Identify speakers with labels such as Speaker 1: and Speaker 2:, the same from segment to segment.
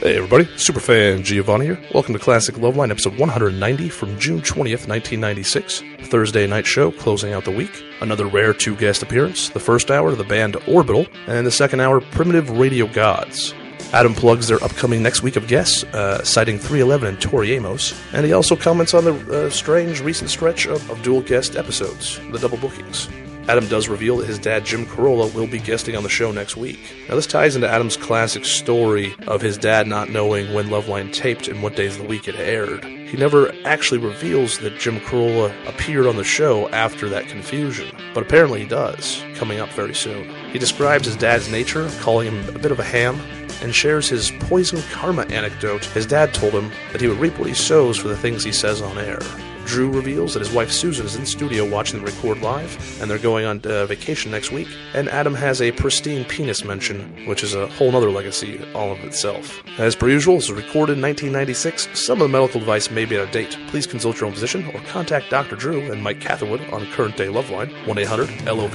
Speaker 1: Hey everybody, Superfan Giovanni here. Welcome to Classic Loveline, episode 190 from June 20th, 1996. Thursday night show closing out the week. Another rare two guest appearance. The first hour, the band Orbital, and in the second hour, Primitive Radio Gods. Adam plugs their upcoming next week of guests, uh, citing 311 and Tori Amos, and he also comments on the uh, strange recent stretch of, of dual guest episodes, the double bookings. Adam does reveal that his dad, Jim Carolla, will be guesting on the show next week. Now, this ties into Adam's classic story of his dad not knowing when Loveline taped and what days of the week it aired. He never actually reveals that Jim Carolla appeared on the show after that confusion, but apparently he does, coming up very soon. He describes his dad's nature, calling him a bit of a ham, and shares his poison karma anecdote. His dad told him that he would reap what he sows for the things he says on air. Drew reveals that his wife Susan is in studio watching them record live, and they're going on uh, vacation next week. And Adam has a pristine penis mention, which is a whole nother legacy all of itself. As per usual, this was recorded in 1996. Some of the medical advice may be out of date. Please consult your own physician or contact Dr. Drew and Mike Catherwood on Current Day Loveline, 1 800 LOVE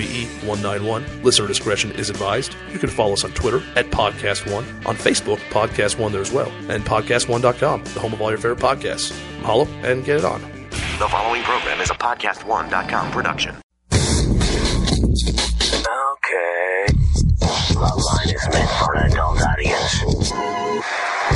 Speaker 1: 191. Listener discretion is advised. You can follow us on Twitter at Podcast One, on Facebook, Podcast One there as well, and PodcastOne.com, the home of all your favorite podcasts. Mahalo and get it on.
Speaker 2: The following program is a podcast1.com production. Okay. Loveline is meant for an adult audience.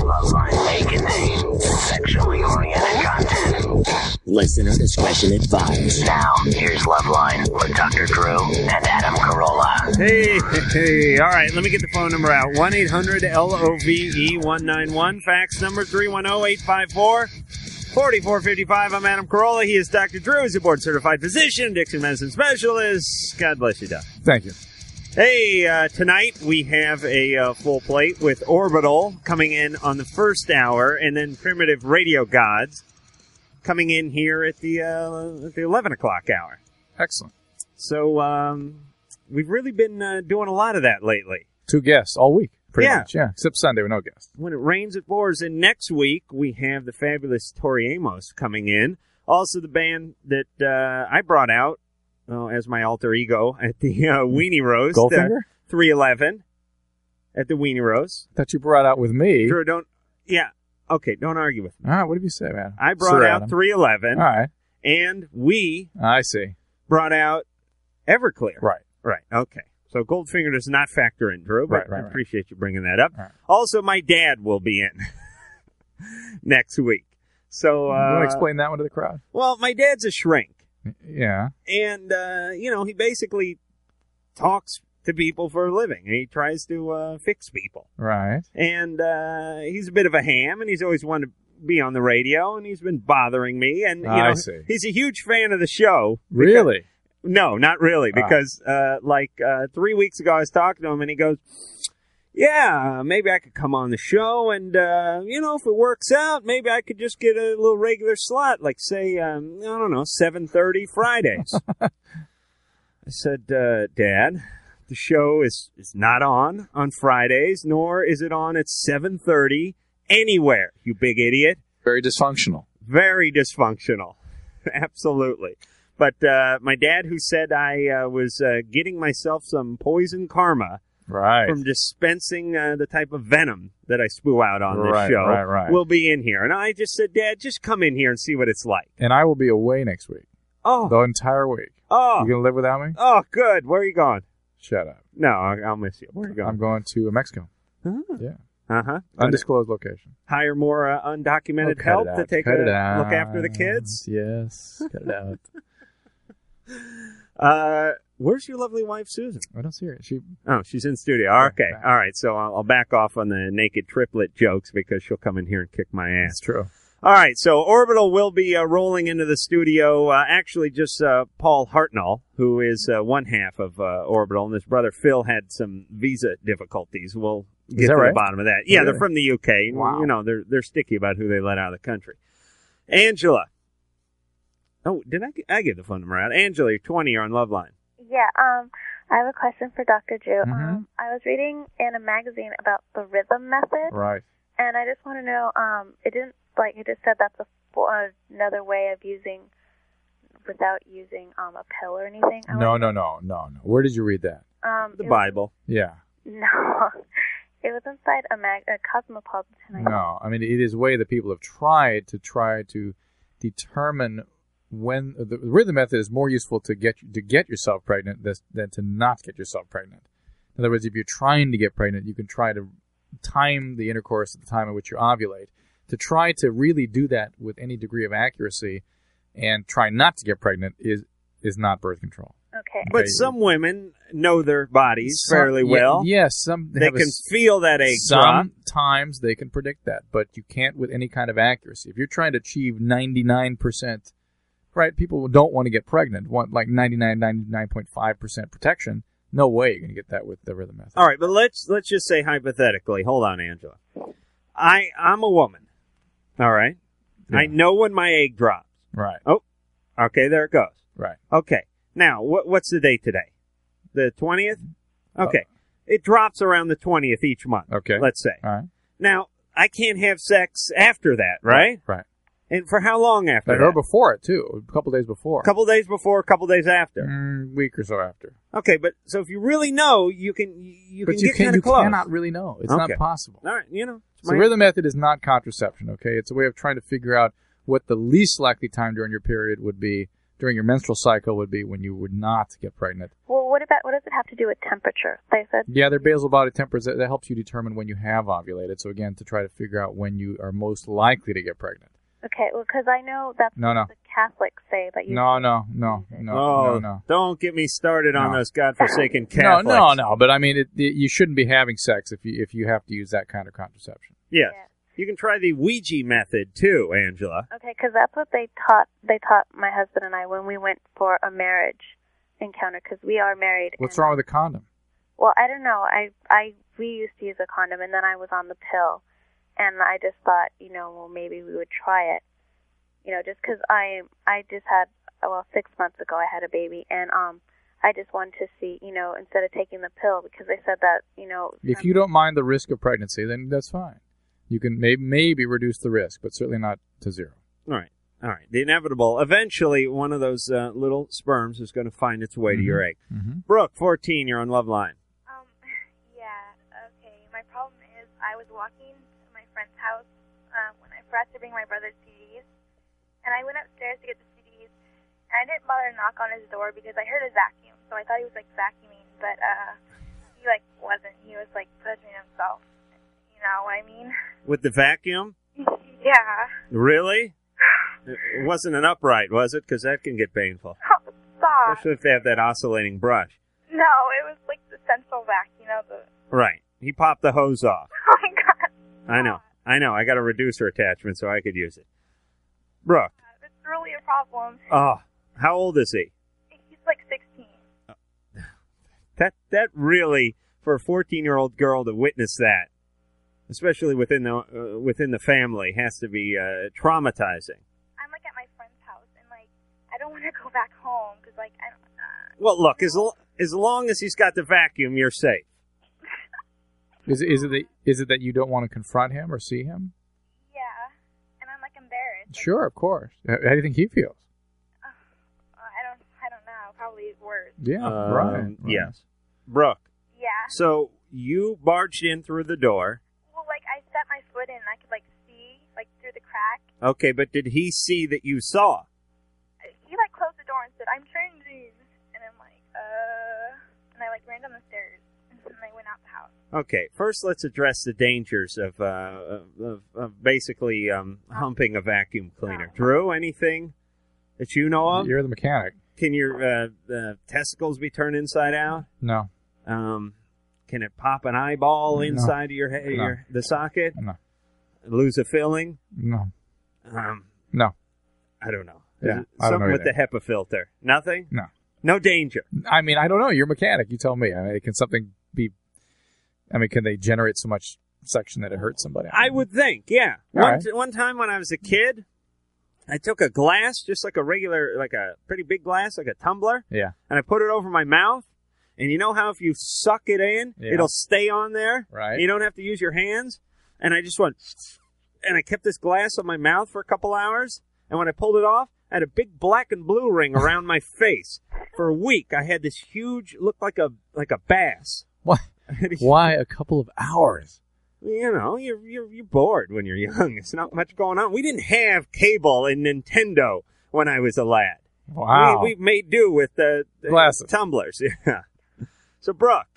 Speaker 2: Loveline may contain sexually oriented content.
Speaker 3: Listener discretion advised.
Speaker 2: Now, here's Loveline with Dr. Drew and Adam Carolla.
Speaker 4: Hey, hey, hey. All right, let me get the phone number out. 1 800 LOVE 191. Fax number 310 854 4455. I'm Adam Carolla. He is Dr. Drew. He's a board certified physician, addiction medicine specialist. God bless you, Doc.
Speaker 5: Thank you.
Speaker 4: Hey, uh, tonight we have a uh, full plate with Orbital coming in on the first hour, and then Primitive Radio Gods coming in here at the uh, at the eleven o'clock hour.
Speaker 5: Excellent.
Speaker 4: So um, we've really been uh, doing a lot of that lately.
Speaker 5: Two guests all week, pretty
Speaker 4: Yeah.
Speaker 5: much. Yeah, except Sunday with no guests.
Speaker 4: When it rains, it pours. And next week we have the fabulous Tori Amos coming in. Also, the band that uh, I brought out uh, as my alter ego at the uh, Weenie Roast,
Speaker 5: Mm. Goldfinger?
Speaker 4: three eleven, at the Weenie Roast.
Speaker 5: That you brought out with me.
Speaker 4: Drew, don't. Yeah. Okay, don't argue with me.
Speaker 5: All right, ah, what did you say, man?
Speaker 4: I brought
Speaker 5: Sir
Speaker 4: out
Speaker 5: Adam.
Speaker 4: 311,
Speaker 5: All right,
Speaker 4: and we
Speaker 5: I see.
Speaker 4: brought out Everclear.
Speaker 5: Right.
Speaker 4: Right. Okay. So Goldfinger does not factor in, Drew. But
Speaker 5: Right, right,
Speaker 4: I
Speaker 5: right.
Speaker 4: appreciate you bringing that up.
Speaker 5: Right.
Speaker 4: Also, my dad will be in next week. So,
Speaker 5: you want
Speaker 4: uh,
Speaker 5: to explain that one to the crowd?
Speaker 4: well, my dad's a shrink,
Speaker 5: Yeah.
Speaker 4: and uh, you know he basically talks to people for a living, and he tries to uh, fix people.
Speaker 5: Right.
Speaker 4: And uh, he's a bit of a ham, and he's always wanted to be on the radio, and he's been bothering me. And you
Speaker 5: I
Speaker 4: know,
Speaker 5: see.
Speaker 4: he's a huge fan of the show.
Speaker 5: Really?
Speaker 4: No, not really,
Speaker 5: Ah.
Speaker 4: because uh, like uh, three weeks ago, I was talking to him, and he goes, "Yeah, maybe I could come on the show, and uh, you know, if it works out, maybe I could just get a little regular slot, like say, um, I don't know, seven thirty Fridays." I said, uh, "Dad." The show is, is not on on Fridays, nor is it on at 7:30 anywhere. You big idiot!
Speaker 5: Very dysfunctional.
Speaker 4: very dysfunctional. Absolutely. But uh, my dad, who said I uh, was uh, getting myself some poison karma
Speaker 5: Right.
Speaker 4: from dispensing uh, the type of venom that I spew out on
Speaker 5: Right,
Speaker 4: this show,
Speaker 5: right, right.
Speaker 4: will be in here. And I just said, Dad, just come in here and see what it's like.
Speaker 5: and I will be away next week,
Speaker 4: Oh,
Speaker 5: the entire week.
Speaker 4: oh,
Speaker 5: You gonna live without me?
Speaker 4: oh, good. Where are you going?
Speaker 5: Shut up.
Speaker 4: No, I- I'll miss you. Where are you
Speaker 5: I'm going
Speaker 4: going?
Speaker 5: to Mexico. Yeah.
Speaker 4: Uh huh.
Speaker 5: Undisclosed location.
Speaker 4: Hire more uh, undocumented
Speaker 5: Oh, cut
Speaker 4: help
Speaker 5: it
Speaker 4: to
Speaker 5: out,
Speaker 4: take
Speaker 5: cut
Speaker 4: a
Speaker 5: it out.
Speaker 4: look after the kids.
Speaker 5: Yes. Cut it out.
Speaker 4: Uh, where's your lovely wife, Susan?
Speaker 5: I don't see her. She
Speaker 4: Oh, she's in studio.
Speaker 5: Yeah,
Speaker 4: okay.
Speaker 5: back.
Speaker 4: All right. So I'll, I'll back off on the naked triplet jokes because she'll come in here and kick my ass.
Speaker 5: That's true.
Speaker 4: All right. So Orbital will be uh, rolling into the studio. Uh, actually, just uh, Paul Hartnell, who is uh, one half of uh, Orbital, and his brother Phil had some visa difficulties. We'll get
Speaker 5: that
Speaker 4: to the
Speaker 5: right?
Speaker 4: bottom of that. Yeah,
Speaker 5: Really?
Speaker 4: they're from the UK.
Speaker 5: Wow.
Speaker 4: You know, they're they're sticky about who they let out of the country. Angela. Oh, did I? gi- I give the phone number out. Angela, you're 20. You're on Loveline.
Speaker 6: Yeah, um, I have a question for Dr. Drew.
Speaker 5: Mhm.
Speaker 6: Um, I was reading in a magazine about the rhythm method,
Speaker 5: Right.
Speaker 6: and I just want to know. Um, it didn't like it just said that's a, fo- uh, another way of using without using um a pill or anything. I
Speaker 5: No,
Speaker 6: was-
Speaker 5: no, no, no, no. Where did you read that?
Speaker 6: Um,
Speaker 4: The
Speaker 6: it was-
Speaker 4: Bible.
Speaker 5: Yeah.
Speaker 6: No,
Speaker 7: It was inside a mag a Cosmopolitan. I
Speaker 5: No, I mean it is a way that people have tried to try to determine when uh, the rhythm method is more useful to get to get yourself pregnant than, than to not get yourself pregnant. In other words, if you're trying to get pregnant, you can try to time the intercourse at the time at which you ovulate. To try to really do that with any degree of accuracy and try not to get pregnant is is not birth control.
Speaker 7: Okay.
Speaker 4: But
Speaker 5: Okay.
Speaker 4: some women know their bodies fairly
Speaker 5: Some- ye-
Speaker 4: well.
Speaker 5: Yes, some
Speaker 4: They
Speaker 5: have a
Speaker 4: can
Speaker 5: s-
Speaker 4: feel that egg drop.
Speaker 5: Sometimes they can predict that, but you can't with any kind of accuracy. If you're trying to achieve 99%, right, people don't want to get pregnant, want like 99, 99.5% protection. No way you're going to get that with the rhythm method.
Speaker 4: All right, but let's let's just say hypothetically. Hold on, Angela. I I'm a woman. All right. I
Speaker 5: Yeah.
Speaker 4: know when my egg drops. Oh,
Speaker 5: Right,
Speaker 4: Okay, there it goes.
Speaker 5: right.
Speaker 4: Okay. Now, what what's the date today? The 20th?
Speaker 5: Oh.
Speaker 4: Okay. it drops around the 20th each month.
Speaker 5: Okay.
Speaker 4: Let's say.
Speaker 5: All right.
Speaker 4: Now, I can't have sex after that, right?
Speaker 5: Right.
Speaker 4: And for how long after?
Speaker 5: But
Speaker 4: that?
Speaker 5: or before it, too, a couple days before.
Speaker 4: A couple days before, a couple days after.
Speaker 5: Mm, week or so after.
Speaker 4: Okay, but so if you really know, you can you
Speaker 5: but
Speaker 4: can
Speaker 5: you,
Speaker 4: get
Speaker 5: can,
Speaker 4: kind
Speaker 5: you
Speaker 4: of close.
Speaker 5: cannot really know. It's not
Speaker 4: Okay.
Speaker 5: possible.
Speaker 4: All right, you know. it's
Speaker 5: So
Speaker 4: my-
Speaker 5: rhythm method is not contraception, okay? It's a way of trying to figure out what the least likely time during your period would be, during your menstrual cycle would be when you would not get pregnant.
Speaker 7: Well, what about what does it have to do with temperature? They said
Speaker 5: Yeah, their basal body tempers that, that helps you determine when you have ovulated. So again, to try to figure out when you are most likely to get pregnant.
Speaker 7: okay. Well, because I know that's
Speaker 5: No, no.
Speaker 7: what the Catholics say that you.
Speaker 5: No, no, no, no,
Speaker 4: oh,
Speaker 5: no, no.
Speaker 4: don't get me started on
Speaker 5: No.
Speaker 4: those godforsaken
Speaker 5: No,
Speaker 4: Catholics.
Speaker 5: no, no. But I mean, it, it, you shouldn't be having sex if you if you have to use that kind of contraception.
Speaker 4: Yes.
Speaker 7: Yeah.
Speaker 4: You can try the Ouija method too, Angela.
Speaker 7: Okay, because that's what they taught. They taught my husband and I when we went for a marriage encounter because we are married.
Speaker 5: What's
Speaker 7: and-
Speaker 5: wrong with a condom?
Speaker 7: Well, I don't know. I I we used to use a condom, and then I was on the pill, and I just thought, you know, well maybe we would try it, you know, just because I I just had well six months ago I had a baby, and um I just wanted to see, you know, instead of taking the pill because they said that, you know,
Speaker 5: If
Speaker 7: some-
Speaker 5: you don't mind the risk of pregnancy, then that's fine. You can maybe maybe reduce the risk, but certainly not to zero.
Speaker 4: All right. All right. The inevitable. Eventually, one of those uh, little sperms is going to find its way to your egg.
Speaker 5: Mm-hmm.
Speaker 4: Brooke, 14, you're on Love Line.
Speaker 8: Um, yeah, okay. My problem is I was walking to my friend's house um, when I forgot to bring my brother's CDs, and I went upstairs to get the CDs, and I didn't bother to knock on his door because I heard a vacuum, so I thought he was like vacuuming, but uh, he like wasn't. He was like pushing himself. You know what I mean?
Speaker 4: With the vacuum?
Speaker 8: yeah.
Speaker 4: Really? It wasn't an upright, was it? Because that can get painful.
Speaker 8: Oh, stop.
Speaker 4: Especially if they have that oscillating brush.
Speaker 8: No, it was like the central vac. You know the.
Speaker 4: Right. He popped the hose off.
Speaker 8: Oh my god,
Speaker 4: I know. I know. I got a reducer attachment so I could use it. Brooke.
Speaker 8: it's really a problem.
Speaker 4: Oh, how old is he?
Speaker 8: He's like 16.
Speaker 4: That that really for a 14 year old girl to witness that, especially within the uh, within the family, has to be uh, traumatizing.
Speaker 8: I'm like at my friend's house, and like I don't want to go back home because like I don't. Uh,
Speaker 4: Well, look as l- as long as he's got the vacuum, you're safe.
Speaker 5: Is it, is it that is it that you don't want to confront him or see him?
Speaker 8: yeah, and I'm like embarrassed. Like,
Speaker 5: Sure, of course. How how do you think he feels?
Speaker 8: uh, I don't. I don't know. Probably worse.
Speaker 5: Yeah,
Speaker 4: Um,
Speaker 5: right, right.
Speaker 4: Yes, Brooke.
Speaker 8: Yeah.
Speaker 4: So you barged in through the door.
Speaker 8: Well, like I set my foot in, and I could like see like through the crack.
Speaker 4: Okay, but did he see that you saw?
Speaker 8: He like closed the door and said, "I'm changing," and I'm like, uh, and I like ran down the stairs, and then I went out the house.
Speaker 4: Okay, first let's address the dangers of uh, of, of, of basically um, humping a vacuum cleaner. Drew, anything that you know of?
Speaker 5: You're the mechanic.
Speaker 4: Can your uh, uh, testicles be turned inside out?
Speaker 5: No,
Speaker 4: Um, can it pop an eyeball
Speaker 5: No.
Speaker 4: inside of your, head,
Speaker 5: No.
Speaker 4: your the socket?
Speaker 5: No.
Speaker 4: Lose a filling?
Speaker 5: no,
Speaker 4: Um,
Speaker 5: no.
Speaker 4: I don't know.
Speaker 5: Yeah,
Speaker 4: Is it
Speaker 5: I don't
Speaker 4: something
Speaker 5: know
Speaker 4: with the HEPA filter. Nothing.
Speaker 5: No.
Speaker 4: No danger.
Speaker 5: I mean, I don't know. You're a mechanic. You tell me. I mean, can something be? I mean, can they generate so much suction that it hurts somebody?
Speaker 4: I would think. Yeah.
Speaker 5: Mm-hmm. All
Speaker 4: one
Speaker 5: right.
Speaker 4: t- one time when I was a kid, I took a glass, just like a regular, like a pretty big glass, like a tumbler,
Speaker 5: Yeah.
Speaker 4: and I put it over my mouth. And you know how if you suck it in,
Speaker 5: Yeah.
Speaker 4: it'll stay on there.
Speaker 5: Right.
Speaker 4: You don't have to use your hands. And I just went, and I kept this glass on my mouth for a couple hours. And when I pulled it off, I had a big black and blue ring around my face. For a week, I had this huge, looked like a like a bass.
Speaker 5: What? Why a couple of hours?
Speaker 4: you know, you're, you're you're bored when you're young. It's not much going on. We didn't have cable and Nintendo when I was a lad.
Speaker 5: Wow.
Speaker 4: We, we made do with the, the
Speaker 5: Glasses.
Speaker 4: tumblers. Yeah. So, Brooke.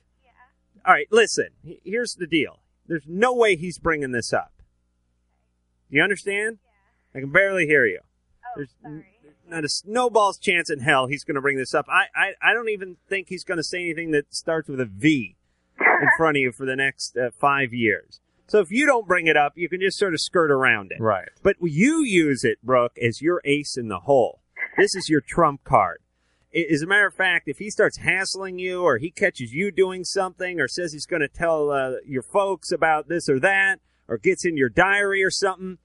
Speaker 4: All right, listen. H- Here's the deal. There's no way he's bringing this up. Do you understand? I can barely hear you.
Speaker 9: Oh,
Speaker 4: There's n-
Speaker 9: sorry.
Speaker 4: Not a snowball's chance in hell he's going to bring this up. I, I, I don't even think he's going to say anything that starts with a V in front of you for the next uh, five years. So if you don't bring it up, you can just sort of skirt around it.
Speaker 5: right.
Speaker 4: But you use it, Brooke, as your ace in the hole. This is your trump card. A- As a matter of fact, if he starts hassling you or he catches you doing something or says he's going to tell uh, your folks about this or that or gets in your diary or something,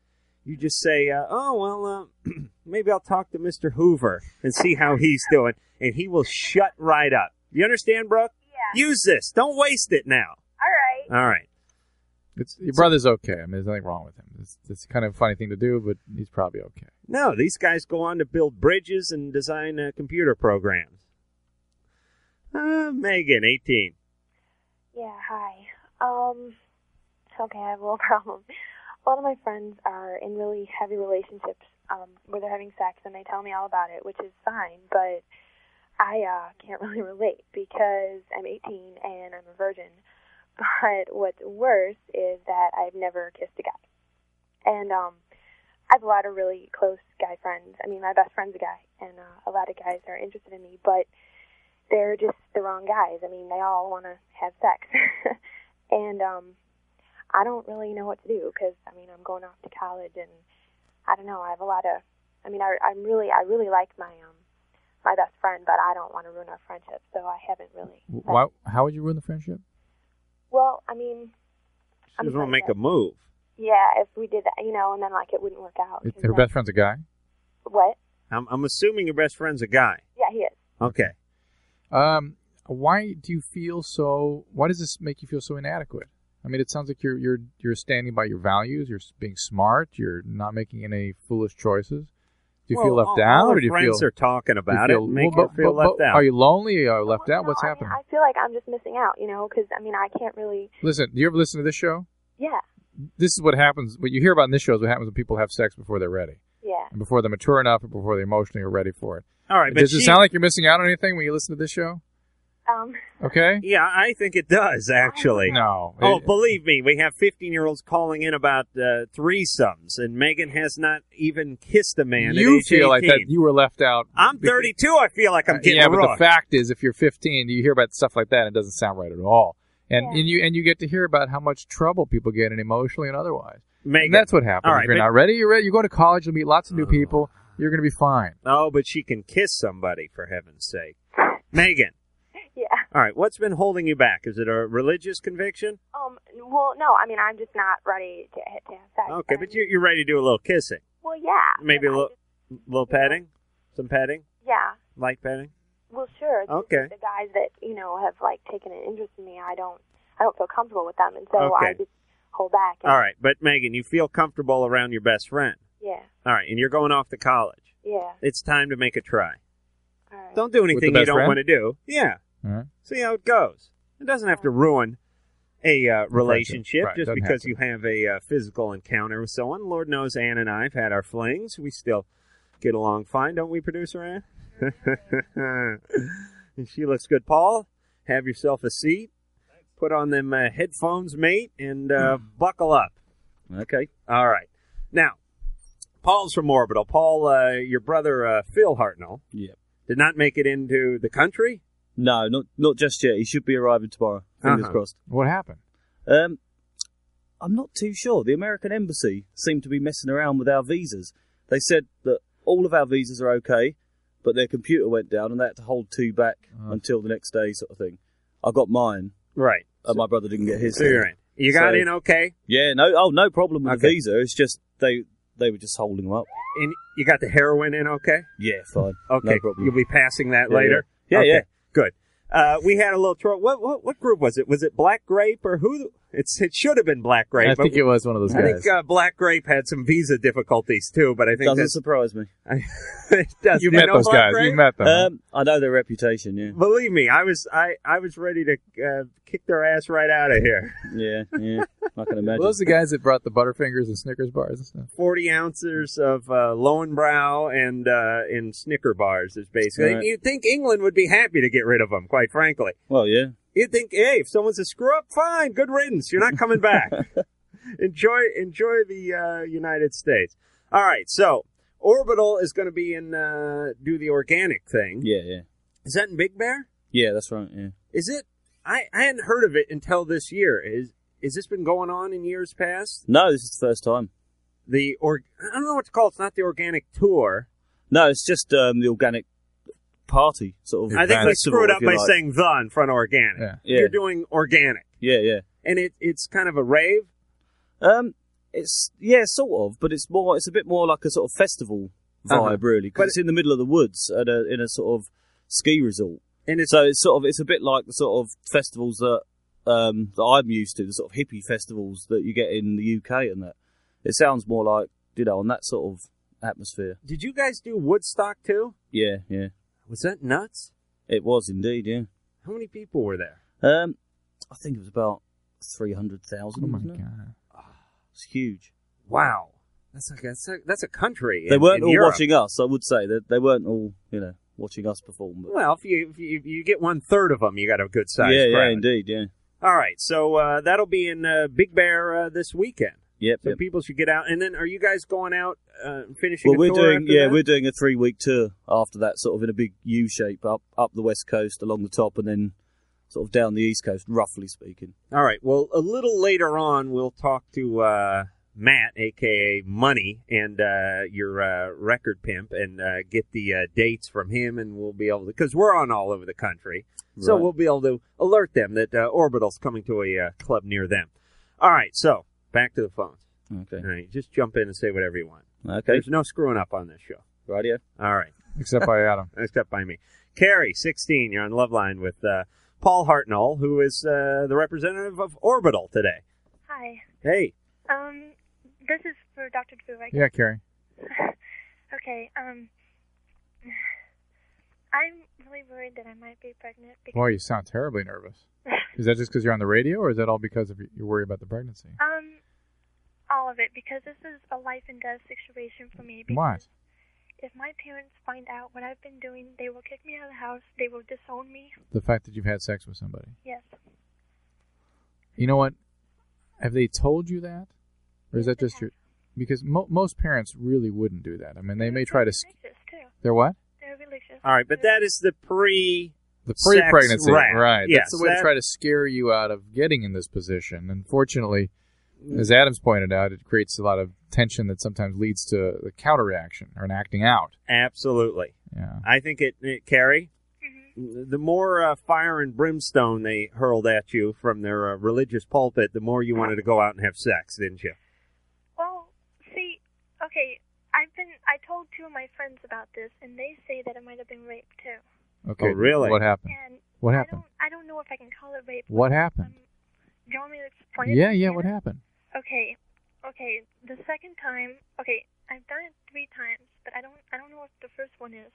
Speaker 4: you just say, uh, oh, well, uh, maybe I'll talk to Mr. Hoover and see how he's doing. And he will shut right up. You understand, Brooke?
Speaker 9: Yeah.
Speaker 4: Use this. Don't waste it now.
Speaker 9: All right.
Speaker 4: All right.
Speaker 5: It's, your brother's okay. I mean, there's nothing wrong with him. It's, it's kind of a funny thing to do, but he's probably okay.
Speaker 4: No, these guys go on to build bridges and design uh, computer programs. Uh, Megan, 18.
Speaker 6: Yeah, hi. Um, okay, I have a little problem. A lot of my friends are in really heavy relationships um, where they're having sex, and they tell me all about it, which is fine, but I uh, can't really relate because I'm 18 and I'm a virgin. But what's worse is that I've never kissed a guy. And um, I have a lot of really close guy friends. I mean, my best friend's a guy, and uh, a lot of guys are interested in me, but they're just the wrong guys. I mean, they all want to have sex. and um I don't really know what to do because I mean, I'm going off to college and I don't know. I have a lot of I mean, I I'm really I really like my um my best friend, but I don't want to ruin our friendship, so I haven't really.
Speaker 5: W- Why, how would you ruin the friendship?
Speaker 6: Well, I mean,
Speaker 4: She
Speaker 6: I'm
Speaker 4: doesn't want to
Speaker 6: sorry,
Speaker 4: make a
Speaker 6: but-
Speaker 4: move.
Speaker 6: yeah, if we did that, you know, and then like it wouldn't work out.
Speaker 5: It,
Speaker 6: 'cause
Speaker 5: her
Speaker 6: then-
Speaker 5: best friend's a guy.
Speaker 6: What?
Speaker 4: I'm, I'm assuming your best friend's a guy.
Speaker 6: Yeah, he is.
Speaker 4: Okay.
Speaker 5: Um, why do you feel so? Why does this make you feel so inadequate? I mean, it sounds like you're you're you're standing by your values. You're s- being smart. You're not making any foolish choices. Do you feel
Speaker 4: Well,
Speaker 5: left
Speaker 4: all-
Speaker 5: out,
Speaker 4: all
Speaker 5: or
Speaker 4: her
Speaker 5: do you feel?
Speaker 4: friends are talking
Speaker 5: do you
Speaker 4: about
Speaker 5: feel-
Speaker 4: it, make
Speaker 5: well,
Speaker 4: her
Speaker 5: but-
Speaker 4: feel
Speaker 5: but-
Speaker 4: left
Speaker 5: but
Speaker 4: out.
Speaker 5: Are you lonely? Are you left
Speaker 6: Well,
Speaker 5: out?
Speaker 6: no,
Speaker 5: What's
Speaker 6: I mean,
Speaker 5: happening?
Speaker 6: I feel like I'm just missing out, you know, because I mean, I can't really.
Speaker 5: Listen, do you ever listen to this show?
Speaker 6: Yeah,
Speaker 5: This is what happens. What you hear about in this show is what happens when people have sex before they're ready,
Speaker 6: yeah.
Speaker 5: and before they're mature enough, and before they emotionally are ready for it.
Speaker 4: all right, but
Speaker 5: does
Speaker 4: she,
Speaker 5: it sound like you're missing out on anything when you listen to this show?
Speaker 6: Um,
Speaker 5: Okay.
Speaker 4: Yeah, I think it does, actually.
Speaker 5: No.
Speaker 4: Oh,
Speaker 5: It-
Speaker 4: believe me, we have 15 year olds calling in about uh, threesomes, and Megan has not even kissed a man. at
Speaker 5: you
Speaker 4: age
Speaker 5: feel like
Speaker 4: 18.
Speaker 5: that you were left out.
Speaker 4: I'm
Speaker 5: because-
Speaker 4: 32. I feel like I'm
Speaker 5: Uh,
Speaker 4: getting
Speaker 5: yeah, but the
Speaker 4: rooked.
Speaker 5: fact is, if you're 15, you hear about stuff like that, it doesn't sound right at all. And,
Speaker 6: Yeah.
Speaker 5: and you and you get to hear about how much trouble people get in emotionally and otherwise.
Speaker 4: Megan.
Speaker 5: And that's what happens.
Speaker 4: All right,
Speaker 5: if you're
Speaker 4: but-
Speaker 5: not ready, you're ready. You go to college, you'll meet lots of
Speaker 10: Uh-huh.
Speaker 5: new people. You're going to be fine.
Speaker 4: Oh, but she can kiss somebody, for heaven's sake. Megan,
Speaker 6: yeah.
Speaker 4: all right, what's been holding you back? Is it a religious conviction?
Speaker 6: Um. Well, no. I mean, I'm just not ready to to have sex.
Speaker 4: Okay,
Speaker 6: And-
Speaker 4: but you're, you're ready to do a little kissing,
Speaker 6: Well, yeah.
Speaker 4: maybe a
Speaker 6: but I
Speaker 4: little,
Speaker 6: just-
Speaker 4: little petting, some petting,
Speaker 6: yeah.
Speaker 4: light petting.
Speaker 6: Well, sure. it's just
Speaker 4: Okay.
Speaker 6: The guys that you know have like taken an interest in me, I don't, I don't feel comfortable with them, and so
Speaker 4: Okay.
Speaker 6: I just hold back. And,
Speaker 4: All right, but Megan, you feel comfortable around your best friend.
Speaker 6: Yeah.
Speaker 4: All right, and you're going off to college.
Speaker 6: Yeah.
Speaker 4: It's time to make a try.
Speaker 6: All right.
Speaker 4: Don't do anything you
Speaker 5: best
Speaker 4: don't
Speaker 5: friend?
Speaker 4: want to do. Yeah,
Speaker 5: All right?
Speaker 4: see how it goes. It doesn't have to ruin a uh, relationship
Speaker 5: Right,
Speaker 4: just
Speaker 5: doesn't
Speaker 4: because
Speaker 5: have to.
Speaker 4: you have a uh, physical encounter with someone. Lord knows Ann and I've had our flings. We still get along fine, don't we, producer Ann? and she looks good, Paul. Have yourself a seat. Put on them uh, headphones, mate, and uh,
Speaker 5: Hmm.
Speaker 4: buckle up.
Speaker 10: Okay.
Speaker 4: All right. Now, Paul's from Orbital. Paul, uh, your brother uh, Phil Hartnell
Speaker 10: Yep.
Speaker 4: did not make it into the country.
Speaker 10: No, not not just yet. He should be arriving tomorrow. Fingers
Speaker 4: Uh-huh.
Speaker 10: crossed.
Speaker 5: What happened?
Speaker 10: Um, I'm not too sure. The American embassy seemed to be messing around with our visas. They said that all of our visas are okay, but their computer went down and they had to hold two back
Speaker 5: Uh.
Speaker 10: until the next day, sort of thing. I got mine,
Speaker 4: Right.
Speaker 10: and my brother didn't get his.
Speaker 4: So you're in. You got
Speaker 10: So-
Speaker 4: in okay,
Speaker 10: Yeah, no, oh, no problem with the
Speaker 4: Okay.
Speaker 10: visa. It's just they they were just holding them up.
Speaker 4: and you got the heroin in okay.
Speaker 10: Yeah, fine.
Speaker 4: Okay,
Speaker 10: no problem.
Speaker 4: you'll be passing that
Speaker 10: Yeah,
Speaker 4: later.
Speaker 10: yeah. Yeah,
Speaker 4: Okay,
Speaker 10: yeah.
Speaker 4: Good. Uh, we had a little trouble. What, what what group was it? Was it Black Grape or who? It's it should have been Black Grape.
Speaker 5: I
Speaker 4: but
Speaker 5: think it was one of those
Speaker 4: I
Speaker 5: guys.
Speaker 4: think uh, Black Grape had some visa difficulties too, but I think
Speaker 10: Doesn't
Speaker 4: that's
Speaker 10: surprise me.
Speaker 4: I, it does.
Speaker 5: you
Speaker 4: Do
Speaker 5: met
Speaker 4: know
Speaker 5: those
Speaker 4: Black
Speaker 5: guys.
Speaker 4: Grape?
Speaker 5: You met them.
Speaker 10: Um, I know their reputation. Yeah,
Speaker 4: Believe me, I was I, I was ready to uh, kick their ass right out of here.
Speaker 10: yeah, yeah. I can imagine.
Speaker 5: well, those are the guys that brought the Butterfingers and Snickers bars and stuff.
Speaker 4: Forty ounces of uh, Lowenbrow and uh, and Snicker bars is basically.
Speaker 10: Right.
Speaker 4: You'd think England would be happy to get rid of them, quite frankly.
Speaker 10: well, yeah.
Speaker 4: You'd think, hey, if someone's a screw up, fine, good riddance. You're not coming back. enjoy enjoy the uh, United States. All right, so Orbital is going to be in uh, do the organic thing.
Speaker 10: Yeah, yeah.
Speaker 4: Is that in Big Bear?
Speaker 10: Yeah, that's right. Yeah.
Speaker 4: Is it? I, I hadn't heard of it until this year. Is is this been going on in years past?
Speaker 10: No, this is the first time.
Speaker 4: The or I don't know what to call it. It's not the organic tour.
Speaker 10: No, it's just um, the organic party sort of.
Speaker 4: I think they
Speaker 10: festival,
Speaker 4: screwed
Speaker 10: if
Speaker 4: up
Speaker 10: you
Speaker 4: by
Speaker 10: like.
Speaker 4: saying the in front of organic.
Speaker 5: Yeah.
Speaker 10: Yeah,
Speaker 4: You're doing organic,
Speaker 10: yeah, yeah.
Speaker 4: and it it's kind of a rave.
Speaker 10: Um, it's yeah, sort of, but it's more. It's a bit more like a sort of festival vibe,
Speaker 4: Uh-huh.
Speaker 10: really,
Speaker 4: But
Speaker 10: because it's in the middle of the woods at a, in a sort of ski resort.
Speaker 4: And it's
Speaker 10: So it's sort of it's a bit like the sort of festivals that um that I'm used to, the sort of hippie festivals that you get in the UK and that. It sounds more like you know on that sort of atmosphere.
Speaker 4: did you guys do Woodstock too?
Speaker 10: Yeah, yeah.
Speaker 4: Was that nuts?
Speaker 10: It was indeed, yeah.
Speaker 4: How many people were there?
Speaker 10: Um, I think it was about three hundred thousand.
Speaker 5: Oh my
Speaker 10: wasn't it?
Speaker 5: god.
Speaker 10: It's huge.
Speaker 4: Wow, that's like that's a, that's a country.
Speaker 10: they
Speaker 4: in-
Speaker 10: weren't
Speaker 4: in
Speaker 10: all
Speaker 4: Europe.
Speaker 10: watching us. I would say that they weren't all you know watching us perform. But
Speaker 4: Well, if you if you, if you get one third of them, you got a good size.
Speaker 10: yeah, yeah,
Speaker 4: crowd.
Speaker 10: indeed, yeah.
Speaker 4: All right, so uh, that'll be in uh, Big Bear uh, this weekend.
Speaker 10: Yep.
Speaker 4: So
Speaker 10: yep.
Speaker 4: people should get out. And then, are you guys going out uh, and finishing?
Speaker 10: Well,
Speaker 4: a
Speaker 10: we're
Speaker 4: tour
Speaker 10: doing
Speaker 4: after
Speaker 10: yeah,
Speaker 4: that?
Speaker 10: we're doing a three week tour after that, sort of in a big U shape up up the west coast along the top, and then sort of down the east coast, roughly speaking.
Speaker 4: All right. Well, a little later on, we'll talk to uh, Matt, aka Money, and uh, your uh, record pimp, and uh, get the uh, dates from him, and we'll be able to because we're on all over the country, so
Speaker 10: Right.
Speaker 4: we'll be able to alert them that uh, Orbital's coming to a uh, club near them. All right. So back to the phones.
Speaker 10: Okay.
Speaker 4: All right. Just jump in and say whatever you want.
Speaker 10: Okay.
Speaker 4: There's no screwing up on this show.
Speaker 10: Radio.
Speaker 4: All right.
Speaker 5: Except by Adam.
Speaker 4: except by me. Carrie, 16, you're on Love Line with uh, Paul Hartnell, who is uh, the representative of Orbital today.
Speaker 9: Hi.
Speaker 4: Hey,
Speaker 9: Um, this is for Dr. Drew, right?
Speaker 5: Yeah, Carrie.
Speaker 9: Okay. Um, I'm really worried that I might be pregnant because
Speaker 5: Boy, you sound terribly nervous. Is that just because you're on the radio, or is that all because of your- your worry about the pregnancy?
Speaker 9: um, all of it because this is a life and death situation for me.
Speaker 5: What?
Speaker 9: Because If my parents find out what I've been doing, they will kick me out of the house. They will disown me.
Speaker 5: The fact that you've had sex with somebody.
Speaker 9: Yes.
Speaker 5: You know what? Have they told you that, or is that just your? Because mo- most parents really wouldn't do that. I mean, they may try to. Sk-
Speaker 9: Religious too.
Speaker 5: they're what?
Speaker 9: They're religious.
Speaker 4: all right, but that is the pre.
Speaker 5: The
Speaker 4: Sex
Speaker 5: pre-pregnancy,
Speaker 4: rat.
Speaker 5: right?
Speaker 4: Yes,
Speaker 5: That's the way
Speaker 4: that-
Speaker 5: to try to scare you out of getting in this position. Unfortunately, as Adams pointed out, it creates a lot of tension that sometimes leads to a counterreaction or an acting out.
Speaker 4: Absolutely.
Speaker 5: Yeah.
Speaker 4: I think it, it Carrie,
Speaker 9: Mhm.
Speaker 4: the more uh, fire and brimstone they hurled at you from their uh, religious pulpit, the more you wanted to go out and have sex, didn't you?
Speaker 9: Well, see, okay, I've been. I told two of my friends about this, and they say that I might have been raped too.
Speaker 5: Okay.
Speaker 4: Oh, really?
Speaker 5: What happened?
Speaker 9: And
Speaker 5: What
Speaker 9: I
Speaker 5: happened?
Speaker 9: don't. I don't know if I can call it rape.
Speaker 5: What happened?
Speaker 9: Do you want me to explain? it
Speaker 5: Yeah,
Speaker 9: to
Speaker 5: yeah.
Speaker 9: you?
Speaker 5: What happened?
Speaker 9: Okay, okay. The second time, okay, I've done it three times, but I don't. I don't know what the first one is.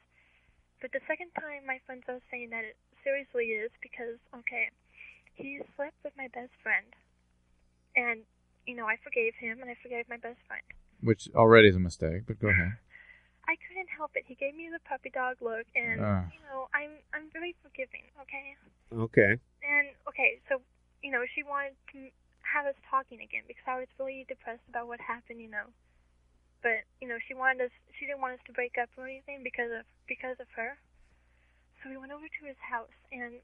Speaker 9: But the second time, my friends are saying that it seriously is because okay, he slept with my best friend, and you know I forgave him and I forgave my best friend.
Speaker 5: Which already is a mistake, but go ahead.
Speaker 9: I couldn't help it. He gave me the puppy dog look, and
Speaker 5: Ah.
Speaker 9: you know, I'm I'm very forgiving, okay?
Speaker 4: Okay.
Speaker 9: And okay, so you know, she wanted to have us talking again because I was really depressed about what happened, you know. But you know, she wanted us. She didn't want us to break up or anything because of because of her. So we went over to his house, and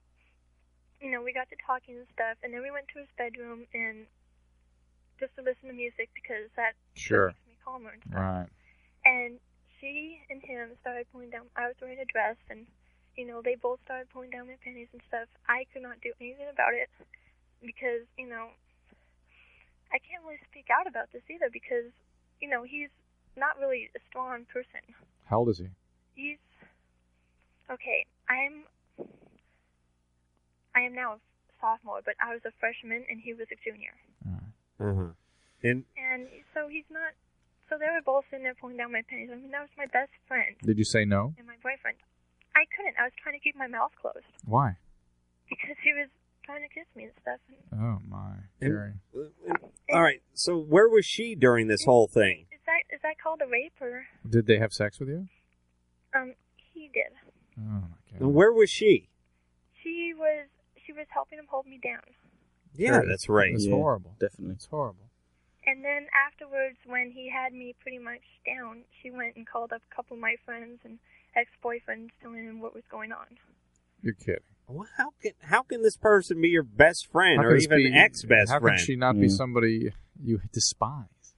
Speaker 9: you know, we got to talking and stuff, and then we went to his bedroom and just to listen to music because that
Speaker 5: Sure.
Speaker 9: makes me calmer and stuff
Speaker 5: Right.
Speaker 9: and she and him started pulling down. I was wearing a dress, and you know they both started pulling down my panties and stuff. I could not do anything about it because you know I can't really speak out about this either because you know he's not really a strong person.
Speaker 5: How old is he?
Speaker 9: He's okay. I'm I am now a sophomore, but I was a freshman and he was a junior.
Speaker 4: Mm-hmm. And
Speaker 9: And so he's not. So they were both sitting there pulling down my panties. I mean, that was my best friend
Speaker 5: Did you say no?
Speaker 9: and my boyfriend. I couldn't. I was trying to keep my mouth closed
Speaker 5: Why?
Speaker 9: because he was trying to kiss me and stuff. And
Speaker 5: Oh my, Gary.
Speaker 4: all right, so where was she during this whole thing?
Speaker 9: is that is that called a rape or?
Speaker 5: Did they have sex with you?
Speaker 9: Um, he did.
Speaker 5: Oh my god.
Speaker 4: And where was she?
Speaker 9: She was she was helping him hold me down.
Speaker 4: Yeah, that's right.
Speaker 5: That's
Speaker 10: Yeah,
Speaker 5: horrible.
Speaker 10: definitely.
Speaker 5: It's horrible.
Speaker 9: And then afterwards, when he had me pretty much down, she went and called up a couple of my friends and ex-boyfriends, telling them what was going on.
Speaker 5: You're kidding.
Speaker 4: Well, how can how can this person be your best friend
Speaker 5: How
Speaker 4: or
Speaker 5: can this
Speaker 4: even
Speaker 5: be-
Speaker 4: ex best
Speaker 5: How
Speaker 4: friend?
Speaker 5: can she not be
Speaker 10: Mm.
Speaker 5: somebody you despise?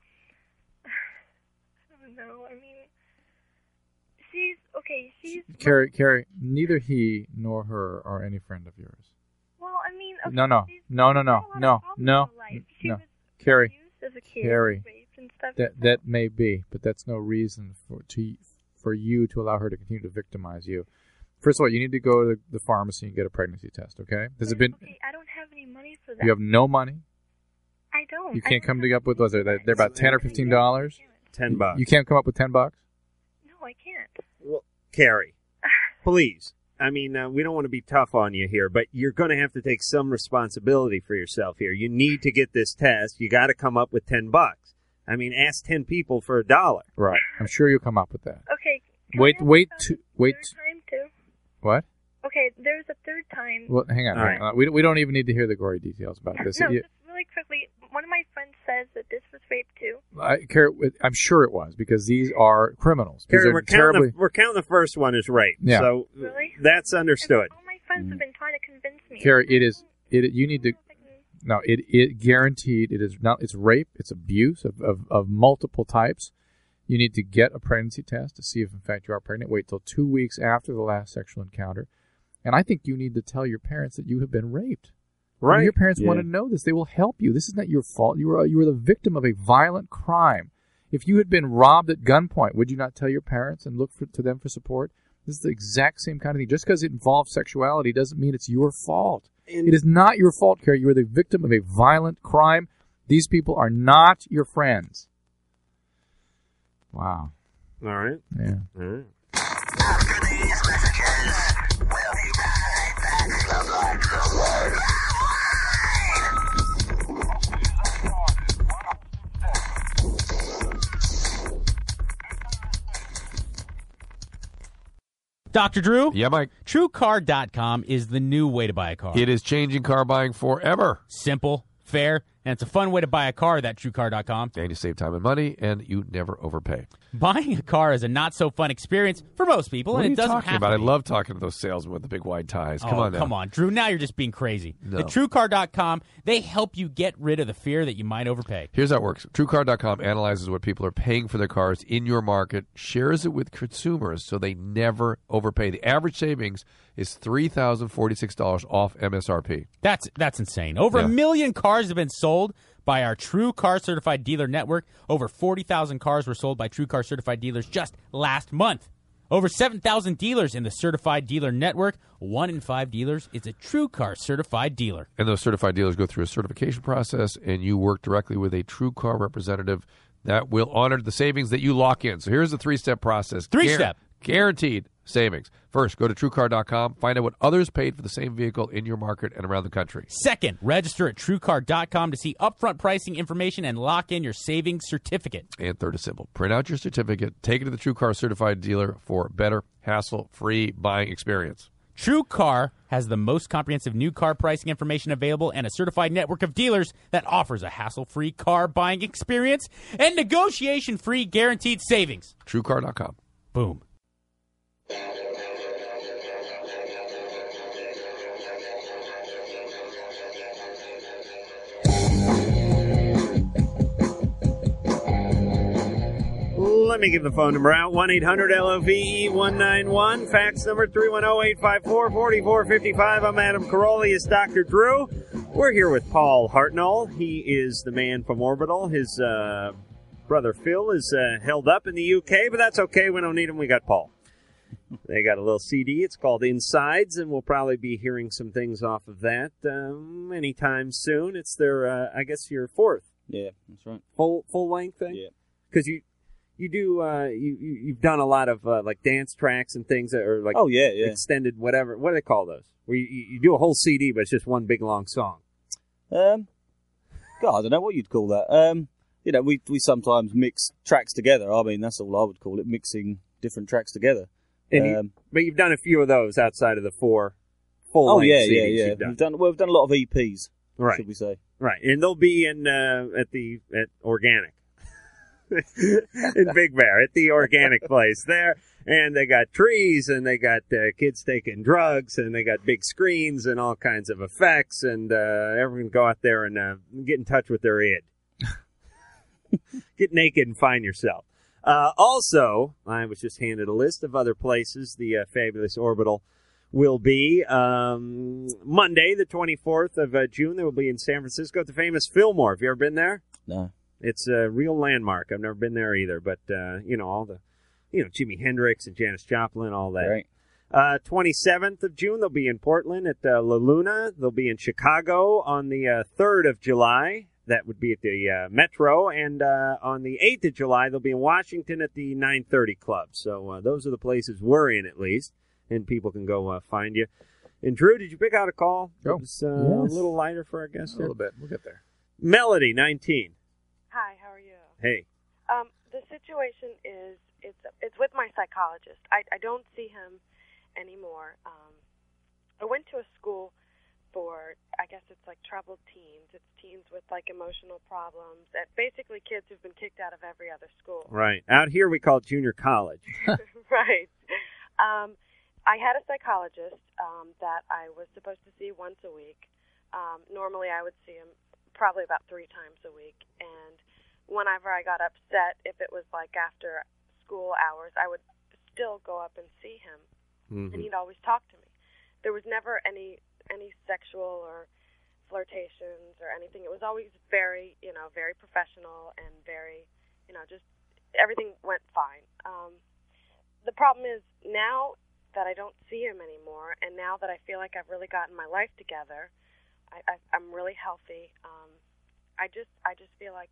Speaker 9: I don't know. I mean, she's okay. She's
Speaker 5: Carrie, Carrie, neither he nor her are any friend of yours.
Speaker 9: well. I mean, okay,
Speaker 5: No, no,
Speaker 9: she's-
Speaker 5: no, no,
Speaker 9: she's had a
Speaker 5: no,
Speaker 9: lot of
Speaker 5: no,
Speaker 9: problems in
Speaker 5: no,
Speaker 9: her life. She
Speaker 5: no.
Speaker 9: was
Speaker 5: Carrie,
Speaker 9: abused as a kid,
Speaker 5: Carrie,
Speaker 9: raped and stuff.
Speaker 5: that that may be, but that's no reason for to for you to allow her to continue to victimize you. First of all, you need to go to the pharmacy and get a pregnancy test. Okay? Has it been?
Speaker 9: Okay, I don't have any money for that.
Speaker 5: You have no money.
Speaker 9: I don't.
Speaker 5: You
Speaker 9: I
Speaker 5: can't
Speaker 9: don't
Speaker 5: come
Speaker 9: have
Speaker 5: to up with
Speaker 9: money
Speaker 5: was it?
Speaker 9: for
Speaker 5: They're
Speaker 9: that.
Speaker 5: they're about ten or fifteen dollars.
Speaker 4: Ten bucks.
Speaker 5: You can't come up with ten bucks.
Speaker 9: No, I can't.
Speaker 4: Well, Carrie, please. I mean, uh, we don't want to be tough on you here, but you're going to have to take some responsibility for yourself here. You need to get this test. You got to come up with 10 bucks. I mean, ask 10 people for a dollar.
Speaker 5: Right. I'm sure you'll come up with that.
Speaker 9: Okay. can
Speaker 5: Wait,
Speaker 9: I ask
Speaker 5: wait,
Speaker 9: about
Speaker 5: to,
Speaker 9: the
Speaker 5: wait.
Speaker 9: Third time too.
Speaker 5: What?
Speaker 9: Okay, there's a third time.
Speaker 5: Well, hang on.
Speaker 4: All
Speaker 5: hang on. We, we don't even need to hear the gory details about this.
Speaker 9: no,
Speaker 5: You-
Speaker 9: just really quickly. One of my friends says that this was rape too.
Speaker 5: I, Carrie, I'm sure it was because these are criminals. These
Speaker 4: Carrie,
Speaker 5: are
Speaker 4: we're
Speaker 5: terribly.
Speaker 4: counting, the, we're counting the first one as rape.
Speaker 5: Yeah.
Speaker 4: So
Speaker 9: Really?
Speaker 4: that's understood.
Speaker 9: And all my friends have been trying to convince me.
Speaker 5: Mm. Carrie, it is. It you need to.
Speaker 9: I don't know if I can-
Speaker 5: No, it it guaranteed it is not. It's rape. It's abuse of, of, of multiple types. You need to get a pregnancy test to see if in fact you are pregnant. Wait till two weeks after the last sexual encounter, and I think you need to tell your parents that you have been raped.
Speaker 4: Right.
Speaker 5: Your parents
Speaker 10: Yeah.
Speaker 5: want to know this. They will help you. This is not your fault. You were you were the victim of a violent crime. If you had been robbed at gunpoint, would you not tell your parents and look for, to them for support? This is the exact same kind of thing. Just because it involves sexuality doesn't mean it's your fault.
Speaker 4: And-
Speaker 5: it is not your fault, Carrie. You are the victim of a violent crime. These people are not your friends. Wow.
Speaker 4: All right.
Speaker 5: Yeah.
Speaker 4: All right.
Speaker 11: Dr. Drew?
Speaker 12: Yeah, Mike.
Speaker 11: TrueCar.com is the new way to buy a car.
Speaker 12: It is changing car buying forever.
Speaker 11: Simple, fair, and it's a fun way to buy a car, that TrueCar.com.
Speaker 12: And you save time and money, and you never overpay.
Speaker 11: Buying a car is a not so fun experience for most people, and
Speaker 12: what are
Speaker 11: it
Speaker 12: you
Speaker 11: doesn't
Speaker 12: talking
Speaker 11: have
Speaker 12: about?
Speaker 11: to
Speaker 12: I
Speaker 11: be.
Speaker 12: love talking to those salesmen with the big wide ties. Come
Speaker 11: oh,
Speaker 12: on now.
Speaker 11: Come on, Drew. Now you're just being crazy.
Speaker 12: No.
Speaker 11: At TrueCar.com, they help you get rid of the fear that you might overpay.
Speaker 12: Here's how it works. TrueCar.com analyzes what people are paying for their cars in your market, shares it with consumers so they never overpay. The average savings is $3,046 off MSRP.
Speaker 11: That's that's insane. Over
Speaker 12: Yeah.
Speaker 11: a million cars have been sold by our True Car Certified Dealer Network. Over 40,000 cars were sold by True Car Certified Dealers just last month. Over 7,000 dealers in the Certified Dealer Network. One in five dealers is a True Car Certified Dealer.
Speaker 12: And those certified dealers go through a certification process, and you work directly with a TrueCar representative that will honor the savings that you lock in. So here's the three step process.
Speaker 11: Three-step.
Speaker 12: Guaranteed savings. First, go to TrueCar.com, find out what others paid for the same vehicle in your market and around the country.
Speaker 11: Second, register at TrueCar.com to see upfront pricing information and lock in your savings certificate.
Speaker 12: And third is simple. Print out your certificate, take it to the True Car certified dealer for better, hassle free buying experience.
Speaker 11: True Car has the most comprehensive new car pricing information available and a certified network of dealers that offers a hassle free car buying experience and negotiation free guaranteed savings.
Speaker 12: TrueCar.com.
Speaker 11: Boom.
Speaker 4: Let me give the phone number out 1 800 LOVE 191. Fax number 310 854 4455. I'm Adam Caroli. It's Dr. Drew. We're here with Paul Hartnell. He is the man from Orbital. His uh, brother Phil is uh, held up in the UK, but that's okay. We don't need him. We got Paul. They got a little CD. It's called Insides, and we'll probably be hearing some things off of that um, anytime soon. It's their, uh, I guess, your fourth
Speaker 10: Yeah, that's right.
Speaker 4: full full length thing?
Speaker 10: Yeah.
Speaker 4: Because you you do uh, you, you you've done a lot of uh, like dance tracks and things that are like
Speaker 10: oh yeah, yeah.
Speaker 4: extended whatever. What do they call those? Where you, you you do a whole CD, but it's just one big long song.
Speaker 10: Um, God, I don't know what you'd call that. Um, you know, we we sometimes mix tracks together. I mean, that's all I would call it, mixing different tracks together.
Speaker 4: And you,
Speaker 10: um,
Speaker 4: but you've done a few of those outside of the four full
Speaker 10: oh
Speaker 4: length
Speaker 10: yeah,
Speaker 4: CDs
Speaker 10: yeah, yeah.
Speaker 4: you've done.
Speaker 10: We've done well, we've done a lot of EPs,
Speaker 4: Right,
Speaker 10: should we say?
Speaker 4: right, and they'll be in uh, at the at organic in Big Bear at the organic place there. And they got trees, and they got uh, kids taking drugs, and they got big screens and all kinds of effects, and uh, everyone go out there and uh, get in touch with their id. get naked and find yourself. Uh, also, I was just handed a list of other places the uh, fabulous orbital will be. Um, Monday, the 24th of uh, June, they will be in San Francisco at the famous Fillmore. Have you ever been there?
Speaker 10: No.
Speaker 4: It's a real landmark. I've never been there either, but uh, you know all the, you know Jimi Hendrix and Janis Joplin, all that.
Speaker 10: Right.
Speaker 4: Uh, 27th of June, they'll be in Portland at uh, La Luna. They'll be in Chicago on the uh, 3rd of July. That would be at the uh, Metro. And uh, on the 8th of July, they'll be in Washington at the 930 Club. So uh, those are the places we're in, at least. And people can go uh, find you. And Drew, did you pick out a call?
Speaker 5: Oh,
Speaker 4: It was uh, a little lighter for our guest
Speaker 5: A
Speaker 4: here.
Speaker 5: little bit. We'll get there.
Speaker 4: Melody, 19.
Speaker 13: Hi, how are you?
Speaker 4: Hey.
Speaker 13: Um, the situation is it's it's with my psychologist. I I don't see him anymore. Um, I went to a school for I guess it's like troubled teens. It's teens with like emotional problems. That basically kids who've been kicked out of every other school.
Speaker 4: Right. Out here, we call it junior college.
Speaker 13: right. Um, I had a psychologist um, that I was supposed to see once a week. Um, normally, I would see him probably about three times a week. And whenever I got upset, if it was like after school hours, I would still go up and see him,
Speaker 4: Mm-hmm.
Speaker 13: and
Speaker 2: Mm-hmm.
Speaker 13: he'd always talk to me. There was never any any sexual or flirtations or anything. It was always very, you know, very professional and very, you know, just everything went fine. Um, the problem is now that I don't see him anymore, and now that I feel like I've really gotten my life together, I, I, I'm really healthy. Um, I just I just feel like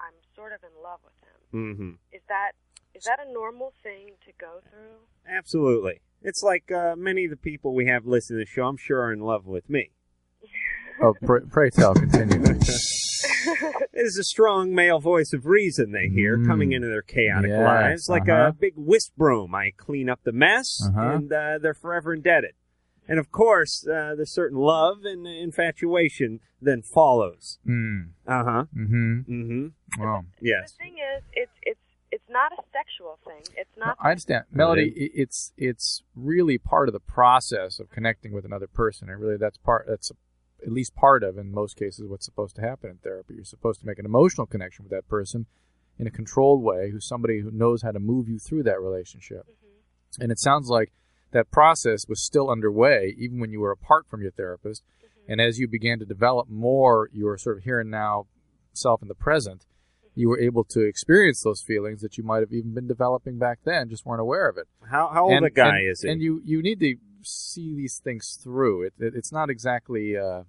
Speaker 13: I'm sort of in love with him.
Speaker 4: Mm-hmm.
Speaker 13: Is that is that a normal thing to go through?
Speaker 4: Absolutely. It's like uh, many of the people we have listening to the show, I'm sure, are in love with me.
Speaker 5: Oh, pray, pray tell, continue.
Speaker 4: It is a strong male voice of reason they hear
Speaker 5: Mm.
Speaker 4: coming into their chaotic
Speaker 5: Yes,
Speaker 4: lives, like
Speaker 5: uh-huh.
Speaker 4: a big wisp broom. I clean up the mess,
Speaker 5: Uh-huh.
Speaker 4: and uh, they're forever indebted. And of course, uh, there's certain love and infatuation then follows.
Speaker 5: mm,
Speaker 4: Uh huh.
Speaker 5: mm-hmm.
Speaker 4: Mm-hmm.
Speaker 5: Wow.
Speaker 4: Yes.
Speaker 13: The thing is, it's it's it's not a sexual thing. It's not.
Speaker 5: I understand, Melody. i It's it's really part of the process of connecting with another person, and really that's part that's at least part of in most cases what's supposed to happen in therapy. You're supposed to make an emotional connection with that person in a controlled way, who's somebody who knows how to move you through that relationship. And it sounds like that process was still underway even when you were apart from your therapist. And as you began to develop more your sort of here and now self in the present, you were able to experience those feelings that you might have even been developing back then, just weren't aware of it.
Speaker 4: How, how old a guy
Speaker 5: and,
Speaker 4: is he?
Speaker 5: And you, you need to see these things through. It, it, it's not exactly. Uh,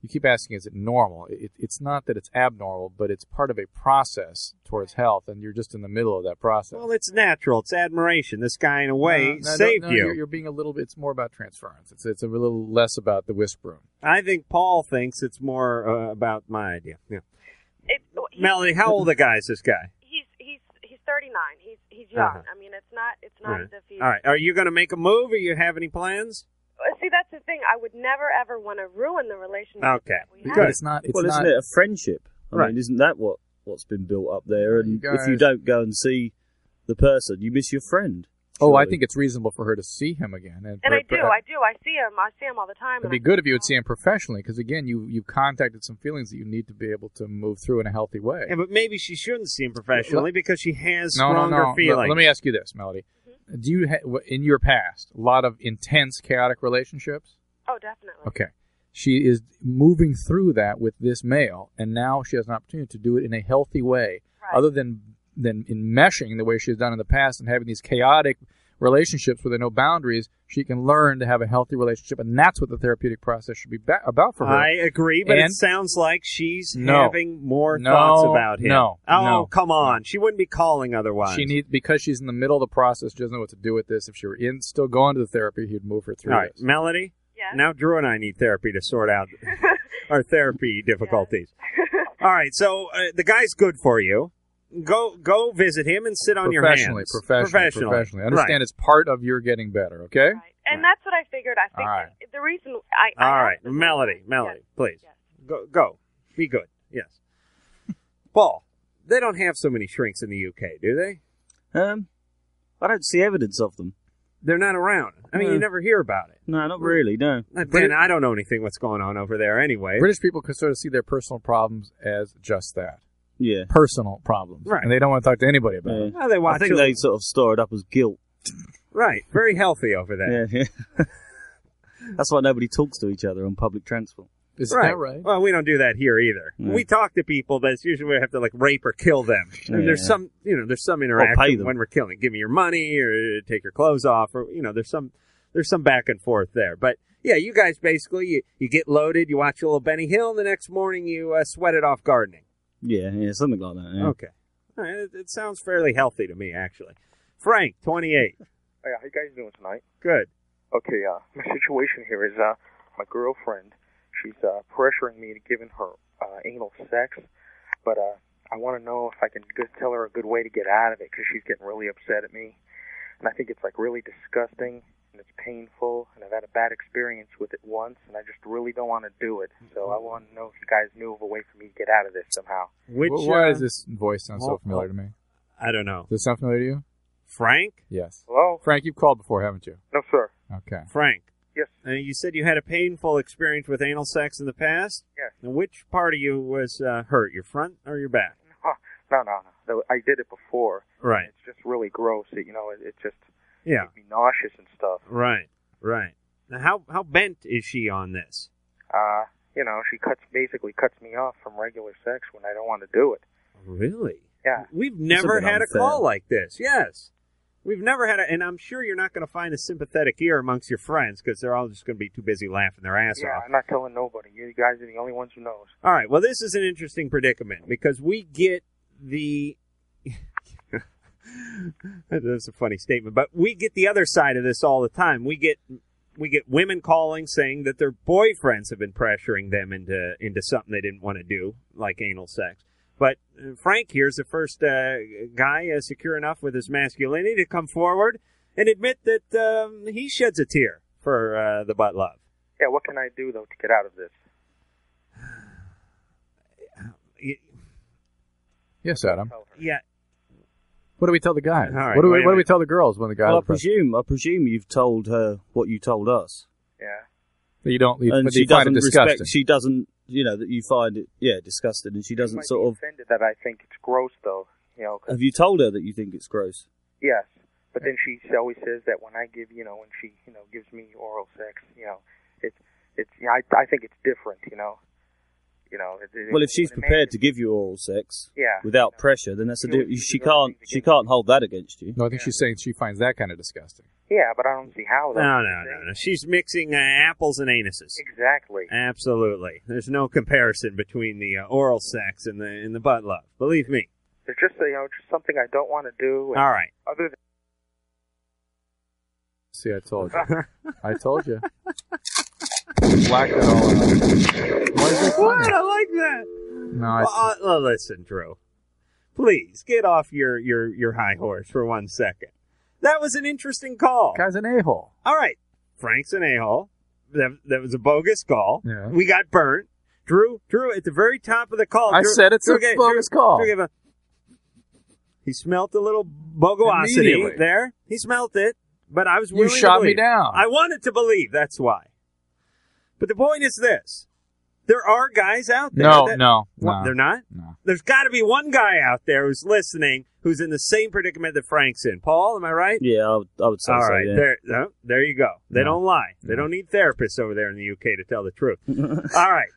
Speaker 5: you keep asking, is it normal? It, it's not that it's abnormal, but it's part of a process towards health, and you're just in the middle of that process.
Speaker 4: well, it's natural. It's admiration. This guy, in a way,
Speaker 5: No, no,
Speaker 4: saved
Speaker 5: no,
Speaker 4: you.
Speaker 5: You're, you're being a little bit. It's more about transference. It's it's a little less about the whisk broom.
Speaker 4: I think Paul thinks it's more uh, about my idea. Yeah.
Speaker 13: It, he's,
Speaker 4: Melanie, how old a guy is this guy?
Speaker 13: oh, he's he's he's 39. He's he's young.
Speaker 4: Uh-huh.
Speaker 13: I mean, it's not it's not
Speaker 4: Right.
Speaker 13: as if he's.
Speaker 4: All right. Are you going to make a move? Or you have any plans?
Speaker 13: Uh, See, that's the thing. I would never ever want to ruin the relationship.
Speaker 4: Okay.
Speaker 13: That we
Speaker 5: But
Speaker 13: have.
Speaker 5: it's not. It's
Speaker 10: well,
Speaker 5: not.
Speaker 10: isn't it a friendship? I
Speaker 4: Right.
Speaker 10: mean, isn't that what what's been built up there? And
Speaker 5: You
Speaker 10: if you
Speaker 5: guys-
Speaker 10: don't go and see the person, you miss your friend.
Speaker 5: oh, I
Speaker 10: surely.
Speaker 5: think it's reasonable for her to see him again. And,
Speaker 13: And I
Speaker 5: per-
Speaker 13: do,
Speaker 4: uh,
Speaker 13: I do. I see him. I see him all the time.
Speaker 5: It'd
Speaker 13: and
Speaker 5: be
Speaker 13: I-
Speaker 5: good if you would see him professionally, because again, you you've contacted some feelings that you need to be able to move through in a healthy way.
Speaker 4: Yeah, but maybe she shouldn't see him professionally because she has
Speaker 5: no, no,
Speaker 4: stronger
Speaker 5: no. Let-
Speaker 4: feelings.
Speaker 5: Let, me ask you this, Melody: Do you ha- in your past a lot of intense, chaotic relationships?
Speaker 13: Oh, definitely.
Speaker 5: Okay. She is moving through that with this male, and now she has an opportunity to do it in a healthy way,
Speaker 13: Right.
Speaker 5: other than than enmeshing the way she's done in the past and having these chaotic relationships where there are no boundaries, she can learn to have a healthy relationship, and that's what the therapeutic process should be ba- about for her.
Speaker 4: I agree, but it
Speaker 5: And-
Speaker 4: sounds like she's
Speaker 5: No.
Speaker 4: having more
Speaker 5: No,
Speaker 4: thoughts about him.
Speaker 5: no,
Speaker 4: oh
Speaker 5: no.
Speaker 4: come on, she wouldn't be calling otherwise.
Speaker 5: she needs because she's in the middle of the process. She doesn't know what to do with this. If she were in still going to the therapy, he'd move her
Speaker 4: All
Speaker 5: through
Speaker 4: right,
Speaker 5: this.
Speaker 4: Melody.
Speaker 9: Yeah.
Speaker 4: Now Drew and I need therapy to sort out our therapy difficulties. All right, so uh, the guy's good for you. Go go visit him and sit on your hands.
Speaker 5: professionally, professionally, professionally, Understand
Speaker 4: Right.
Speaker 5: it's part of your getting better. Okay.
Speaker 9: Right. And that's what I figured. I figured
Speaker 5: All
Speaker 9: the reason I. I
Speaker 4: All right,
Speaker 9: asked this-
Speaker 4: Melody, Melody,
Speaker 9: Yes.
Speaker 4: please
Speaker 9: Yes.
Speaker 4: go go be good. Yes, Paul. They don't have so many shrinks in the UK, do they?
Speaker 10: Um, I don't see evidence of them.
Speaker 4: They're not around. I mean, you
Speaker 10: No.
Speaker 4: never hear about it.
Speaker 10: No, not really. No.
Speaker 4: And
Speaker 5: British-
Speaker 4: I don't know anything what's going on over there anyway.
Speaker 5: British people can sort of see their personal problems as just that
Speaker 10: Yeah.
Speaker 5: personal problems,
Speaker 4: Right.
Speaker 5: and they don't want to talk to anybody about
Speaker 10: yeah.
Speaker 5: it.
Speaker 4: Well, they
Speaker 10: I
Speaker 4: watch
Speaker 10: think
Speaker 4: it.
Speaker 10: they sort of store it up as guilt.
Speaker 4: Right, very healthy over there.
Speaker 10: Yeah, yeah. That's why nobody talks to each other on public transport.
Speaker 5: Is
Speaker 4: Right.
Speaker 5: that right?
Speaker 4: Well, we don't do that here either.
Speaker 10: Yeah.
Speaker 4: We talk to people, but it's usually we have to like rape or kill them. And There's
Speaker 10: Yeah.
Speaker 4: some, you know, there's some interaction
Speaker 10: pay them.
Speaker 4: when we're killing. Give me your money or uh, take your clothes off, or you know, there's some, there's some back and forth there. But yeah, you guys basically you, you get loaded, you watch a little Benny Hill, and the next morning you uh, sweat it off gardening.
Speaker 10: Yeah, yeah, something like that. Yeah.
Speaker 4: Okay, All right, it, it sounds fairly healthy to me actually. Frank, 28,
Speaker 14: Hey, how you guys doing tonight?
Speaker 4: good.
Speaker 14: Okay, uh, my situation here is uh, my girlfriend, she's uh, pressuring me to giving her uh, anal sex, but uh, I want to know if I can good, tell her a good way to get out of it because she's getting really upset at me, and I think it's like really disgusting and it's painful, and I've had a bad experience with it once, and I just really don't want to do it. So I want to know if you guys knew of a way for me to get out of this somehow.
Speaker 4: Which
Speaker 5: Wh- why
Speaker 4: uh,
Speaker 5: does this voice sound
Speaker 4: well,
Speaker 5: so familiar to me?
Speaker 4: I don't know.
Speaker 5: Does it sound familiar to you?
Speaker 4: Frank,
Speaker 5: Yes.
Speaker 14: Hello?
Speaker 5: Frank, you've called before, haven't you?
Speaker 14: No, sir.
Speaker 5: Okay.
Speaker 4: Frank.
Speaker 14: Yes.
Speaker 4: Uh, you said you had a painful experience with anal sex in the past.
Speaker 14: Yes.
Speaker 4: And which part of you was uh, hurt? Your front or your back?
Speaker 14: No, no, no. Though I did it before.
Speaker 4: Right.
Speaker 14: It's just really gross. It, you know, it, it just
Speaker 4: Yeah.
Speaker 14: makes me nauseous and stuff.
Speaker 4: Right. Right. Now, how how bent is she on this?
Speaker 14: uh, you know, she cuts basically cuts me off from regular sex when I don't want to do it.
Speaker 4: Really?
Speaker 14: Yeah.
Speaker 4: We've never
Speaker 10: bit
Speaker 4: had a
Speaker 10: unfair.
Speaker 4: call like this. Yes. We've never had a, and I'm sure you're not going to find a sympathetic ear amongst your friends because they're all just going to be too busy laughing their ass
Speaker 14: yeah,
Speaker 4: off.
Speaker 14: I'm not telling nobody. You guys are the only ones who knows.
Speaker 4: All right. Well, this is an interesting predicament because we get the. That's a funny statement, but we get the other side of this all the time. We get we get women calling saying that their boyfriends have been pressuring them into into something they didn't want to do, like anal sex. But uh, Frank here's the first uh, guy uh, secure enough with his masculinity to come forward and admit that um, he sheds a tear for uh, the butt love.
Speaker 14: Yeah, what can I do though to get out of this?
Speaker 4: Y-
Speaker 5: Yes, Adam.
Speaker 14: Tell her.
Speaker 4: Yeah,
Speaker 5: What do we tell the guys?
Speaker 4: All right,
Speaker 5: what do we
Speaker 4: wait a
Speaker 5: What do we
Speaker 4: minute.
Speaker 5: tell the girls when the guys?
Speaker 10: Well, I
Speaker 5: are present?
Speaker 10: presume, I presume you've told her what you told us,
Speaker 14: Yeah.
Speaker 5: you don't. You,
Speaker 10: and
Speaker 5: but
Speaker 10: she
Speaker 5: you find it
Speaker 10: doesn't
Speaker 5: disgusting.
Speaker 10: respect. She doesn't, you know, that you find it, yeah, disgusting, and
Speaker 14: She
Speaker 10: she doesn't
Speaker 14: might
Speaker 10: sort
Speaker 14: be
Speaker 10: of.
Speaker 14: offended that I think it's gross though. You know, 'cause-
Speaker 10: Have you told her that you think it's gross?
Speaker 14: yes. But then she always says that when I give, you know, when she, you know, gives me oral sex, you know, it's, it's, you know, I, I think it's different, you know, you know. It, it,
Speaker 10: Well, if she's
Speaker 14: when a man
Speaker 10: prepared to
Speaker 14: gives-
Speaker 10: give you oral sex,
Speaker 14: Yeah.
Speaker 10: without pressure, then that's a
Speaker 14: You know,
Speaker 10: di-
Speaker 14: you
Speaker 10: she
Speaker 14: do other
Speaker 10: can't
Speaker 14: things
Speaker 10: she
Speaker 14: against
Speaker 10: can't hold that against you.
Speaker 5: no, I think she's saying she finds that kind of disgusting.
Speaker 14: yeah, but I don't see how. though.
Speaker 4: No, no, no, no. She's mixing uh, apples and anuses.
Speaker 14: Exactly.
Speaker 4: Absolutely. There's no comparison between the uh, oral sex and the and the butt love. Believe me.
Speaker 14: It's just you know, just something I don't want to do. And
Speaker 4: All right.
Speaker 14: Other than
Speaker 5: See, I told you. I told you.
Speaker 14: black and all.
Speaker 5: Why is that funny?
Speaker 4: What? I like that.
Speaker 5: No, I,
Speaker 4: Well, uh, well, listen, Drew. Please get off your your your high horse for one second. That was an interesting call.
Speaker 5: guy's an a hole.
Speaker 4: All right. Frank's an a-hole. That, that was a bogus call.
Speaker 5: Yeah.
Speaker 4: We got burnt. Drew, Drew, at the very top of the call.
Speaker 5: I
Speaker 4: Drew-
Speaker 5: said it's
Speaker 4: Drew
Speaker 5: a
Speaker 4: gave-
Speaker 5: bogus
Speaker 4: Drew-
Speaker 5: call.
Speaker 4: Drew gave a- he smelt a little bogosity
Speaker 5: Immediately.
Speaker 4: there. He smelt it, but I was
Speaker 5: You
Speaker 4: willing to
Speaker 5: shot me
Speaker 4: believe.
Speaker 5: down.
Speaker 4: I wanted to believe. That's why. But the point is this: there are guys out there.
Speaker 5: No,
Speaker 4: that-
Speaker 5: no,
Speaker 4: What,
Speaker 5: no.
Speaker 4: they're not.
Speaker 5: No.
Speaker 4: There's got to be one guy out there who's listening who's in the same predicament that Frank's in. Paul, am I right?
Speaker 10: Yeah, I would, I would say
Speaker 4: All
Speaker 10: so.
Speaker 4: right,
Speaker 10: yeah.
Speaker 4: there, no, there you go. They
Speaker 5: No.
Speaker 4: don't lie. They
Speaker 5: No.
Speaker 4: don't need therapists over there in the UK to tell the truth. All right,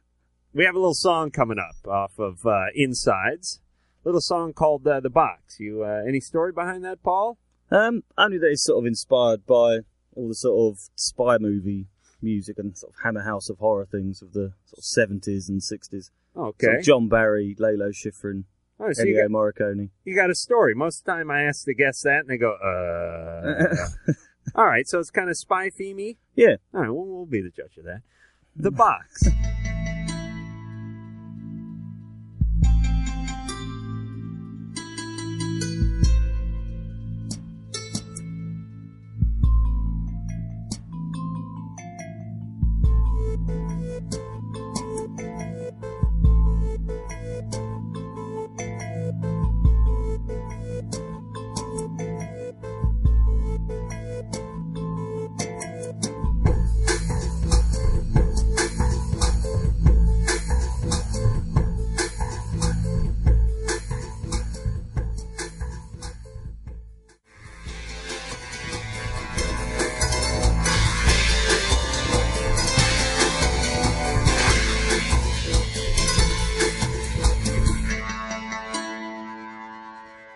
Speaker 4: we have a little song coming up off of uh, Insides. Little song called uh, "The Box." You uh, any story behind that, Paul?
Speaker 10: Um, only that it's sort of inspired by all the sort of spy movie music and sort of Hammer House of Horror things of the sort of seventies and sixties.
Speaker 4: Okay.
Speaker 10: John Barry, Lalo Schifrin,
Speaker 4: Oh, so you
Speaker 10: Ennio
Speaker 4: got-
Speaker 10: Morricone.
Speaker 4: You got a story. Most of the time, I ask to guess that, and they go, uh. All right, so it's kind of spy themey.
Speaker 10: Yeah.
Speaker 4: All right, well, we'll be the judge of that. The box.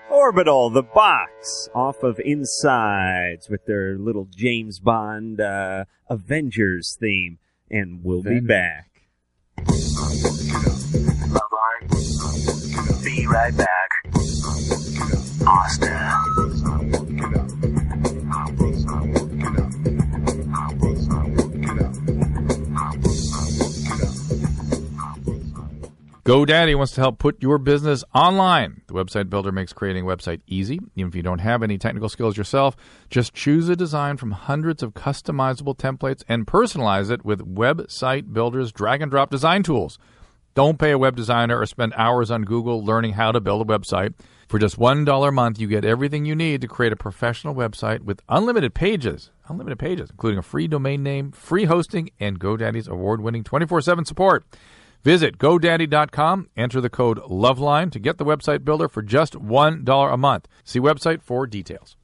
Speaker 4: Orbital, the box off of Insides with their little James Bond uh, Avengers theme, and we'll be back.
Speaker 2: Loveline. Be right back. Austin.
Speaker 5: GoDaddy wants to help put your business online. The website builder makes creating a website easy. Even if you don't have any technical skills yourself, just choose a design from hundreds of customizable templates and personalize it with website builder's drag and drop design tools. Don't pay a web designer or spend hours on Google learning how to build a website. For just $1 a month, you get everything you need to create a professional website with unlimited pages, unlimited pages, including a free domain name, free hosting, and GoDaddy's award winning 24 7 support. Visit GoDaddy.com, enter the code LOVELINE to get the website builder for just $1 a month. See website for details.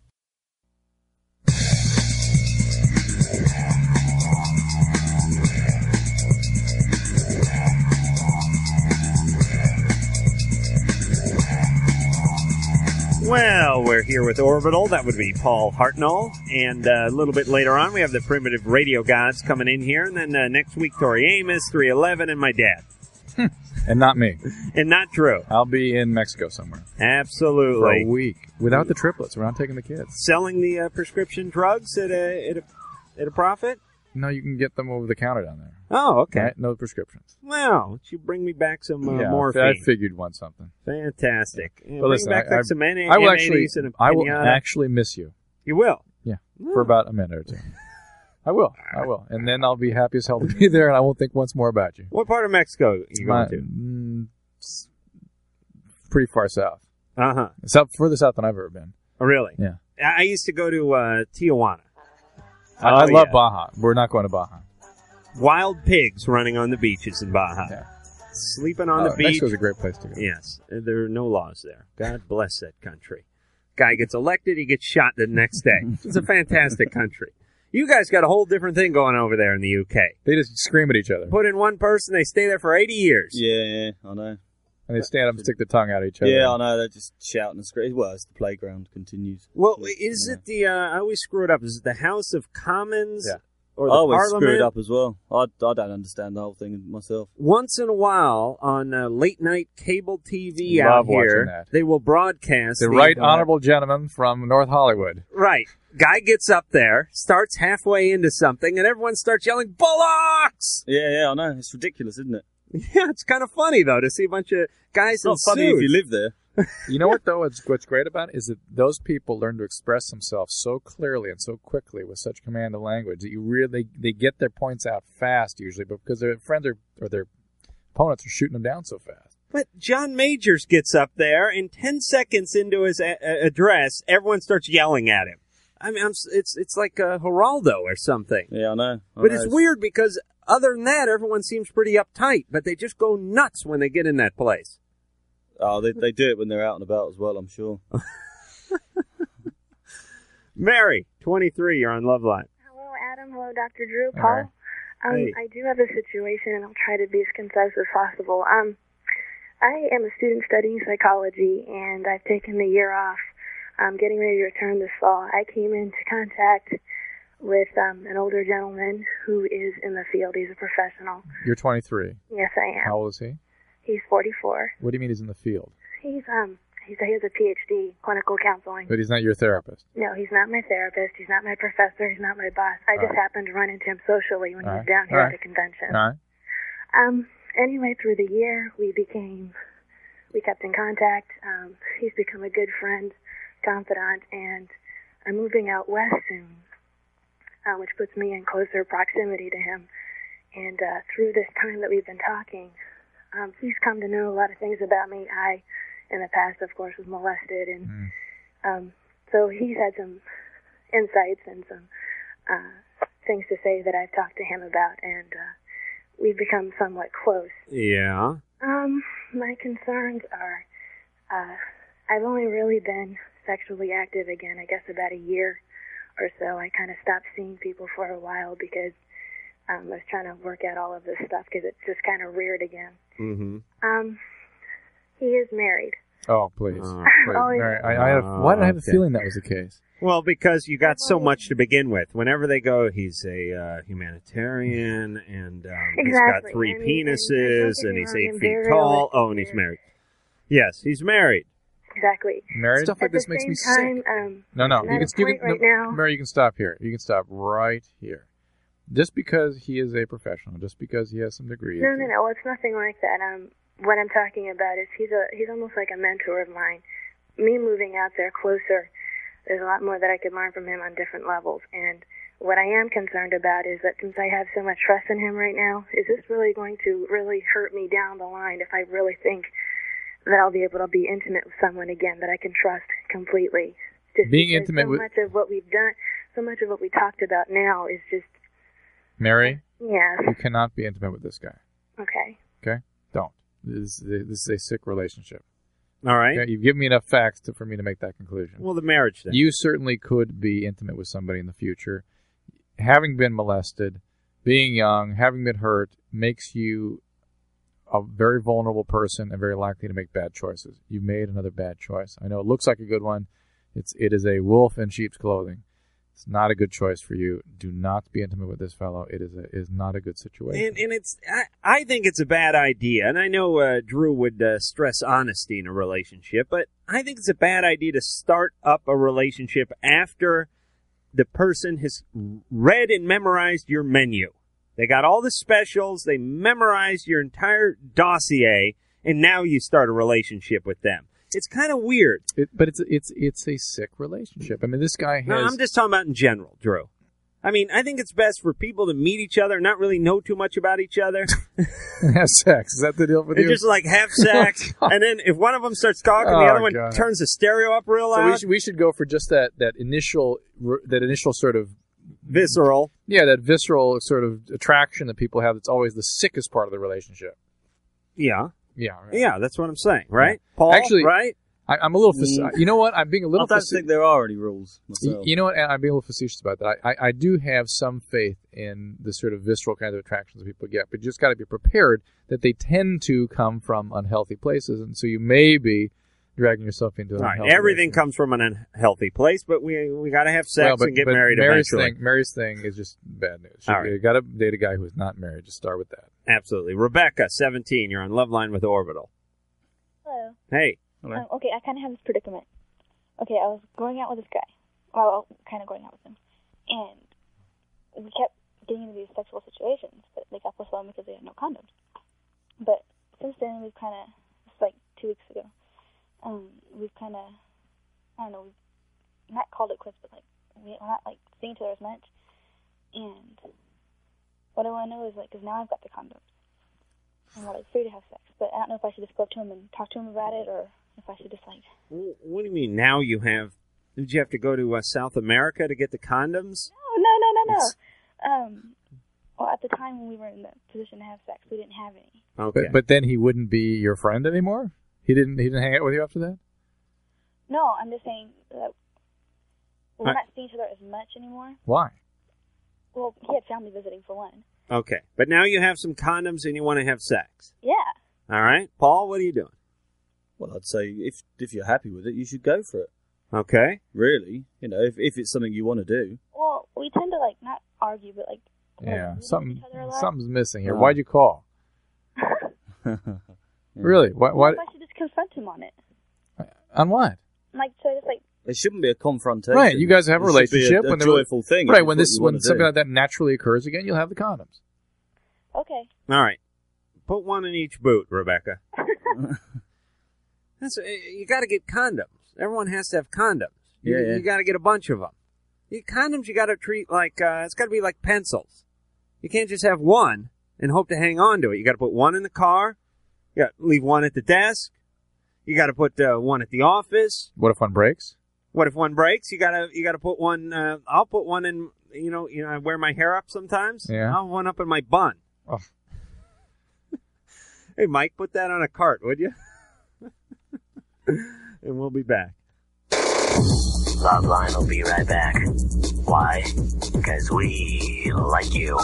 Speaker 4: Well, we're here with Orbital. That would be Paul Hartnell. And uh, a little bit later on, we have the Primitive Radio Gods coming in here. And then uh, next week, Tori Amos, 311, and my dad.
Speaker 5: And not me.
Speaker 4: And not Drew.
Speaker 5: I'll be in Mexico somewhere for
Speaker 4: Absolutely.
Speaker 5: a week without the triplets. We're not taking the kids.
Speaker 4: Selling the uh, prescription drugs at a, at a at a profit?
Speaker 5: No, you can get them over the counter down there.
Speaker 4: Oh, okay.
Speaker 5: Right? No prescriptions.
Speaker 4: Wow. Would you bring me back some uh,
Speaker 5: Yeah,
Speaker 4: morphine?
Speaker 5: I figured you'd want something.
Speaker 4: Fantastic. Yeah,
Speaker 5: But listen,
Speaker 4: bring back
Speaker 5: I, I,
Speaker 4: like some NA-
Speaker 5: I will
Speaker 4: NADs
Speaker 5: actually,
Speaker 4: and a
Speaker 5: I will
Speaker 4: pinata.
Speaker 5: actually miss you.
Speaker 4: You will.
Speaker 5: Yeah, for about a minute or two. I will. I will, and then I'll be happy as hell to be there, and I won't think once more about you.
Speaker 4: What part of Mexico are you
Speaker 5: My-
Speaker 4: going to?
Speaker 5: mm, s- pretty far south.
Speaker 4: Uh huh.
Speaker 5: South, further south than I've ever been.
Speaker 4: Oh, Really?
Speaker 5: Yeah.
Speaker 4: I I used to go to uh, Tijuana.
Speaker 5: I, I
Speaker 4: Oh,
Speaker 5: love
Speaker 4: yeah.
Speaker 5: Baja. We're not going to Baja.
Speaker 4: Wild pigs running on the beaches in Baja. Sleeping on the
Speaker 5: Uh,
Speaker 4: beach.
Speaker 5: Mexico's a great place to go.
Speaker 4: Yes, there are no laws there. God bless that country. Guy gets elected, he gets shot the next day. It's a fantastic country. You guys got a whole different thing going over there in the UK.
Speaker 5: They just scream at each other,
Speaker 4: Put in one person, they stay there for 80 years.
Speaker 10: Yeah, I know.
Speaker 5: and they stand up and stick their tongue out at each other.
Speaker 10: Yeah, I know. They're just shouting and screaming. Well, as the playground continues.
Speaker 4: Well, is it the, uh, I always screw it up, is it the House of Commons
Speaker 5: Yeah.
Speaker 4: or the
Speaker 10: I always
Speaker 4: Parliament?
Speaker 10: screw it Oh, up as well. I, I don't understand the whole thing myself.
Speaker 4: Once in a while on uh, late night cable TV
Speaker 5: Love
Speaker 4: out here,
Speaker 5: watching that.
Speaker 4: they will broadcast
Speaker 5: The right
Speaker 4: uh,
Speaker 5: honorable gentleman from North Hollywood.
Speaker 4: Right. Guy gets up there, starts halfway into something, and everyone starts yelling, Bullocks!
Speaker 10: Yeah, yeah, I know. It's ridiculous, isn't it?
Speaker 4: Yeah, it's kind of funny, though, to see a bunch of guys
Speaker 10: It's
Speaker 4: in
Speaker 10: not funny if
Speaker 4: suits.
Speaker 10: you live there.
Speaker 5: You know what though? It's, what's great about it is that those people learn to express themselves so clearly and so quickly with such command of language that you really they get their points out fast usually, but because their friends are or their opponents are shooting them down so fast.
Speaker 4: But John Majors gets up there, and 10 seconds into his a- a- address, everyone starts yelling at him. I mean, I'm, s- it's, it's like uh, Geraldo or something.
Speaker 10: Yeah, I know. I
Speaker 4: But
Speaker 10: know.
Speaker 4: it's weird because other than that, everyone seems pretty uptight, but they just go nuts when they get in that place.
Speaker 10: Oh, they, they do it when they're out and about as well, I'm sure.
Speaker 4: Mary, 23, you're on Love Line.
Speaker 9: Hello, Adam. Hello, Dr. Drew.
Speaker 5: Hey,
Speaker 9: Paul. Um,
Speaker 4: Hey.
Speaker 9: I do have a situation, and I'll try to be as concise as possible. Um, I am a student studying psychology, and I've taken the year off
Speaker 15: um, getting ready to return this fall, I came into contact with um, an older gentleman who is in the field. He's a professional.
Speaker 5: You're 23.
Speaker 15: Yes, I am.
Speaker 5: How old is he?
Speaker 15: He's 44.
Speaker 5: What do you mean he's in the field?
Speaker 15: He's um he's, he has a PhD, clinical counseling.
Speaker 5: But he's not your therapist.
Speaker 15: No, he's not my therapist. He's not my professor. He's not my boss. I
Speaker 5: All
Speaker 15: just
Speaker 5: right.
Speaker 15: happened to run into him socially when
Speaker 5: All
Speaker 15: he was
Speaker 5: right.
Speaker 15: down here
Speaker 5: All
Speaker 15: at a
Speaker 5: right.
Speaker 15: convention.
Speaker 5: All right.
Speaker 15: Um, anyway, through the year, we became, we kept in contact. Um, he's become a good friend, confidant, and I'm moving out west soon, uh, which puts me in closer proximity to him. And uh, through this time that we've been talking, um, he's come to know a lot of things about me. I, in the past, of course, was molested, and um, so he's had some insights and some uh, things to say that I've talked to him about, and uh, we've become somewhat close.
Speaker 4: Yeah.
Speaker 15: Um, my concerns are, uh, I've only really been sexually active again, I guess about a year or so. I kind of stopped seeing people for a while because um, I was trying to work out all of this stuff because it's just kind of weird again.
Speaker 4: Mm-hmm.
Speaker 15: Um, he is married.
Speaker 5: Oh, please.
Speaker 15: please. Oh, yeah.
Speaker 5: Mary, I, I have, why did I have a
Speaker 4: Okay.
Speaker 5: feeling that was the case?
Speaker 4: Well, because you got so much to begin with. Whenever they go, he's a uh, humanitarian, and um, he's got
Speaker 15: Exactly.
Speaker 4: three
Speaker 15: And- and- and
Speaker 4: penises,
Speaker 15: don't get
Speaker 4: and
Speaker 15: me
Speaker 4: he's
Speaker 15: wrong,
Speaker 4: eight
Speaker 15: I'm
Speaker 4: feet
Speaker 15: very
Speaker 4: tall. Oh, and he's married. Yes, he's married.
Speaker 15: Exactly.
Speaker 5: Married? Stuff like
Speaker 15: At the
Speaker 5: this makes me
Speaker 15: same time, Um,
Speaker 5: No, no.
Speaker 15: I'm at
Speaker 5: You can,
Speaker 15: a
Speaker 5: you
Speaker 15: point
Speaker 5: can-
Speaker 15: right
Speaker 5: no,
Speaker 15: now.
Speaker 5: Mary, you can stop here. You can stop right here. Just because he is a professional, just because he has some degree.
Speaker 15: No, no, no. Well, it's nothing like that. Um, what I'm talking about is he's a he's almost like a mentor of mine. Me moving out there closer, there's a lot more that I could learn from him on different levels. And what I am concerned about is that since I have so much trust in him right now, is this really going to really hurt me down the line if I really think that I'll be able to be intimate with someone again that I can trust completely? Just
Speaker 5: Being
Speaker 15: because
Speaker 5: intimate
Speaker 15: so
Speaker 5: with-
Speaker 15: much of what we've done, so much of what we talked about now is just
Speaker 5: Mary, you
Speaker 15: yes,
Speaker 5: cannot be intimate with this guy.
Speaker 15: okay.
Speaker 5: Okay? Don't. This, this is a sick relationship.
Speaker 4: All right.
Speaker 5: Okay? You've given me enough facts to, for me to make that conclusion.
Speaker 4: Well, the marriage thing.
Speaker 5: You certainly could be intimate with somebody in the future. Having been molested, being young, having been hurt makes you a very vulnerable person and very likely to make bad choices. You made another bad choice. I know it looks like a good one. It's it is a wolf in sheep's clothing. It's not a good choice for you. Do not be intimate with this fellow. It is a, is not a good situation.
Speaker 4: And, and it's I, I think it's a bad idea, and I know uh, Drew would uh, stress honesty in a relationship, but I think it's a bad idea to start up a relationship after the person has read and memorized your menu. They got all the specials, they memorized your entire dossier, and now you start a relationship with them. It's kind of weird.
Speaker 5: It, but it's it's it's a sick relationship. I mean, this guy has.
Speaker 4: No, I'm just talking about in general, Drew. I mean, I think it's best for people to meet each other, not really know too much about each other.
Speaker 5: have sex. Is that the deal with
Speaker 4: They
Speaker 5: you?
Speaker 4: just like have sex, and then if one of them starts talking,
Speaker 5: Oh,
Speaker 4: the other one
Speaker 5: God.
Speaker 4: turns the stereo up real
Speaker 5: So we
Speaker 4: loud.
Speaker 5: should, we should go for just that that initial that initial sort of
Speaker 4: visceral.
Speaker 5: Yeah, that visceral sort of attraction that people have. That's always the sickest part of the relationship.
Speaker 4: yeah,
Speaker 5: Yeah, right.
Speaker 4: yeah, that's what I'm saying, right, Paul?
Speaker 5: Actually,
Speaker 4: right?
Speaker 5: I, I'm a little.
Speaker 4: Mm.
Speaker 5: Faci- you know what? I'm being a
Speaker 10: I
Speaker 5: little.
Speaker 10: don't
Speaker 5: faci-
Speaker 10: think there are any rules
Speaker 5: Y-
Speaker 10: myself.
Speaker 5: You know what? and I'm being a little facetious about that. I, I, I do have some faith in the sort of visceral kind of attractions that people get, but you just got to be prepared that they tend to come from unhealthy places, and so you may be dragging yourself into an
Speaker 4: All right,
Speaker 5: unhealthy
Speaker 4: Everything comes from an unhealthy place, but we we got to have sex
Speaker 5: Well, but-
Speaker 4: and get
Speaker 5: but
Speaker 4: married
Speaker 5: Mary's
Speaker 4: eventually.
Speaker 5: Thing, Mary's thing is just bad news.
Speaker 4: All right.
Speaker 5: You got to date a guy who's not married. Just start with that.
Speaker 4: Absolutely, Rebecca, 17. You're on Love Line with Orbital.
Speaker 16: Hello.
Speaker 4: Hey,
Speaker 16: Um, okay, I kind of have this predicament. Okay, I was going out with this guy. Well, kind of going out with him. And we kept getting into these sexual situations, but they got postponed because they had no condoms. But since then, we've kind of, it's like two weeks ago, um, we've kind of, I don't know, we've not called it quits, but like, we- we're not like seeing each other as much. And what I want to know is like, because now I've got the condoms. I'm like free to have sex, but I don't know if I should just go up to him and talk to him about it, or if I should just like
Speaker 4: W- what do you mean now you have? Did you have to go to uh, South America to get the condoms?
Speaker 16: Oh no no no no. Um, well, at the time when we were in the position to have sex, we didn't have any.
Speaker 4: Okay.
Speaker 5: But, but then he wouldn't be your friend anymore. He didn't. He didn't hang out with you after that.
Speaker 16: No, I'm just saying that we're
Speaker 4: Alright.
Speaker 16: not seeing each other as much anymore.
Speaker 5: Why?
Speaker 16: Well, he had family visiting for one.
Speaker 4: Okay, but now you have some condoms and you want to have sex.
Speaker 16: Yeah.
Speaker 4: All right, Paul, what are you doing?
Speaker 10: Well, I'd say if if you're happy with it, you should go for it.
Speaker 4: Okay.
Speaker 10: Really? You know, if, if it's something you want to do.
Speaker 16: Well, we tend to like not argue, but like
Speaker 12: Yeah, something something's missing here.
Speaker 10: Oh.
Speaker 12: Why'd you call? Really? Why? why
Speaker 16: what if I should just confront him on it.
Speaker 12: on what?
Speaker 16: Like so, I just like
Speaker 10: It shouldn't be a confrontation.
Speaker 12: Right. You guys have a
Speaker 10: It should
Speaker 12: relationship.
Speaker 10: be A,
Speaker 12: when there-
Speaker 10: joyful thing.
Speaker 12: Right. When this when something like that naturally occurs again, you'll have the condoms.
Speaker 16: okay.
Speaker 4: All right. Put one in each boot, Rebecca. That's, eh, you got to get condoms. Everyone has to have condoms. You,
Speaker 10: Yeah, yeah.
Speaker 4: you got to get a bunch of them. You, condoms you got to treat like uh, it's got to be like pencils. You can't just have one and hope to hang on to it. You got to put one in the car. You got to leave one at the desk. You got to put uh, one at the office.
Speaker 12: What if one breaks?
Speaker 4: What if one breaks? You gotta you gotta put one. Uh, I'll put one in. You know, you know, I wear my hair up sometimes.
Speaker 12: Yeah.
Speaker 4: I'll have one up in my bun.
Speaker 12: Oh.
Speaker 4: hey, Mike, put that on a cart, would you? and we'll be back.
Speaker 2: Logline will be right back. Why? Because we like you.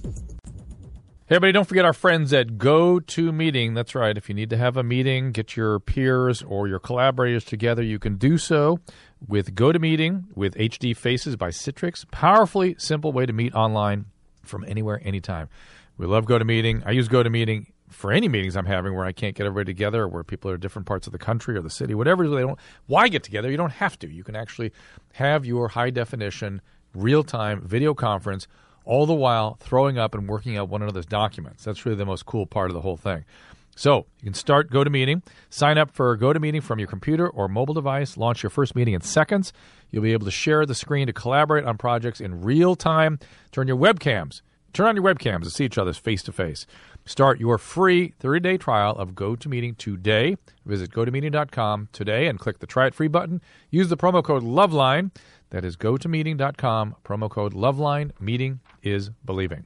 Speaker 5: Hey, everybody, don't forget our friends at GoToMeeting. That's right. If you need to have a meeting, get your peers or your collaborators together, you can do so with GoToMeeting with HD Faces by Citrix. Powerfully simple way to meet online from anywhere, anytime. We love GoToMeeting. I use GoToMeeting for any meetings I'm having where I can't get everybody together, or where people are in different parts of the country or the city, whatever. They don't. Why get together? You don't have to. You can actually have your high definition, real time video conference all the while throwing up and working out one another's documents. That's really the most cool part of the whole thing. So you can start GoToMeeting, sign up for GoToMeeting from your computer or mobile device, launch your first meeting in seconds. You'll be able to share the screen to collaborate on projects in real time. Turn your webcams, turn on your webcams to see each other's face to face. Start your free 30-day trial of GoToMeeting today. Visit gotomeeting.com today and click the try it free button. Use the promo code LOVELINE. That is gotomeeting.com, promo code LOVELINE. Meeting is believing.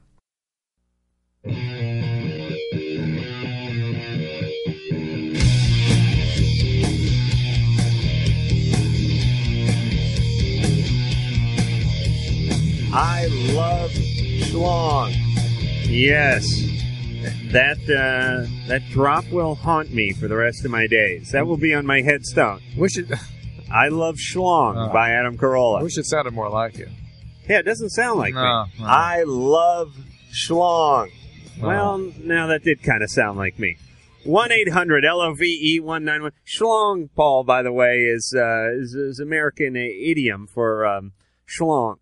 Speaker 4: I love schlong. Yes, that uh, that drop will haunt me for the rest of my days. That will be on my headstone.
Speaker 12: Wish it.
Speaker 4: I love
Speaker 12: Uh,
Speaker 4: schlong by Adam Carolla.
Speaker 12: Wish it sounded more like you.
Speaker 4: Yeah, it doesn't sound like
Speaker 12: No,
Speaker 4: me.
Speaker 12: no.
Speaker 4: I love schlong.
Speaker 12: No.
Speaker 4: Well, now that did kind of sound like me. 1 800 LOVE 191. Schlong, Paul, by the way, is uh, is, is American idiom for um, schlong.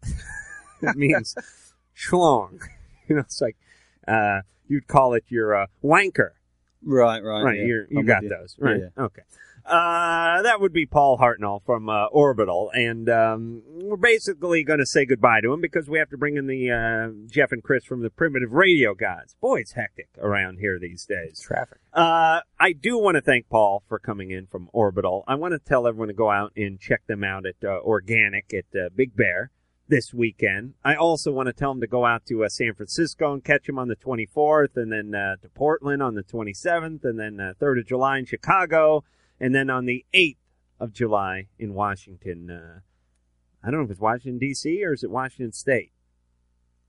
Speaker 4: it means schlong. You know, it's like uh, you'd call it your uh, wanker.
Speaker 10: Right, right.
Speaker 4: Right,
Speaker 10: yeah.
Speaker 4: you're, you
Speaker 10: I'm
Speaker 4: got
Speaker 10: with
Speaker 4: those. Right.
Speaker 10: Yeah.
Speaker 4: Okay. Uh, that would be Paul Hartnell from uh, Orbital, and um, we're basically going to say goodbye to him because we have to bring in the uh, Jeff and Chris from the Primitive Radio Gods. Boy, it's hectic around here these days.
Speaker 12: Traffic.
Speaker 4: Uh, I do want to thank Paul for coming in from Orbital. I want to tell everyone to go out and check them out at uh, Organic at uh, Big Bear this weekend. I also want to tell them to go out to uh, San Francisco and catch them on the 24th, and then uh, to Portland on the 27th, and then uh, 3rd of July in Chicago, and then on the 8th of July in Washington. Uh, I don't know if it's Washington D.C. or is it Washington State.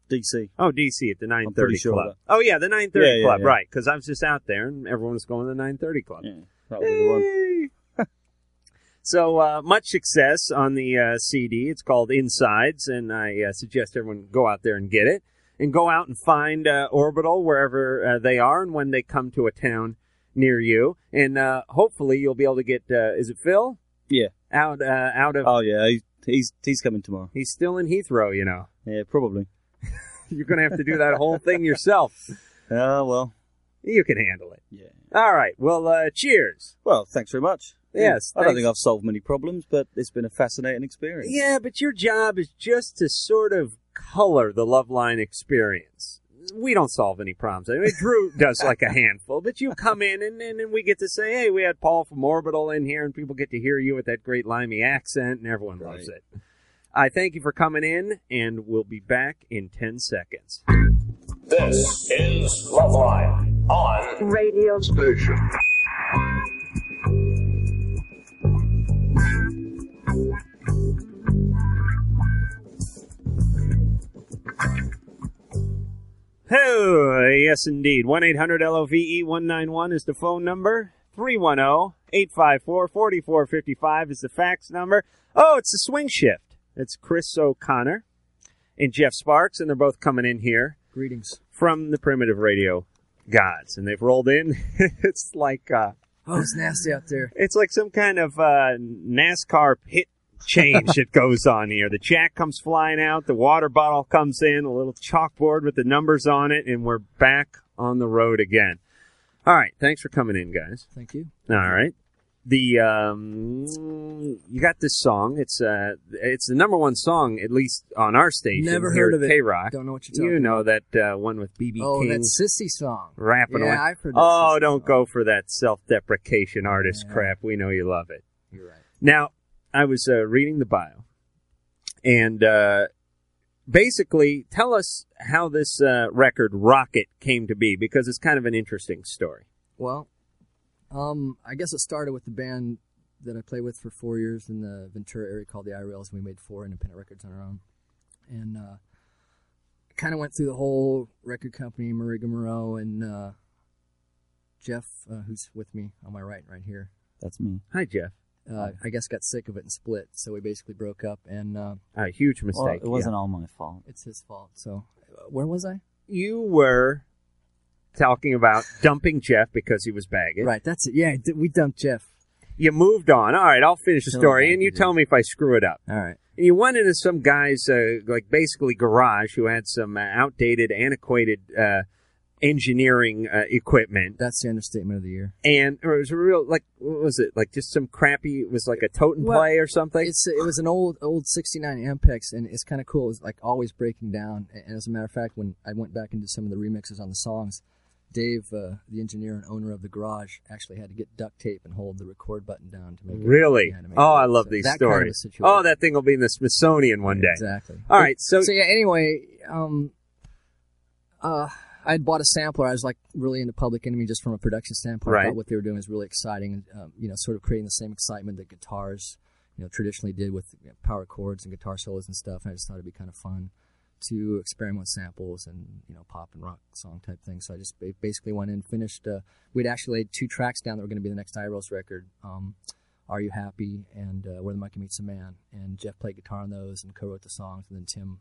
Speaker 10: DC.
Speaker 4: Oh, DC at the 930
Speaker 10: sure
Speaker 4: Club.
Speaker 10: that-
Speaker 4: Oh, yeah, the 930
Speaker 10: Yeah, yeah,
Speaker 4: Club,
Speaker 10: yeah.
Speaker 4: right, because I was just out there and everyone was going to the 930 Club.
Speaker 10: That would be the one.
Speaker 4: So uh, much success on the uh, CD. It's called Insides, and I uh, suggest everyone go out there and get it, and go out and find uh, Orbital wherever uh, they are, and when they come to a town near you, and uh, hopefully you'll be able to get. Uh, is it Phil
Speaker 10: Yeah.
Speaker 4: out uh, out of?
Speaker 10: Oh yeah, he, he's he's coming tomorrow.
Speaker 4: He's still in Heathrow, you know.
Speaker 10: Yeah, probably.
Speaker 4: You're gonna have to do that whole thing yourself.
Speaker 10: Oh well.
Speaker 4: You can handle it.
Speaker 10: Yeah.
Speaker 4: All right. Well, uh, cheers.
Speaker 10: Well, thanks very much.
Speaker 4: Yes,
Speaker 10: I don't
Speaker 4: thanks.
Speaker 10: think I've solved many problems, but it's been a fascinating experience.
Speaker 4: Yeah, but your job is just to sort of color the love line experience. We don't solve any problems. I mean, Drew does like a handful, but you come in and, and, and we get to say, hey, we had Paul from Orbital in here, and people get to hear you with that great limey accent, and everyone loves it. I thank you for coming in, and we'll be back in 10 seconds.
Speaker 17: This is Loveline on Radio Station.
Speaker 4: Oh, yes, indeed. 1 800 LOVE 191 is the phone number. 310 854 4455 is the fax number. Oh, it's the swing shift. It's Chris O'Connor and Jeff Sparks, and they're both coming in here.
Speaker 5: Greetings.
Speaker 4: From the Primitive Radio Gods. And they've rolled in. it's like. Uh,
Speaker 18: Oh, it's nasty out there.
Speaker 4: it's like some kind of uh, NASCAR pit change that goes on here. The jack comes flying out, the water bottle comes in, a little chalkboard with the numbers on it, and we're back on the road again. All right, thanks for coming in, guys.
Speaker 18: Thank you.
Speaker 4: All right. The um, you got this song. It's uh, it's the number one song at least on our station.
Speaker 18: Never
Speaker 4: here
Speaker 18: heard
Speaker 4: at
Speaker 18: of it.
Speaker 4: K-Rock.
Speaker 18: Don't know what you're
Speaker 4: You
Speaker 18: talking
Speaker 4: know that uh, one with BB
Speaker 18: Oh,
Speaker 4: King
Speaker 18: that sissy song.
Speaker 4: rapping
Speaker 18: Yeah,
Speaker 4: away.
Speaker 18: I've heard that
Speaker 4: oh, don't go for that self-deprecation artist crap. We know you love it.
Speaker 18: You're right.
Speaker 4: Now, I was uh, reading the bio, and uh, basically, tell us how this uh, record Rocket came to be because it's kind of an interesting story.
Speaker 18: Well, um, I guess it started with the band that I played with for four years in the Ventura area called the I-Rails, and we made four independent records on our own. And uh, kind of went through the whole record company, Mariga Moreau, and uh, Jeff, uh, who's with me on my right, right here.
Speaker 10: That's me.
Speaker 4: Hi, Jeff.
Speaker 18: Uh, I guess got sick of it and split, so we basically broke up. And uh,
Speaker 4: A huge mistake.
Speaker 10: Well, it wasn't all my fault.
Speaker 18: It's his fault. So, uh, where was I?
Speaker 4: You were talking about dumping Jeff because he was baggage.
Speaker 18: Right, that's it. Yeah, d- we dumped Jeff.
Speaker 4: You moved on. All right, I'll finish the
Speaker 18: Still
Speaker 4: story, and you tell me if I screw it up.
Speaker 18: All right.
Speaker 4: And you went into some guy's, uh, like basically garage, who had some uh, outdated, antiquated uh, engineering uh, equipment.
Speaker 18: That's the understatement of the year.
Speaker 4: And or it was a real, like, what was it? Like just some crappy, it was like a totem play or something?
Speaker 18: It's it was an old old '69 Ampex, and it's kind of cool. It was like always breaking down. And- And as a matter of fact, when I went back into some of the remixes on the songs, Dave, uh, the engineer and owner of the garage, actually had to get duct tape and hold the record button down to make it.
Speaker 4: Really?
Speaker 18: yeah, to make
Speaker 4: Oh,
Speaker 18: it
Speaker 4: I
Speaker 18: work.
Speaker 4: love
Speaker 18: So
Speaker 4: these
Speaker 18: that kind of a
Speaker 4: stories.
Speaker 18: situation.
Speaker 4: oh, that thing will be in the Smithsonian one day.
Speaker 18: Exactly.
Speaker 4: All right, so
Speaker 18: yeah. Anyway, um, uh, I had bought a sampler. I was like really into Public Enemy just from a production standpoint. I
Speaker 4: Right.
Speaker 18: thought what they were doing was really exciting, and um, you know, sort of creating the same excitement that guitars, you know, traditionally did with you know, power chords and guitar solos and stuff. And I just thought it'd be kind of fun to experiment with samples and you know pop and rock song type things. So I just ba- basically went in, finished. Uh, we'd actually laid two tracks down that were going to be the next Iros record. Um, are You Happy and uh, Where the Monkey Meets the Man. And Jeff played guitar on those and co-wrote the songs. And then Tim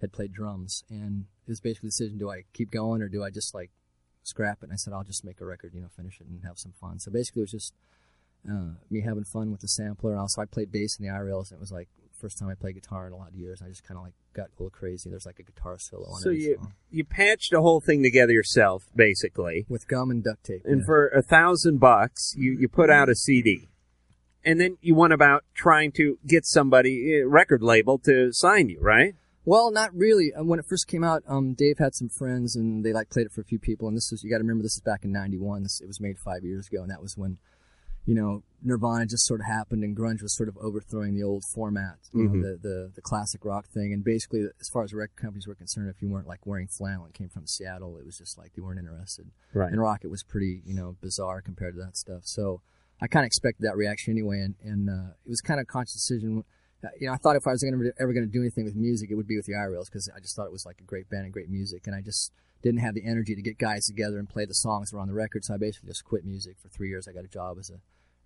Speaker 18: had played drums. And it was basically the decision: do I keep going or do I just like scrap it? And I said, I'll just make a record, you know, finish it and have some fun. So basically, it was just uh, me having fun with the sampler. And also, I played bass in the IRLs, and it was like first time I played guitar in a lot of years. I just kind of like got a little crazy. There's like a guitar solo on
Speaker 4: So
Speaker 18: every
Speaker 4: you
Speaker 18: song.
Speaker 4: you patched the whole thing together yourself, basically,
Speaker 18: with gum and duct tape.
Speaker 4: And for a thousand bucks, you you put out a CD, and then you went about trying to get somebody uh, record label to sign you, right?
Speaker 18: Well, not really. Um, When it first came out, um, Dave had some friends, and they like played it for a few people. And this is you got to remember this is back in '91. This it was made five years ago, and that was when, you know, Nirvana just sort of happened, and grunge was sort of overthrowing the old format, you
Speaker 19: Mhm.
Speaker 18: know, the, the the classic rock thing. And basically, as far as record companies were concerned, if you weren't like wearing flannel and came from Seattle, it was just like they weren't interested.
Speaker 4: Right.
Speaker 18: And Rocket was pretty, you know, bizarre compared to that stuff. So I kind of expected that reaction anyway, and and uh, it was kind of a conscious decision. Uh, You know, I thought if I was gonna, ever going to do anything with music, it would be with the I-Rails because I just thought it was like a great band and great music, and I just didn't have the energy to get guys together and play the songs that were on the record. So I basically just quit music for three years. I got a job as a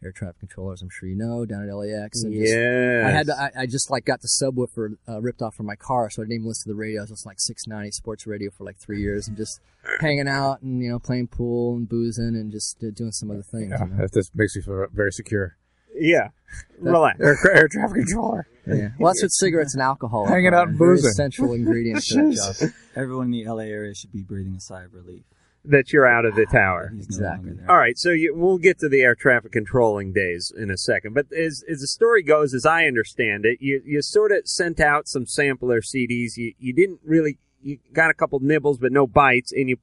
Speaker 18: air traffic controller, as I'm sure you know, down at LAX. And just-
Speaker 4: Yes.
Speaker 18: I had to, I, I just like got the subwoofer uh, ripped off from my car, so I didn't even listen to the radio. I was listening to like 690 sports radio for like three years and just hanging out and you know playing pool and boozing and just uh, doing some other things.
Speaker 5: Yeah,
Speaker 18: you know?
Speaker 5: that this makes me feel very secure.
Speaker 4: Yeah. Relax.
Speaker 5: Air, air traffic controller.
Speaker 18: Yeah. Well, that's what cigarettes and alcohol. are.
Speaker 5: Hanging out and
Speaker 18: Very
Speaker 5: boozing.
Speaker 18: Essential ingredients to that job.
Speaker 10: Everyone in the LA area should be breathing a sigh of relief.
Speaker 4: That you're out of the tower.
Speaker 10: Exactly.
Speaker 4: All right, so you, we'll get to the air traffic controlling days in a second. But as, as the story goes, as I understand it, you, you sort of sent out some sampler CDs. You, you didn't really, you got a couple nibbles, but no bites, and you,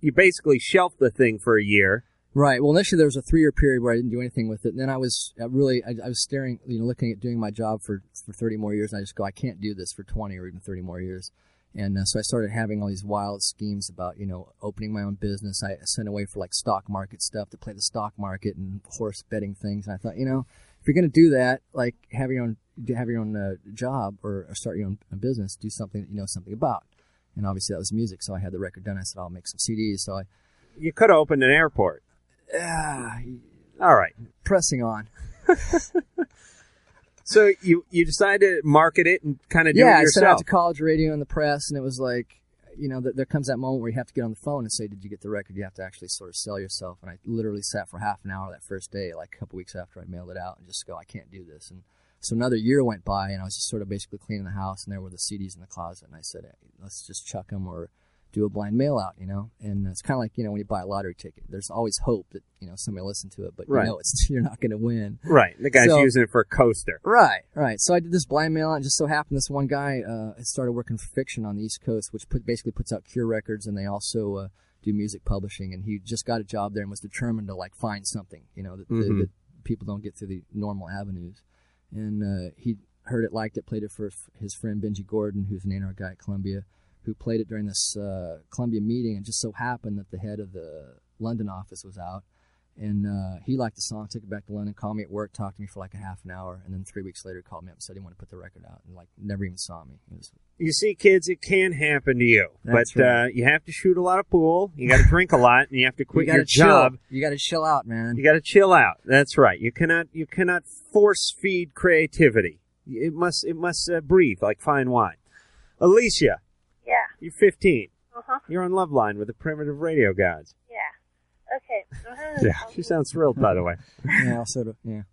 Speaker 4: you basically shelved the thing for a year.
Speaker 18: Right. Well, initially there was a three-year period where I didn't do anything with it. And then I was I really I, I was staring, you know, looking at doing my job for for 30 more years. And I just go, I can't do this for 20 or even 30 more years. And uh, so I started having all these wild schemes about, you know, opening my own business. I sent away for like stock market stuff to play the stock market and horse betting things. And I thought, you know, if you're going to do that, like have your own have your own uh, job or, or start your own business, do something that you know something about. And obviously that was music, so I had the record done. I said I'll make some CDs. So I
Speaker 4: You could have opened an airport.
Speaker 18: Ah,
Speaker 4: All right.
Speaker 18: pressing on.
Speaker 4: So you you decide to market it and kind of do
Speaker 18: yeah,
Speaker 4: it
Speaker 18: I sent out
Speaker 4: yourself.
Speaker 18: to college radio and the press, and it was like, you know, th- there comes that moment where you have to get on the phone and say, "Did you get the record?" You have to actually sort of sell yourself. And I literally sat for half an hour that first day, like a couple weeks after I mailed it out, and just go, "I can't do this." And so another year went by, and I was just sort of basically cleaning the house, and there were the CDs in the closet, and I said, hey, "Let's just chuck them or do a blind mail out," you know. And it's kind of like you know when you buy a lottery ticket, there's always hope that you know somebody will listen to it, but
Speaker 4: Right.
Speaker 18: you know it's you're not going to win.
Speaker 4: Right. The guy's
Speaker 18: So-
Speaker 4: using it for a coaster.
Speaker 18: Right, right. So I did this blind mail, out, and just so happened this one guy uh, had started working for Fiction on the East Coast, which put, basically puts out Cure records, and they also uh, do music publishing. And he just got a job there and was determined to like find something, you know, that,
Speaker 19: Mhm.
Speaker 18: that, that people don't get through the normal avenues. And uh, he heard it, liked it, played it for f- his friend Benji Gordon, who's an A&R guy at Columbia, who played it during this uh, Columbia meeting. And just so happened that the head of the London office was out and uh, he liked the song, took it back to London, called me at work, talked to me for like a half an hour, and then three weeks later called me up and said he wanted to put the record out, and like never even saw me. It was
Speaker 4: You see, kids, it can happen to you,
Speaker 18: That's
Speaker 4: but uh,
Speaker 18: right.
Speaker 4: you have to shoot a lot of pool. You got to drink a lot, and you have to
Speaker 18: you
Speaker 4: quit
Speaker 18: gotta
Speaker 4: your
Speaker 18: chill.
Speaker 4: job.
Speaker 18: You got to chill out, man.
Speaker 4: You got to chill out. That's right. You cannot you cannot force feed creativity. It must it must uh, breathe like fine wine. Alicia,
Speaker 9: Yeah.
Speaker 4: you're 15.
Speaker 9: Uh-huh.
Speaker 4: You're on Love Line with the Primitive Radio Gods.
Speaker 9: Yeah. Okay.
Speaker 4: she sounds thrilled, by the way.
Speaker 18: yeah, sort of. Yeah.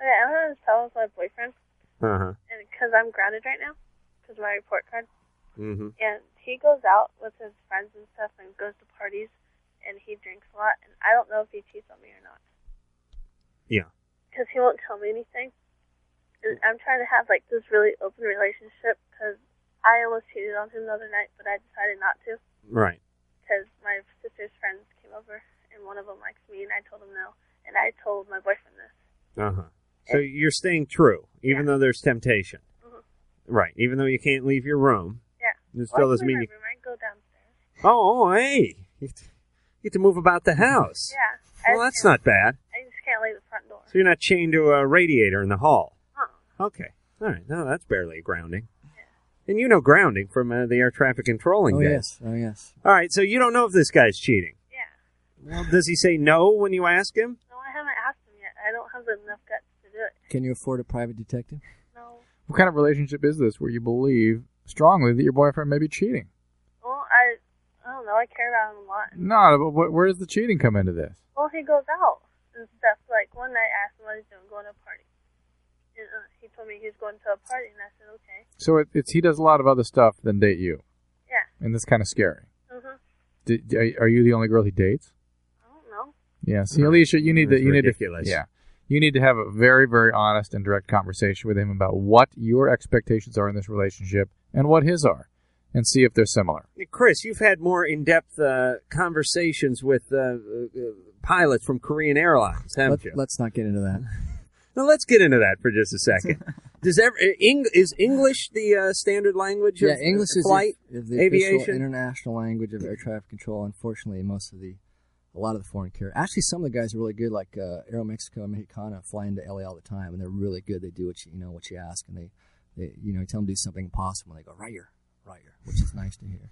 Speaker 9: Okay, Oh, I'm gonna tell my boyfriend,
Speaker 4: Uh huh.
Speaker 9: and because I'm grounded right now, because my report card,
Speaker 4: Mm-hmm.
Speaker 9: and he goes out with his friends and stuff, and goes to parties, and he drinks a lot, and I don't know if he cheats on me or not,
Speaker 4: Yeah.
Speaker 9: because he won't tell me anything, and I'm trying to have like this really open relationship, because I almost cheated on him the other night, but I decided not to,
Speaker 4: Right.
Speaker 9: because my sister's friends came over, and one of them likes me, and I told him no, and I told my boyfriend this.
Speaker 4: Uh
Speaker 9: Uh-huh.
Speaker 4: huh. So you're staying true, even though there's temptation.
Speaker 9: Mhm.
Speaker 4: Right. Even though you can't leave your room.
Speaker 9: Yeah.
Speaker 4: It
Speaker 9: Well,
Speaker 4: still
Speaker 9: I
Speaker 4: doesn't
Speaker 9: clean
Speaker 4: mean
Speaker 9: my
Speaker 4: you.
Speaker 9: room. I go downstairs.
Speaker 4: Oh, oh, hey. You get to- you get to move about the house.
Speaker 9: Yeah. I
Speaker 4: Well,
Speaker 9: just
Speaker 4: that's
Speaker 9: can't-
Speaker 4: not bad.
Speaker 9: I just can't leave the front door.
Speaker 4: So you're not chained to a radiator in the hall.
Speaker 9: Huh.
Speaker 4: Okay. All right. No, that's barely a grounding. And you know grounding from uh, the air traffic controlling
Speaker 18: Oh
Speaker 4: days.
Speaker 18: yes. Oh yes.
Speaker 4: All right. So you don't know if this guy's cheating. Yeah. Well, does he say no when you ask him?
Speaker 9: No, I haven't asked him yet. I don't have enough guts to do it.
Speaker 18: Can you afford a private detective?
Speaker 9: No.
Speaker 5: What kind of relationship is this where you believe strongly that your boyfriend may be cheating?
Speaker 9: Well, I, I don't know. I care about him a lot.
Speaker 5: No, but wh- where does the cheating come into this?
Speaker 9: Well, he goes out and stuff. Like one night, I asked him what he's doing, going to a party. And uh, he told me he's going to a party, and I said okay.
Speaker 5: So it, it's he does a lot of other stuff than date you,
Speaker 9: Yeah.
Speaker 5: and that's kind of scary.
Speaker 9: Mhm.
Speaker 5: Did, are- are you the only girl he dates?
Speaker 9: I don't know.
Speaker 5: Yeah. See, Alicia, you need
Speaker 4: That's
Speaker 5: to you
Speaker 4: ridiculous.
Speaker 5: need to yeah. You need to have a very, very honest and direct conversation with him about what your expectations are in this relationship and what his are, and see if they're similar.
Speaker 4: Chris, you've had more in-depth uh, conversations with uh, uh, pilots from Korean Airlines, haven't you?
Speaker 18: Let's not get into that.
Speaker 4: Now let's get into that for just a second. Does ever Eng, is English the uh, standard language?
Speaker 18: Yeah,
Speaker 4: of
Speaker 18: English is
Speaker 4: flight,
Speaker 18: the, the official
Speaker 4: aviation.
Speaker 18: international language of air traffic control. Unfortunately, most of the a lot of the foreign carriers, actually, some of the guys are really good. Like uh, Aero Mexico and Mexicana fly into LA all the time, and they're really good. They do what you, you know what you ask, and they, they you know you tell them to do something impossible, and they go right here, right here, which is nice to hear.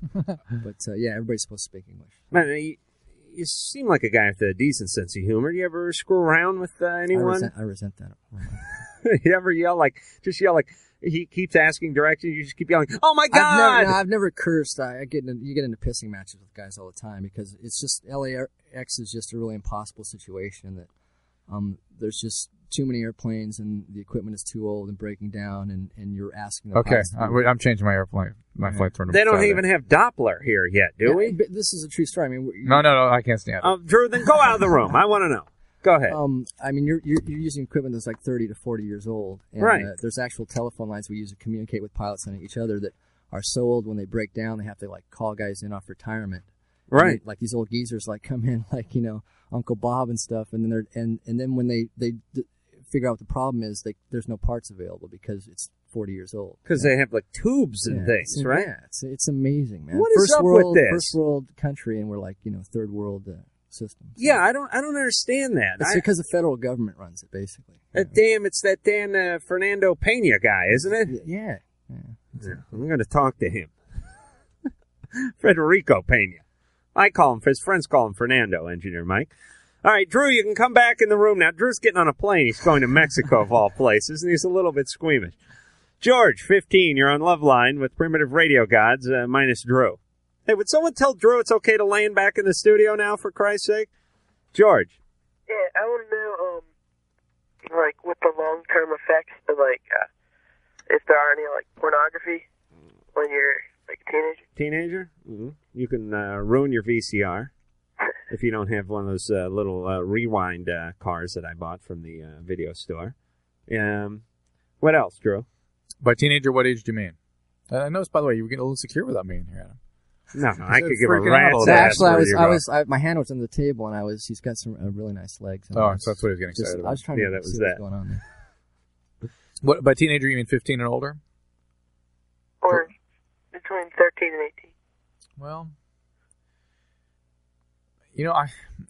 Speaker 18: but uh, yeah, everybody's supposed to speak English.
Speaker 4: Man, you, you seem like a guy with a decent sense of humor. Do you ever screw around with uh,
Speaker 18: I
Speaker 4: anyone?
Speaker 18: resent, I resent that.
Speaker 4: you ever yell like just yell like he keeps asking directions. You just keep yelling, "Oh my
Speaker 18: I've never-
Speaker 4: god!"
Speaker 18: no, I've never cursed. I, I get into, you get into pissing matches with guys all the time because it's just LAX is just a really impossible situation that um, there's just too many airplanes and the equipment is too old and breaking down and, and you're asking the
Speaker 5: Okay,
Speaker 18: pilots to
Speaker 5: I,
Speaker 18: do-
Speaker 5: wait, I'm changing my airplane, my flight tournament.
Speaker 4: they don't
Speaker 5: Saturday.
Speaker 4: even have Doppler here yet, do
Speaker 18: Yeah,
Speaker 4: we?
Speaker 18: but this is a true story. I mean, we-
Speaker 5: No, no, no, I can't stand it.
Speaker 4: Um, Drew, then go out of the room. I want to know. Go ahead.
Speaker 18: Um, I mean, you're, you're you're using equipment that's like 30 to 40 years old, and
Speaker 4: Right.
Speaker 18: uh, there's actual telephone lines we use to communicate with pilots and each other that are so old when they break down they have to like call guys in off retirement. And
Speaker 4: Right.
Speaker 18: they- like these old geezers like come in like you know Uncle Bob and stuff, and then they're and and then when they they d- figure out what the problem is, they there's no parts available because it's 40 years old.
Speaker 4: Because they have like tubes and
Speaker 18: Yeah,
Speaker 4: things,
Speaker 18: it's-
Speaker 4: right?
Speaker 18: yeah, it's, it's amazing, man.
Speaker 4: What is
Speaker 18: first
Speaker 4: up with
Speaker 18: world,
Speaker 4: this?
Speaker 18: First world country, and we're like you know third world uh, system.
Speaker 4: Yeah, I don't, I don't understand that.
Speaker 18: It's
Speaker 4: I-
Speaker 18: because the federal government runs it, basically.
Speaker 4: Uh, damn, it's that Dan uh, Fernando Pena guy, isn't it?
Speaker 18: Yeah.
Speaker 4: Yeah, I'm going to talk to him. Federico Pena. I call him, his friends call him Fernando, Engineer Mike. All right, Drew, you can come back in the room now. Drew's getting on a plane. He's going to Mexico, of all places, and he's a little bit squeamish. George, 15, you're on Love Line with Primitive Radio Gods, uh, minus Drew. Hey, would someone tell Drew it's okay to land back in the studio now, for Christ's sake? George,
Speaker 19: Yeah, I want to know, um, like, what the long term effects of, like, uh, if there are any, like, pornography when you're, like, a teenager.
Speaker 4: teenager,
Speaker 5: Mm-hmm.
Speaker 4: Mhm. you can uh, ruin your VCR if you don't have one of those uh, little uh, rewind uh, cars that I bought from the uh, video store. Um, what else, Drew?
Speaker 5: By teenager, what age do you mean? Uh, I noticed, by the way, you were getting a little secure without me in here, Adam.
Speaker 4: No, no, I
Speaker 5: Instead
Speaker 4: could
Speaker 5: of
Speaker 4: give a
Speaker 5: freaking out
Speaker 4: rat's
Speaker 5: all
Speaker 4: ass
Speaker 5: the time.
Speaker 18: Actually, I was, I was, I, my hand was under the table, and I was. She's got some uh, really nice legs. and
Speaker 5: Oh,
Speaker 18: I was
Speaker 5: so that's what he was getting
Speaker 18: just-
Speaker 5: excited
Speaker 18: I was
Speaker 5: about.
Speaker 18: trying
Speaker 5: Yeah,
Speaker 18: to
Speaker 5: that was
Speaker 18: see what's
Speaker 5: that.
Speaker 18: going on. there.
Speaker 5: What by teenager you mean fifteen and older?
Speaker 19: Or between 13 and 18.
Speaker 5: Well, You know, I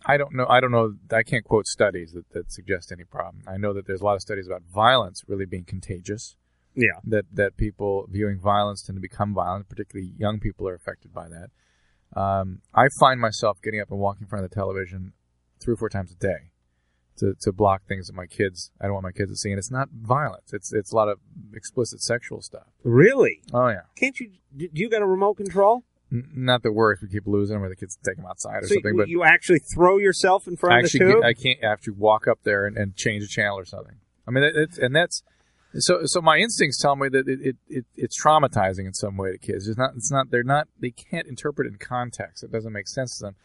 Speaker 5: I don't know I don't know I can't quote studies that, that suggest any problem. I know that there's a lot of studies about violence really being contagious.
Speaker 4: Yeah.
Speaker 5: That that people viewing violence tend to become violent, particularly young people are affected by that. Um, I find myself getting up and walking in front of the television three or four times a day to, to block things that my kids I don't want my kids to see. And it's not violence. It's it's a lot of explicit sexual stuff.
Speaker 4: Really?
Speaker 5: Oh yeah.
Speaker 4: Can't you? Do you got a remote control?
Speaker 5: N- not that works. We keep losing them, or the kids take them outside or
Speaker 4: So
Speaker 5: something.
Speaker 4: you,
Speaker 5: But
Speaker 4: you actually throw yourself in front
Speaker 5: I
Speaker 4: of the
Speaker 5: actually,
Speaker 4: tube?
Speaker 5: get, I can't I have to walk up there and, and change the channel or something. I mean, that, that's and that's so. So my instincts tell me that it, it, it it's traumatizing in some way to kids. It's not. It's not. They're not. They can't interpret it in context. It doesn't make sense to them.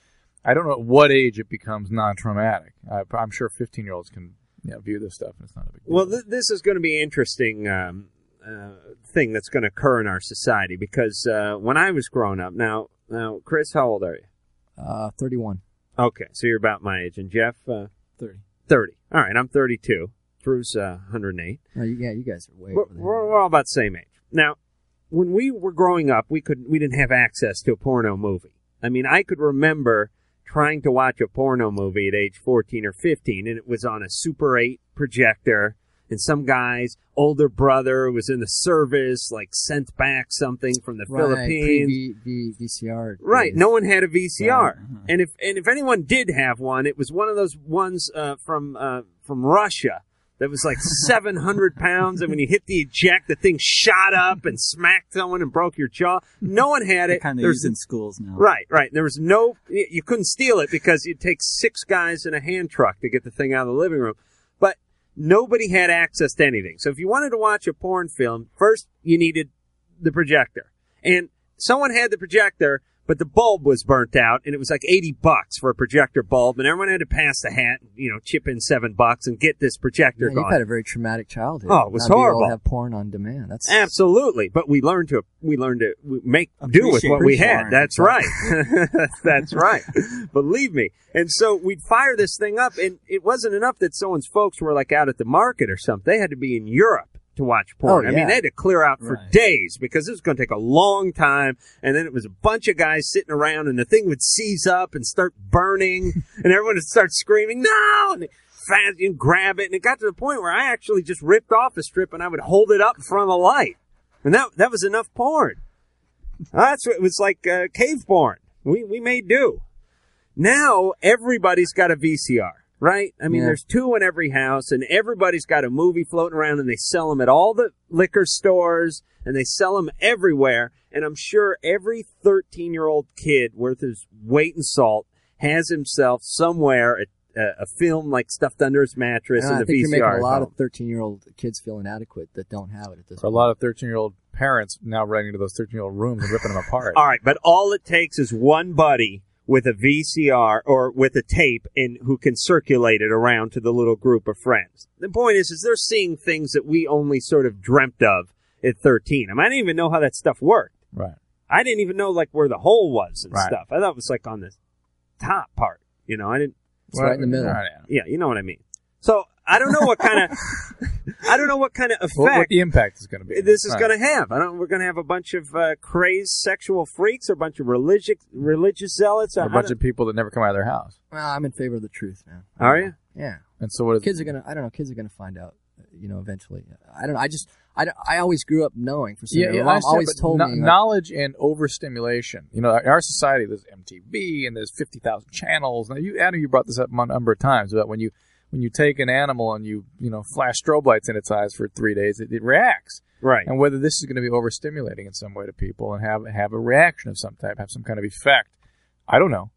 Speaker 5: I don't know at what age it becomes non-traumatic. I, I'm sure 15-year-olds can you know, view this stuff, and it's not a big.
Speaker 4: Well, th- this is going to be an interesting um, uh, thing that's going to occur in our society because uh, when I was growing up, now, now, Chris, how old are you?
Speaker 18: Uh, Thirty-one.
Speaker 4: Okay, so you're about my age, and Jeff, uh,
Speaker 18: 30.
Speaker 4: thirty. All right, I'm thirty-two. Drew's uh, 108.
Speaker 18: No, you, yeah, you guys are way.
Speaker 4: We're,
Speaker 18: over there.
Speaker 4: we're we're all about the same age. Now, when we were growing up, we could we didn't have access to a porno movie. I mean, I could remember trying to watch a porno movie at age 14 or 15 and it was on a Super 8 projector and some guy's older brother was in the service like sent back something from the
Speaker 18: Right,
Speaker 4: Philippines.
Speaker 18: pre- V- V- VCR.
Speaker 4: Right. No one had a VCR,
Speaker 18: Right.
Speaker 4: and if and if anyone did have one, it was one of those ones uh, from uh, from Russia that was like seven hundred pounds, and when you hit the eject, the thing shot up and smacked someone and broke your jaw. No one had it.
Speaker 20: kind of
Speaker 4: There's-
Speaker 20: used in schools now.
Speaker 4: Right, right. There was no, y- you couldn't steal it because you'd take six guys in a hand truck to get the thing out of the living room. But nobody had access to anything. So if you wanted to watch a porn film, first you needed the projector. And someone had the projector, but the bulb was burnt out and it was like 80 bucks for a projector bulb. And everyone had to pass the hat, you know, chip in seven bucks and get this projector
Speaker 18: Yeah,
Speaker 4: going.
Speaker 18: you've had a very traumatic childhood.
Speaker 4: Oh, it was
Speaker 18: Not being able to
Speaker 4: horrible.
Speaker 18: Have porn on demand. That's
Speaker 4: Absolutely, but we learned to we learned to we make do with
Speaker 18: Appreciate-
Speaker 4: what we
Speaker 18: appreciate
Speaker 4: had.
Speaker 18: it.
Speaker 4: That's right. That's right. Believe me. And so we'd fire this thing up, and it wasn't enough that someone's folks were like out at the market or something. They had to be in Europe to watch porn.
Speaker 18: Oh,
Speaker 4: I mean,
Speaker 18: yeah.
Speaker 4: they had to clear out for
Speaker 18: Right.
Speaker 4: days because it was going to take a long time. And then it was a bunch of guys sitting around, and the thing would seize up and start burning, and everyone would start screaming, "No!" And fast and grab it, and it got to the point where I actually just ripped off a strip and I would hold it up in front of the light, and that that was enough porn. That's what it was like uh, cave porn. We we made do. Now everybody's got a VCR, right? I mean,
Speaker 18: Yeah.
Speaker 4: there's two in every house, and everybody's got a movie floating around, and they sell them at all the liquor stores, and they sell them everywhere. And I'm sure every 13 year old kid worth his weight in salt has himself somewhere a, a, a film like stuffed under his mattress
Speaker 18: And I
Speaker 4: and the
Speaker 18: think you're
Speaker 4: VCR.
Speaker 18: making a
Speaker 4: at
Speaker 18: lot
Speaker 4: home.
Speaker 18: of 13 year old kids feel inadequate that don't have it at this
Speaker 5: For a
Speaker 18: point.
Speaker 5: lot of 13-year-old parents now running into those 13-year-old rooms and ripping them apart.
Speaker 4: All right, but all it takes is one buddy with a VCR or with a tape and who can circulate it around to the little group of friends. The point is, is they're seeing things that we only sort of dreamt of at 13. I mean, I didn't even know how that stuff worked.
Speaker 5: Right.
Speaker 4: I didn't even know like where the hole was and
Speaker 5: Right.
Speaker 4: stuff. I thought it was like on the top part. You know, I didn't.
Speaker 18: It's right in the middle. Right,
Speaker 4: Yeah, you know what I mean. So I don't know what kind of, I don't know what kind of effect
Speaker 5: What, what the impact is going to be?
Speaker 4: this is
Speaker 5: Right.
Speaker 4: going to have. I don't. We're going to have a bunch of uh, crazed sexual freaks, or a bunch of religious religious zealots,
Speaker 5: a bunch of people that never come out of their house.
Speaker 18: Well, I'm in favor of the truth, man.
Speaker 4: Are you?
Speaker 18: Yeah.
Speaker 5: And so what is
Speaker 18: kids are gonna? I don't know. Kids are gonna find out, uh, you know, eventually. I don't. know. I just. I, don't- I always grew up knowing for some
Speaker 5: Yeah,
Speaker 18: reason.
Speaker 5: yeah,
Speaker 18: My
Speaker 5: I
Speaker 18: mom
Speaker 5: understand,
Speaker 18: always
Speaker 5: but
Speaker 18: told
Speaker 5: kno-
Speaker 18: me. like,
Speaker 5: knowledge and overstimulation. You know, in our society, there's MTV and there's fifty thousand channels. Now, you, Adam, you brought this up a number of times about when you when you take an animal and you you know flash strobe lights in its eyes for three days, it, it reacts.
Speaker 4: Right.
Speaker 5: And whether this is going to be overstimulating in some way to people and have have a reaction of some type, have some kind of effect. I don't know.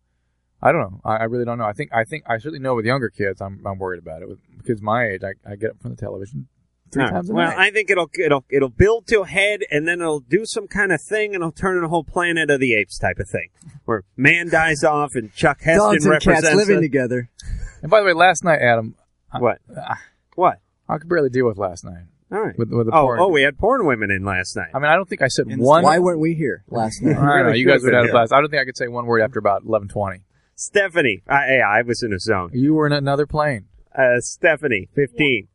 Speaker 5: I don't know. I, I really don't know. I think I think I certainly know with younger kids, I'm I'm worried about it. With kids my age, I, I get up from the television three
Speaker 4: All right.
Speaker 5: times a
Speaker 4: well,
Speaker 5: night.
Speaker 4: I think it'll it'll it'll build to a head, and then it'll do some kind of thing, and it'll turn into a whole Planet of the Apes type of thing, where man dies off and Chuck Heston
Speaker 18: Dogs and cats
Speaker 4: represents
Speaker 18: living
Speaker 4: it.
Speaker 18: together.
Speaker 5: And by the way, last night, Adam.
Speaker 4: What? what?
Speaker 5: Ah. I could barely deal with last night.
Speaker 4: All right.
Speaker 5: With, with the
Speaker 4: oh,
Speaker 5: porn.
Speaker 4: oh, we had porn women in last night.
Speaker 5: I mean, I don't think I said one.
Speaker 18: Why weren't we here last
Speaker 5: I
Speaker 18: night?
Speaker 5: don't know. You guys were out of class. I don't think I could say one word after about eleven twenty.
Speaker 4: Stephanie, I, hey, I was in a zone.
Speaker 5: You were in another plane.
Speaker 4: Uh, Stephanie, fifteen.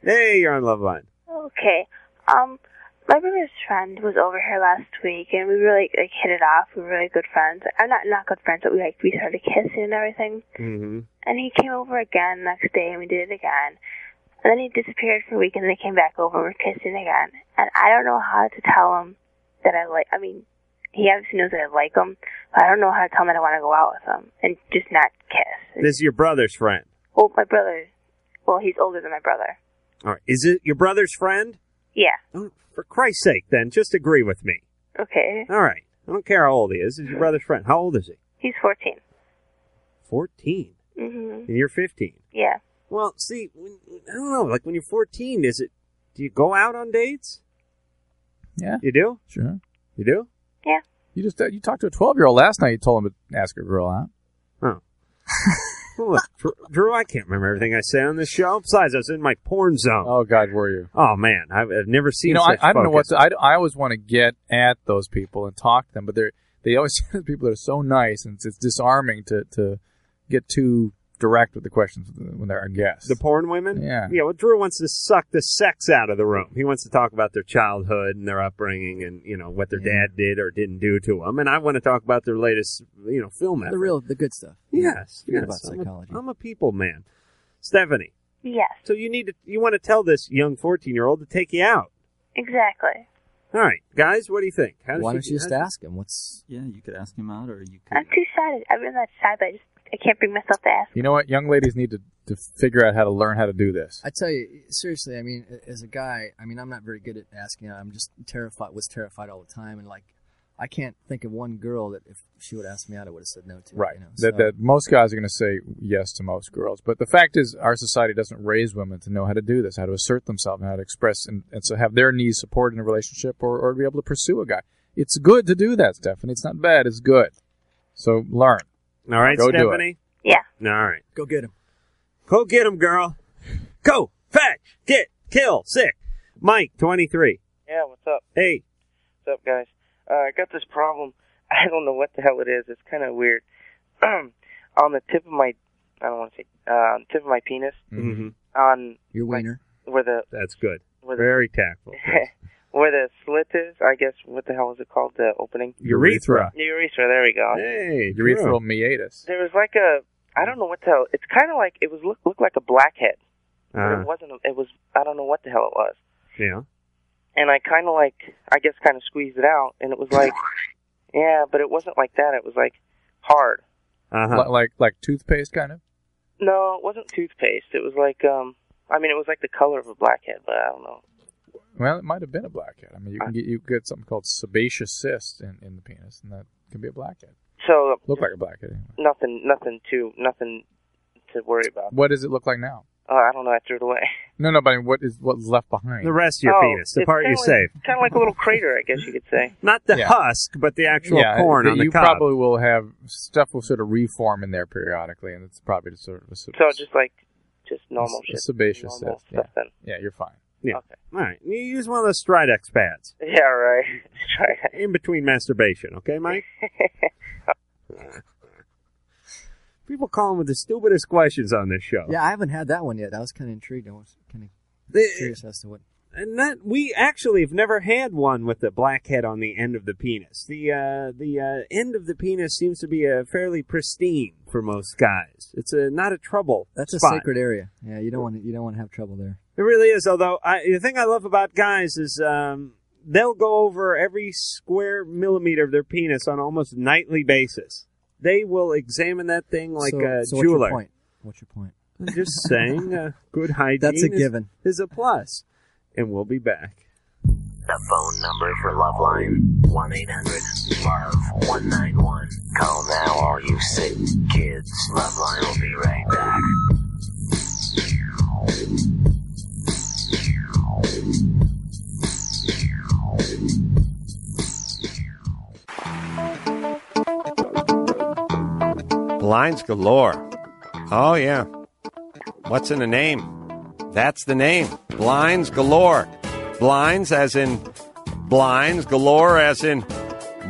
Speaker 4: Hey, you're on love line.
Speaker 20: Okay. Um, my brother's friend was over here last week, and we really like hit it off. We were really good friends. I'm not not good friends, but we like we started kissing and everything.
Speaker 4: Mm-hmm.
Speaker 20: And he came over again the next day, and we did it again. And then he disappeared for a week, and then he came back over, and we're kissing again. And I don't know how to tell him that I like. I mean, he obviously knows that I like him, but I don't know how to tell him that I want to go out with him and just not kiss.
Speaker 4: This is your brother's friend.
Speaker 20: Well, my brother. Well, he's older than my brother.
Speaker 4: All right, is it your brother's friend?
Speaker 20: Yeah.
Speaker 4: Oh, for Christ's sake, then just agree with me.
Speaker 20: Okay.
Speaker 4: All right, I don't care how old he is. Is your brother's friend? How old is he?
Speaker 20: He's 14.
Speaker 4: Fourteen.
Speaker 20: Mhm.
Speaker 4: And you're fifteen.
Speaker 20: Yeah.
Speaker 4: Well, see, when, I don't know. Like when you're 14, is it? Do you go out on dates?
Speaker 5: Yeah.
Speaker 4: You do?
Speaker 5: Sure.
Speaker 4: You do?
Speaker 20: Yeah.
Speaker 5: You just you talked to a twelve year old last night. You told him to ask a girl out.
Speaker 4: Oh. Well, Look, Dr- Drew, I can't remember everything I say on this show. Besides, I was in my porn zone.
Speaker 5: Oh God, were you?
Speaker 4: Oh man, I've, I've never seen.
Speaker 5: You know, I,
Speaker 4: such
Speaker 5: I don't know what
Speaker 4: focus.
Speaker 5: to, I, I always want to get at those people and talk to them, but they're they always people that are so nice and it's, it's disarming to to get too direct with the questions when they're our guests.
Speaker 4: The porn women?
Speaker 5: Yeah.
Speaker 4: Yeah, well, Drew wants to suck the sex out of the room. He wants to talk about their childhood and their upbringing and, you know, what their dad did or didn't do to them. And I want to talk about their latest, you know, film
Speaker 18: The
Speaker 4: effort.
Speaker 18: real, the good stuff.
Speaker 4: Yes,
Speaker 18: Forget
Speaker 4: yes.
Speaker 18: about
Speaker 4: I'm a-
Speaker 18: psychology.
Speaker 4: I'm a people man. Stephanie.
Speaker 20: Yes.
Speaker 4: So you need to, you want to tell this young 14 year old to take you out.
Speaker 20: Exactly.
Speaker 4: All right, guys, what do you think? How does
Speaker 18: Why
Speaker 4: she-
Speaker 18: don't you just
Speaker 4: how-
Speaker 18: ask him? What's
Speaker 21: Yeah, you could ask him out, or you
Speaker 20: I'm too shy. To, I'm really not shy, but I just I can't bring myself to ask.
Speaker 5: You know what? Young ladies need to, to figure out how to learn how to do this.
Speaker 18: I tell you, seriously, I mean, a- as a guy, I mean, I'm not very good at asking. out. I'm just terrified, was terrified all the time. And like, I can't think of one girl that if she would ask me out, I would have said no to.
Speaker 5: Right.
Speaker 18: You know?
Speaker 5: that,
Speaker 18: so-
Speaker 5: that most guys are going to say yes to most girls. But the fact is, our society doesn't raise women to know how to do this, how to assert themselves, and how to express and, and so have their needs supported in a relationship or, or to be able to pursue a guy. It's good to do that, Stephanie. It's not bad. It's good. So learn.
Speaker 4: All right,
Speaker 5: Go do it.
Speaker 4: Stephanie?
Speaker 20: Yeah.
Speaker 4: All right.
Speaker 18: Go get him.
Speaker 4: Go get him, girl. Go, fetch, get, kill, sick. Mike, 23.
Speaker 22: Yeah, what's up?
Speaker 4: Hey.
Speaker 22: What's up, guys? Uh, I got this problem. I don't know what the hell it is. It's kind of weird. on the tip of my, I don't want to say, uh, on the tip of my penis,
Speaker 4: Mm-hmm.
Speaker 22: on
Speaker 18: Your wiener.
Speaker 22: where the
Speaker 4: That's good.
Speaker 22: With-
Speaker 4: Very tactful.
Speaker 22: where the slit is, I guess. What the hell is it called? The opening.
Speaker 5: Urethra.
Speaker 22: Urethra. There we go.
Speaker 4: Hey,
Speaker 5: Urethral meatus.
Speaker 22: There was like a, I don't know what the hell. It's kind of like it was look looked like a blackhead. But
Speaker 5: Ah.
Speaker 22: it wasn't. a- It was. I don't know what the hell it was.
Speaker 4: Yeah.
Speaker 22: and I kind of like, I guess, kind of squeezed it out, and it was like, yeah, but it wasn't like that. It was like hard.
Speaker 4: Uh-huh.
Speaker 5: Li- Like like toothpaste, kind of.
Speaker 22: No, it wasn't toothpaste. It was like, um, I mean, it was like the color of a blackhead, but I don't know.
Speaker 5: Well, it might have been a blackhead. I mean, you can get you get something called sebaceous cyst in, in the penis, and that can be a blackhead.
Speaker 22: So
Speaker 5: Look like a blackhead. anyway.
Speaker 22: nothing, nothing to, nothing to worry about.
Speaker 5: What does it look like now?
Speaker 22: Uh, I don't know. I threw it away.
Speaker 5: No, no, but I mean, what is what's left behind?
Speaker 4: The rest of your
Speaker 22: Oh,
Speaker 4: penis, the
Speaker 22: it's
Speaker 4: part you
Speaker 22: kinda like-
Speaker 4: saved.
Speaker 22: Kind of like a little crater, I guess you could say.
Speaker 4: Not the
Speaker 5: Yeah.
Speaker 4: husk, but the actual corn
Speaker 5: th-
Speaker 4: on the
Speaker 5: you
Speaker 4: cob.
Speaker 5: probably will have stuff will sort of reform in there periodically, and it's probably just sort of a, sort
Speaker 22: So
Speaker 5: of
Speaker 22: just like, just normal
Speaker 5: a
Speaker 22: shit.
Speaker 5: sebaceous
Speaker 22: normal
Speaker 5: cyst. Yeah.
Speaker 22: stuff then.
Speaker 5: yeah, you're fine.
Speaker 4: yeah. All right. You use one of those Stridex pads.
Speaker 22: Yeah, right.
Speaker 4: In between masturbation, okay, Mike? People call him with the stupidest questions on this show.
Speaker 18: Yeah, I haven't had that one yet. I was kind of intrigued. I was kind of
Speaker 4: They-
Speaker 18: curious as to what.
Speaker 4: and that we actually have never had one with the black head on the end of the penis. The uh, the uh, end of the penis seems to be uh, fairly pristine for most guys. It's a, not a trouble.
Speaker 18: That's a
Speaker 4: spot.
Speaker 18: sacred area. Yeah, you don't want to, you don't want to have trouble there.
Speaker 4: It really is. Although I, the thing I love about guys is um, they'll go over every square millimeter of their penis on almost nightly basis. They will examine that thing like
Speaker 18: so,
Speaker 4: a
Speaker 18: so
Speaker 4: jeweler.
Speaker 18: What's your point? What's your point?
Speaker 4: I'm just saying, uh, good hygiene.
Speaker 18: That's a
Speaker 4: is-
Speaker 18: given.
Speaker 4: Is, a plus, and we'll be back.
Speaker 2: The phone number for Loveline, 1-800-LOVE-191. Call now all you sick kids. Loveline will be right back.
Speaker 21: Blinds galore. Oh, yeah. What's in a name? That's the name. Blinds galore. Blinds as in blinds, galore as in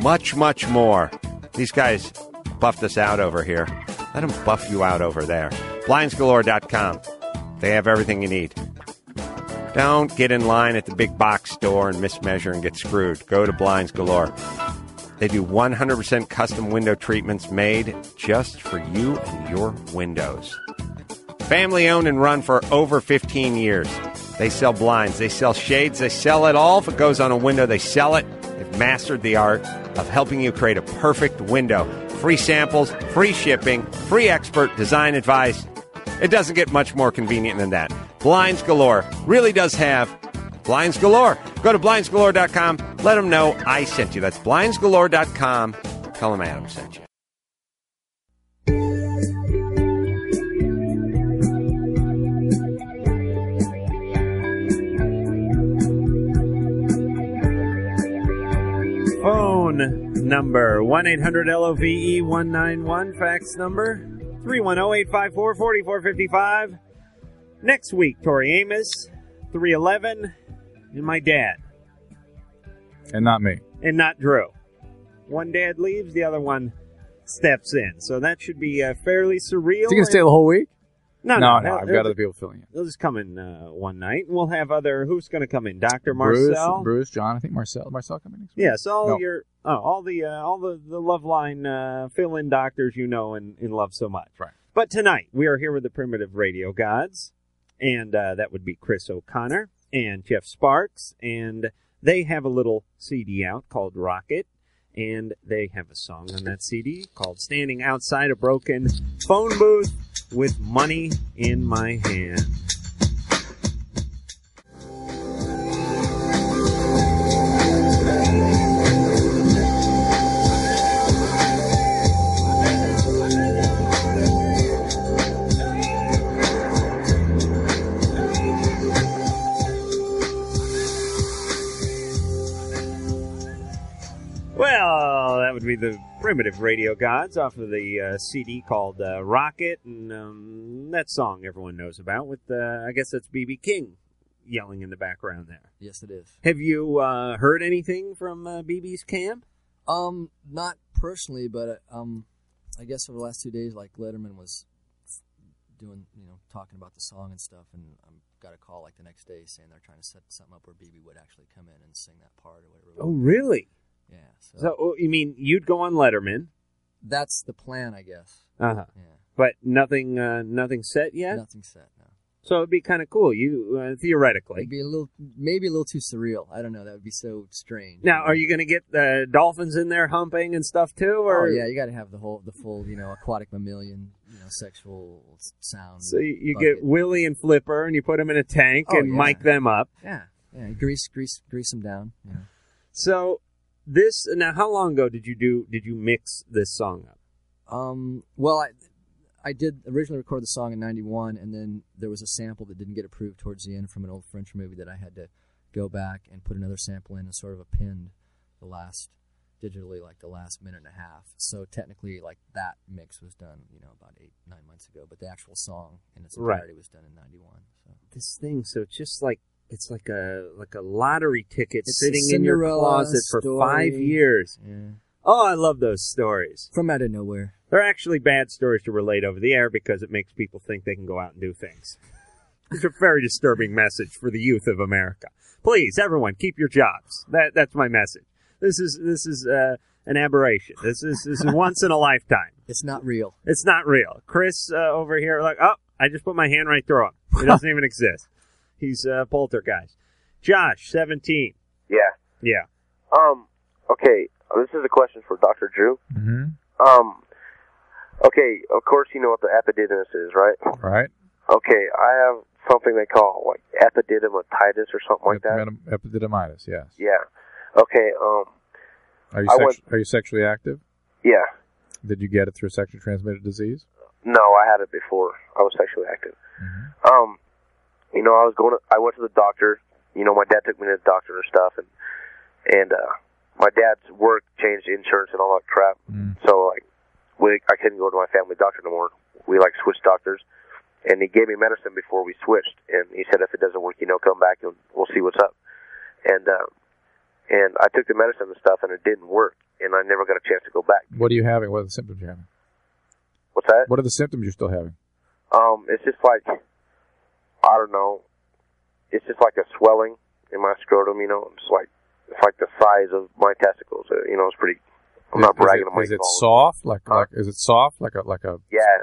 Speaker 21: much, much more. These guys buffed us out over here. Let them buff you out over there. Blindsgalore.com. They have everything you need. Don't get in line at the big box store and mismeasure and get screwed. Go to Blinds Galore. They do 100% custom window treatments made just for you and your windows. Family owned and run for over 15 years. They sell blinds, they sell shades, they sell it all. If it goes on a window, they sell it. They've mastered the art of helping you create a perfect window. Free samples, free shipping, free expert design advice. It doesn't get much more convenient than that. Blinds Galore really does have Blinds Galore. Go to blindsgalore.com. Let them know I sent you. That's blindsgalore.com. Tell them Adam sent you.
Speaker 4: Phone number 1 800 LOVE 191. Fax number 310 854 4455. Next week, Tori Amos, 311, and my dad,
Speaker 5: and not me.
Speaker 4: and not Drew. One dad leaves, the other one steps in. So that should be uh, fairly surreal.
Speaker 5: Is he gonna stay the whole week?
Speaker 4: No,
Speaker 5: no,
Speaker 4: no,
Speaker 5: no.
Speaker 4: they'll-
Speaker 5: I've
Speaker 4: they'll
Speaker 5: got
Speaker 4: do-
Speaker 5: other people filling in.
Speaker 4: They'll just come in uh, one night, and we'll have other. Who's going to come in? Doctor
Speaker 5: Bruce,
Speaker 4: Marcel.
Speaker 5: Bruce, John. I think Marcel. Marcel coming next.
Speaker 4: Yeah, so all
Speaker 5: No.
Speaker 4: your oh, all the uh, all the the love line uh, fill in doctors you know and, and love so much.
Speaker 5: Right.
Speaker 4: But tonight we are here with the primitive radio gods, and uh, that would be Chris O'Connor and Jeff Sparks, and they have a little CD out called Rocket, and they have a song on that CD called "Standing Outside a Broken Phone Booth with Money in My Hand." Well, that would be the primitive radio gods off of the uh, CD called uh, Rocket, and um, that song everyone knows about. With uh, I guess that's BB King yelling in the background there.
Speaker 18: Yes, it is.
Speaker 4: Have you uh, heard anything from uh, BB's camp?
Speaker 18: Um, not personally, but uh, um, I guess over the last two days, like Letterman was doing, you know, talking about the song and stuff, and I got a call like the next day saying they're trying to set something up where BB would actually come in and sing that part or whatever. it
Speaker 4: Oh,
Speaker 18: was.
Speaker 4: really?
Speaker 18: Yeah. So,
Speaker 4: So oh, you mean you'd go on Letterman?
Speaker 18: that's the plan, I guess.
Speaker 4: Uh huh. But nothing, uh, nothing set yet.
Speaker 18: Nothing set. No.
Speaker 4: So it'd be kind of cool. You uh, theoretically.
Speaker 18: It'd be a little, maybe a little too surreal. I don't know. That would be so strange.
Speaker 4: Now, are you going to get the dolphins in there humping and stuff too? Or
Speaker 18: Oh yeah, you got to have the whole, the full, you know, aquatic mammalian, you know, sexual s- sound.
Speaker 4: So you, you
Speaker 18: bucket.
Speaker 4: get Willie and Flipper, and you put them in a tank
Speaker 18: Oh,
Speaker 4: and
Speaker 18: yeah.
Speaker 4: mic them up.
Speaker 18: Yeah, yeah. Grease, grease, grease them down. Yeah.
Speaker 4: So this now, how long ago did you do? Did you mix this song up?
Speaker 18: Um. Well, I, I did originally record the song in '91, and then there was a sample that didn't get approved towards the end from an old French movie that I had to go back and put another sample in and sort of append the last digitally, like the last minute and a half. So technically, like that mix was done, you know, about eight, nine months ago. But the actual song in its
Speaker 4: Right.
Speaker 18: entirety was done in '91.
Speaker 4: This thing, so it's just like it's like a like a lottery ticket
Speaker 18: It's a
Speaker 4: sitting in your
Speaker 18: Cinderella
Speaker 4: closet for five
Speaker 18: story.
Speaker 4: years.
Speaker 18: Yeah.
Speaker 4: Oh, I love those stories.
Speaker 18: From out of nowhere.
Speaker 4: They're actually bad stories to relate over the air because it makes people think they can go out and do things. It's a very disturbing message for the youth of America. Please, everyone, keep your jobs. That that's my message. This is this is uh, an aberration. This is this is once in a lifetime.
Speaker 18: It's not real.
Speaker 4: It's not real. Chris uh, over here, like, oh, I just put my hand right through him. It doesn't even exist. He's uh, poltergeist. Josh, seventeen.
Speaker 23: Yeah.
Speaker 4: Yeah.
Speaker 23: Um. Okay. This is a question for Dr. Drew.
Speaker 5: Mm-hmm.
Speaker 23: Um. Okay. Of course, you know what the epididymis is, right?
Speaker 5: Right.
Speaker 23: Okay. I have something they call like epididymatitis or something like that.
Speaker 5: Metam- Epididymitis. Yes.
Speaker 23: Yeah. Okay. Um.
Speaker 5: Are you
Speaker 23: I
Speaker 5: sex-
Speaker 23: went-
Speaker 5: are you sexually active?
Speaker 23: Yeah.
Speaker 5: Did you get it through sexually transmitted disease?
Speaker 23: No, I had it before. I was sexually active. Um, you know, I was going. To, I went to the doctor. You know, my dad took me to the doctor and stuff, and and uh, my dad's work changed insurance and all that crap. So like, we I couldn't go to my family doctor no more. We like switched doctors, and he gave me medicine before we switched, and he said if it doesn't work, you know, come back and we'll see what's up. And uh, and I took the medicine and stuff, and it didn't work, and I never got a chance to go back.
Speaker 5: What are you having? What are the symptoms you're having?
Speaker 23: What's that?
Speaker 5: What are the symptoms you're still having?
Speaker 23: Um, it's just like I don't know. It's just like a swelling in my scrotum, you know. It's like it's like the size of my testicles. uh, You know, it's pretty. I'm not
Speaker 5: Is- is
Speaker 23: bragging
Speaker 5: it-
Speaker 23: on my
Speaker 5: Is it
Speaker 23: balls.
Speaker 5: soft? Like, like is it soft? Like a like a
Speaker 23: Yeah.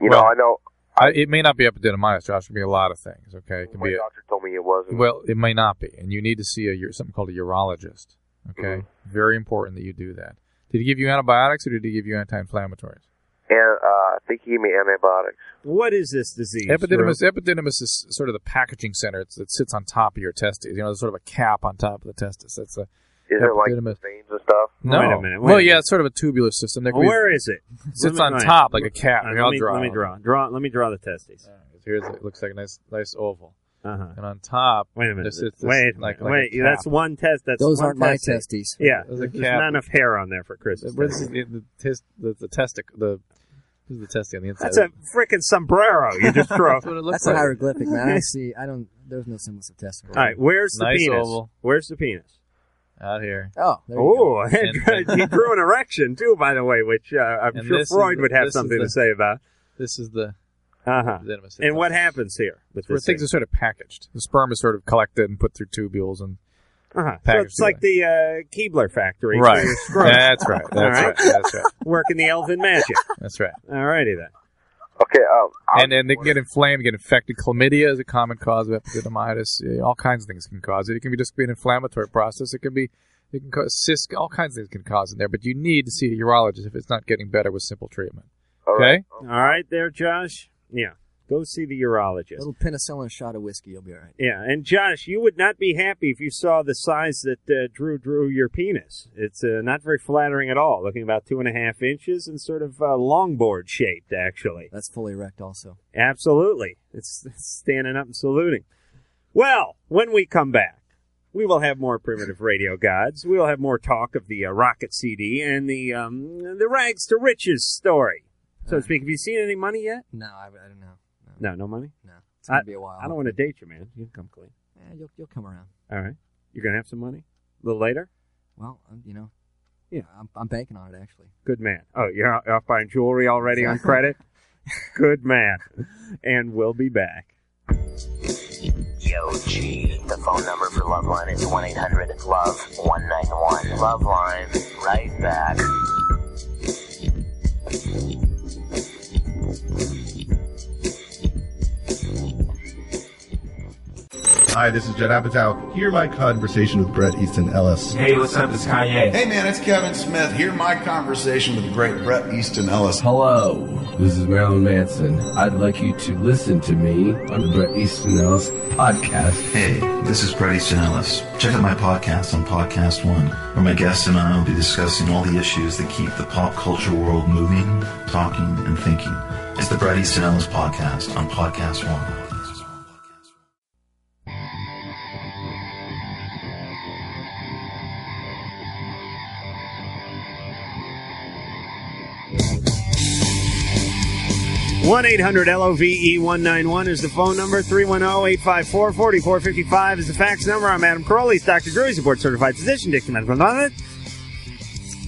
Speaker 23: You
Speaker 5: Well,
Speaker 23: know, I know.
Speaker 5: I, it may not be epididymitis, Josh. It can be a lot of things. Okay, it can
Speaker 23: My
Speaker 5: be.
Speaker 23: doctor told me it wasn't.
Speaker 5: Well, it may not be, and you need to see a ur- something called a urologist. Okay,
Speaker 23: Mm-hmm.
Speaker 5: very important that you do that. Did he give you antibiotics or did he give you anti-inflammatories?
Speaker 23: and uh, I think he gave me antibiotics.
Speaker 4: What is this disease?
Speaker 5: Epididymis, epididymis is sort of the packaging center. It's, it sits on top of your testes. You know, there's sort of a cap on top of the testis. That's a
Speaker 23: Is it like
Speaker 5: epididymis.
Speaker 23: veins and stuff?
Speaker 5: No.
Speaker 4: Wait a minute, wait
Speaker 5: well,
Speaker 4: a
Speaker 5: yeah, it's sort of a tubular system. There could
Speaker 4: Well,
Speaker 5: be-
Speaker 4: where is it? Let
Speaker 5: Sits
Speaker 4: me-
Speaker 5: on
Speaker 4: all right.
Speaker 5: top like a cap.
Speaker 4: All right,
Speaker 5: Here, I'll
Speaker 4: let me,
Speaker 5: draw.
Speaker 4: Let me draw. Draw. Let me draw the testes.
Speaker 5: Here's it looks like a nice, nice oval.
Speaker 4: Uh-huh.
Speaker 5: And on top,
Speaker 4: wait a minute.
Speaker 5: This, this,
Speaker 4: wait, a
Speaker 5: like, like
Speaker 4: minute.
Speaker 5: a
Speaker 4: wait.
Speaker 5: cap.
Speaker 4: that's one test. That's
Speaker 18: Those
Speaker 4: one
Speaker 18: aren't my
Speaker 4: testis.
Speaker 18: testes.
Speaker 4: Yeah,
Speaker 5: There's a
Speaker 4: there's
Speaker 5: cap.
Speaker 4: not enough hair on there for Chris.
Speaker 5: Where this is the the, tes- the, the testic the this is the testy on the inside.
Speaker 4: That's a freaking sombrero you just throw.
Speaker 5: That's what it looks
Speaker 18: That's a hieroglyphic, man. I see. I don't. There's no semblance of testicle.
Speaker 4: All right, where's the
Speaker 5: Nice
Speaker 4: penis?
Speaker 5: oval.
Speaker 4: Where's the penis?
Speaker 5: out here.
Speaker 18: Oh, there you
Speaker 4: Oh,
Speaker 18: go.
Speaker 4: he drew an erection too, by the way, which uh, I'm
Speaker 5: And
Speaker 4: sure
Speaker 5: this is
Speaker 4: Freud
Speaker 5: the-
Speaker 4: would have
Speaker 5: this is
Speaker 4: something
Speaker 5: the-
Speaker 4: to say about.
Speaker 5: This is the
Speaker 4: Uh-huh.
Speaker 5: epididymis.
Speaker 4: And what happens here? With
Speaker 5: Where
Speaker 4: this
Speaker 5: things
Speaker 4: thing?
Speaker 5: are sort of packaged. The sperm is sort of collected and put through tubules and
Speaker 4: Uh-huh. So
Speaker 5: packaged.
Speaker 4: it's like the uh, Keebler factory, for
Speaker 5: Right.
Speaker 4: your scrotum.
Speaker 5: That's right. That's
Speaker 4: All
Speaker 5: right. That's right.
Speaker 4: Working the elven magic.
Speaker 5: That's right.
Speaker 4: All righty then.
Speaker 23: Okay. Um,
Speaker 5: and then they can get inflamed, get infected. Chlamydia is a common cause of epididymitis. Yeah, All kinds of things can cause it. It can be just be an inflammatory process. It can be it can cause cyst. All kinds of things can cause it there. But you need to see a urologist if it's not getting better with simple treatment. okay.
Speaker 4: All right, there, Josh. Yeah, go see the urologist.
Speaker 18: little penicillin, and a shot of whiskey, you'll be all right.
Speaker 4: Yeah, and Josh, you would not be happy if you saw the size that uh, Drew drew your penis. It's uh, not very flattering at all, looking about two and a half inches and sort of uh, longboard shaped, actually.
Speaker 18: That's fully erect, also.
Speaker 4: Absolutely. It's, it's standing up and saluting. Well, when we come back, we will have more primitive radio gods. We will have more talk of the uh, rocket CD and the um, the rags to riches story. So to speak. Have you seen any money yet?
Speaker 18: Uh-huh. No, I, I don't know.
Speaker 4: No, no money.
Speaker 18: No, it's gonna
Speaker 4: I,
Speaker 18: be a while.
Speaker 4: I don't want to date you, man. You can come clean.
Speaker 18: Yeah, you'll you'll come around.
Speaker 4: All right. You're gonna have some money a little later.
Speaker 18: Well, um, you know. Yeah, I'm, I'm banking on it actually.
Speaker 4: Good man. Oh, you're out- off buying jewelry already on credit. Good man. And we'll be back.
Speaker 2: Yo, G. The phone number for Loveline is 1 800 Love 191. Loveline, right back.
Speaker 24: Hi, this is Jed Apatow. Hear my conversation with Brett Easton Ellis.
Speaker 25: Hey, man, it's Kevin Smith. Hear my conversation with the great Brett Easton Ellis.
Speaker 26: Hello, this is Marilyn Manson. I'd like you to listen to me on the Brett Easton Ellis podcast.
Speaker 25: Hey, this is Brett Easton Ellis. Check out my podcast on Podcast One, where my guest and I will be discussing all the issues that keep the pop culture world moving, talking, and thinking. It's the Brett Easton Ellis podcast on Podcast One.
Speaker 4: One eight hundred L O V E one nine one is the phone number. 310-854-4455 is the fax number. I'm Adam Crowley. It's Dr. Drew. He's a board certified physician. Dictum.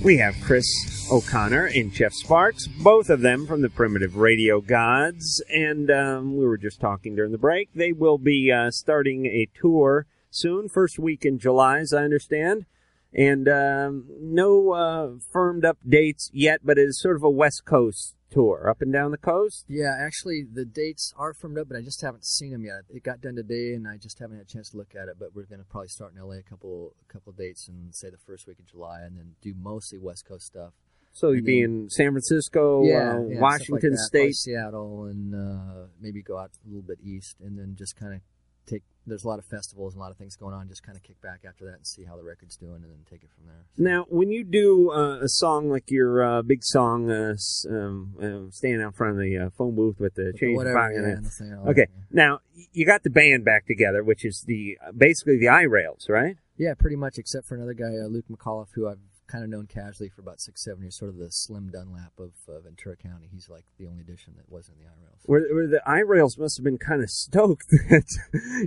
Speaker 4: We have Chris O'Connor and Jeff Sparks, both of them from the Primitive Radio Gods. And um, we were just talking during the break. They will be uh, starting a tour soon, first week in July, as I understand. And um, no uh, firmed up dates yet, but it is sort of a West Coast tour, up and down the coast.
Speaker 18: Yeah, actually, the dates are firmed up, but I just haven't seen them yet. It got done today, and I just haven't had a chance to look at it. But we're going to probably start in LA a couple a couple dates, and say the first week of July, and then do mostly West Coast stuff.
Speaker 4: So
Speaker 18: And
Speaker 4: you'd be
Speaker 18: then-
Speaker 4: in San Francisco,
Speaker 18: Mm-hmm. yeah,
Speaker 4: uh,
Speaker 18: yeah, stuff
Speaker 4: Washington
Speaker 18: like that, probably
Speaker 4: State.
Speaker 18: Seattle, and uh, maybe go out a little bit east, and then just kind of take. There's a lot of festivals and a lot of things going on. Just kind of kick back after that and see how the record's doing, and then take it from there.
Speaker 4: Now, when you do uh, a song like your uh, big song, uh, s- um, um, standing out front of the uh, phone booth with the change
Speaker 18: whatever,
Speaker 4: pocket
Speaker 18: yeah,
Speaker 4: in it.
Speaker 18: and the thing and all
Speaker 4: Okay, now y- you got the band back together, which is the basically the I rails, right?
Speaker 18: Yeah, pretty much, except for another guy, uh, Luke McAuliffe, who I've kind of known casually for about six, seven years, sort of the Slim Dunlap of uh, Ventura County. He's like the only addition that wasn't in the I rails.
Speaker 4: Where, where the I rails must have been kind of stoked that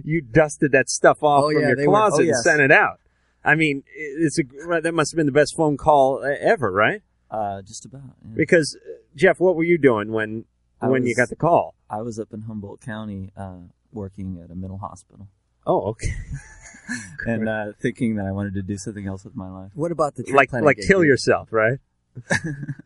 Speaker 4: you dusted that stuff off
Speaker 18: Oh,
Speaker 4: from
Speaker 18: yeah,
Speaker 4: your
Speaker 18: they were-
Speaker 4: closet
Speaker 18: oh, yes.
Speaker 4: and sent it out. I mean, i- it's a, well, that must have been the best phone call uh, ever, right?
Speaker 1: Uh, just about. yeah.
Speaker 4: Because uh, Jeff, what were you doing when
Speaker 1: I
Speaker 4: when you
Speaker 1: was-
Speaker 4: got the call?
Speaker 1: I was up in Humboldt County uh, working at a mental hospital.
Speaker 4: Oh, okay.
Speaker 1: and uh, thinking that I wanted to do something else with my life.
Speaker 18: What about the
Speaker 4: like like kill yourself, right?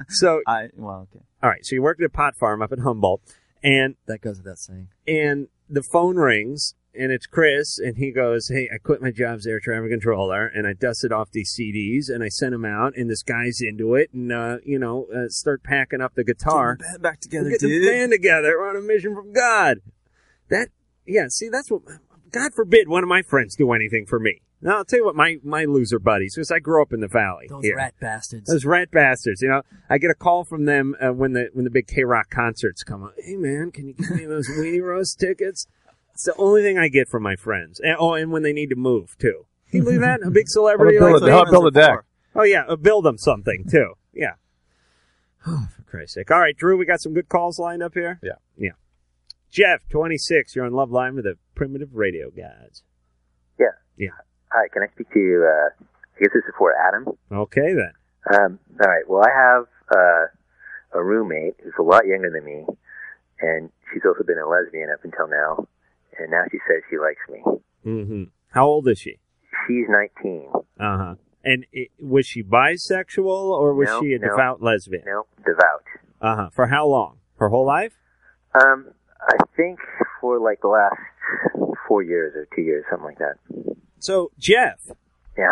Speaker 4: so
Speaker 1: I well, okay.
Speaker 4: All right, so you worked at a pot farm up in Humboldt, and
Speaker 18: that goes without saying.
Speaker 4: And the phone rings, and it's Chris, and he goes, "Hey, I quit my job as air traffic controller, and I dusted off these CDs, and I sent them out, and this guy's into it, and uh, you know, uh, start packing up the guitar,
Speaker 1: Get the band back together,
Speaker 4: get
Speaker 1: dude.
Speaker 4: the band together. We're on a mission from God. That, yeah, see, that's what. God forbid one of my friends do anything for me. Now I'll tell you what, my my loser buddies, because I grew up in the valley.
Speaker 18: Those
Speaker 4: here.
Speaker 18: rat bastards.
Speaker 4: Those rat bastards. You know, I get a call from them uh, when the when the big K Rock concerts come on. Hey man, can you give me those weenie roast tickets? It's the only thing I get from my friends. And, oh, and when they need to move too. Can you believe that? A big celebrity.
Speaker 5: How about
Speaker 4: like
Speaker 5: build a- how about build a deck?
Speaker 4: Oh yeah, uh, build them something too. Yeah. Oh, for Christ's sake! All right, Drew, we got some good calls lined up here.
Speaker 5: Yeah.
Speaker 4: Yeah. Jeff, twenty six. You're on Love Line with the Primitive Radio Guys.
Speaker 3: Yeah.
Speaker 4: Yeah.
Speaker 3: Hi, can I speak to uh, I guess this is for Adam.
Speaker 4: Okay then.
Speaker 3: Um, all right. Well, I have uh, a roommate who's a lot younger than me, and she's also been a lesbian up until now, and now she says she likes me.
Speaker 4: Mm-hmm. How old is she?
Speaker 3: She's 19.
Speaker 4: Uh huh. And it, was she bisexual or was
Speaker 3: No,
Speaker 4: she a
Speaker 3: no.
Speaker 4: devout lesbian?
Speaker 3: No, devout.
Speaker 4: Uh huh. For how long? Her whole life?
Speaker 3: Um, I think for like the last four years or two years, something like that.
Speaker 4: So, Jeff.
Speaker 3: Yeah.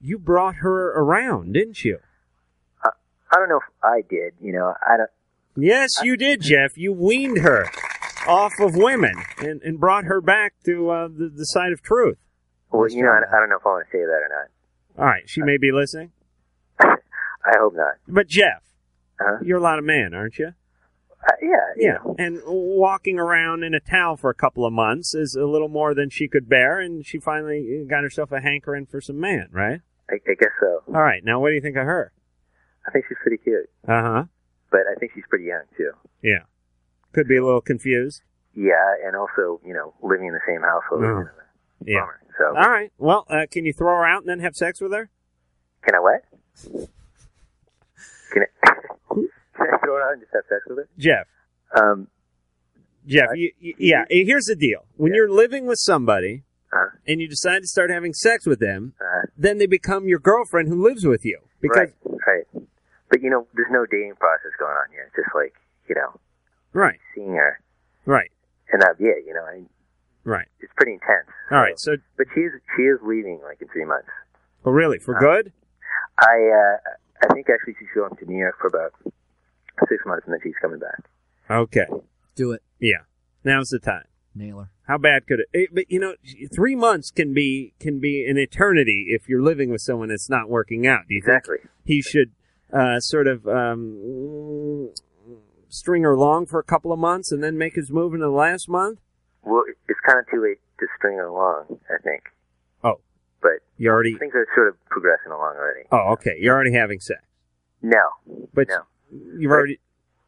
Speaker 4: You brought her around, didn't you?
Speaker 3: Uh, I don't know if I did. You know, I don't.
Speaker 4: Yes, you did, Jeff. You weaned her off of women and, and brought her back to uh, the, the side of truth.
Speaker 3: Well, you know, I, I don't know if I want to say that or not.
Speaker 4: All right. She may be listening.
Speaker 3: I hope not.
Speaker 4: But, Jeff,
Speaker 3: Uh-huh.
Speaker 4: you're a lot of man, aren't you?
Speaker 3: Uh, yeah. you
Speaker 4: Yeah.
Speaker 3: know.
Speaker 4: And walking around in a towel for a couple of months is a little more than she could bear, and she finally got herself a hankering for some man, right?
Speaker 3: I, I guess so.
Speaker 4: All right. Now, what do you think of her?
Speaker 3: I think she's pretty cute,
Speaker 4: Uh huh.
Speaker 3: but I think she's pretty young too.
Speaker 4: Yeah. Could be a little confused.
Speaker 3: Yeah, and also, you know, living in the same household.
Speaker 4: No. Yeah.
Speaker 3: So,
Speaker 4: Mm. All right. Well, uh, can you throw her out and then have sex with her?
Speaker 3: can I what? Can I, can I throw it out and just have sex with her?
Speaker 4: Jeff.
Speaker 3: Um,
Speaker 4: Jeff, you, you, yeah, eh, here's the deal. When you're living with somebody
Speaker 3: Uh-huh.
Speaker 4: and you decide to start having sex with them, then they become your girlfriend who lives with you. Because,
Speaker 3: right, right. But you know, there's no dating process going on here. It's just like you know,
Speaker 4: right,
Speaker 3: seeing her,
Speaker 4: right,
Speaker 3: and that'd be it. You know, I mean,
Speaker 4: right.
Speaker 3: it's pretty intense.
Speaker 4: All right. So,
Speaker 3: But she is she is leaving like in three months.
Speaker 4: oh, really, for
Speaker 3: Uh,
Speaker 4: good?
Speaker 3: I uh, I think actually she's going to New York for about six months, and then she's coming back.
Speaker 4: Okay.
Speaker 18: Do it.
Speaker 4: Yeah. Now's the time.
Speaker 18: Nail her.
Speaker 4: How bad could it? eh, But you know, three months can be can be an eternity if you're living with someone that's not working out. Do you
Speaker 3: Exactly.
Speaker 4: think he should uh, sort of um, string her along for a couple of months and then make his move in the last month?
Speaker 3: Well, it- it's kind of too late to string her along, I think.
Speaker 4: Oh.
Speaker 3: But
Speaker 4: you already
Speaker 3: things are sort of progressing along already.
Speaker 4: Oh, okay. You're already having sex,
Speaker 3: No,
Speaker 4: but
Speaker 3: no,
Speaker 4: you've already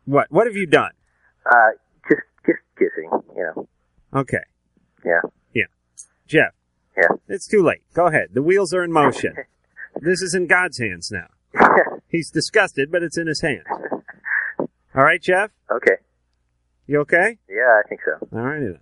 Speaker 4: what? What have you done?
Speaker 3: uh, just just kissing, you know.
Speaker 4: Okay,
Speaker 3: Yeah,
Speaker 4: yeah, Jeff.
Speaker 3: Yeah.
Speaker 4: It's too late. Go ahead. The wheels are in motion. this is in God's hands now. He's disgusted, but it's in his hand. All right, Jeff?
Speaker 3: Okay.
Speaker 4: You okay?
Speaker 3: Yeah, I think so.
Speaker 4: All right. then.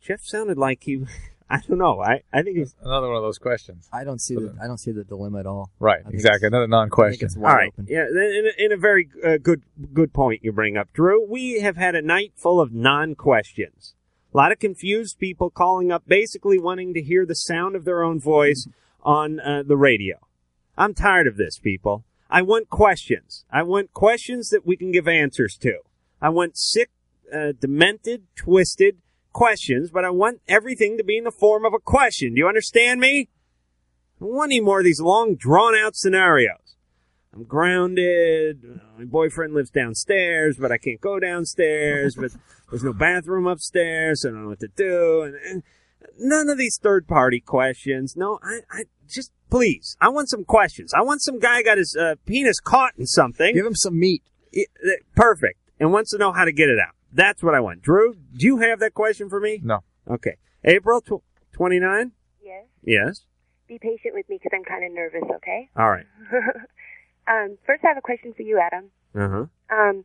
Speaker 4: Jeff sounded like he. I don't know. I, I think he's
Speaker 5: another one of those questions.
Speaker 18: I don't see the I don't see the dilemma at all.
Speaker 5: Right,
Speaker 18: I think
Speaker 5: exactly.
Speaker 18: it's- I
Speaker 5: Another
Speaker 18: think
Speaker 5: non-question.
Speaker 18: it's
Speaker 4: All
Speaker 18: wide
Speaker 4: right.
Speaker 18: open.
Speaker 4: Yeah, in a, in a very uh, good good point you bring up, Drew. We have had a night full of non-questions. A lot of confused people calling up, basically wanting to hear the sound of their own voice on uh, the radio. I'm tired of this, people. I want questions. I want questions that we can give answers to. I want sick, uh, demented, twisted questions, but I want everything to be in the form of a question. Do you understand me? I don't want any more of these long, drawn-out scenarios. I'm grounded. My boyfriend lives downstairs, but I can't go downstairs. But there's no bathroom upstairs, so I don't know what to do. And, and none of these third party questions. No, I, I just please. I want some questions. I want some guy got his uh, penis caught in something. Give
Speaker 18: him some meat.
Speaker 4: perfect, and wants to know how to get it out. That's what I want. Drew, do you have that question for me?
Speaker 5: No.
Speaker 4: Okay. April tw- 29?
Speaker 15: Yes.
Speaker 4: Yes.
Speaker 15: Be patient with me because I'm kind of nervous. Okay.
Speaker 4: All right.
Speaker 15: um, first, I have a question for you, Adam.
Speaker 4: Uh huh.
Speaker 15: Um,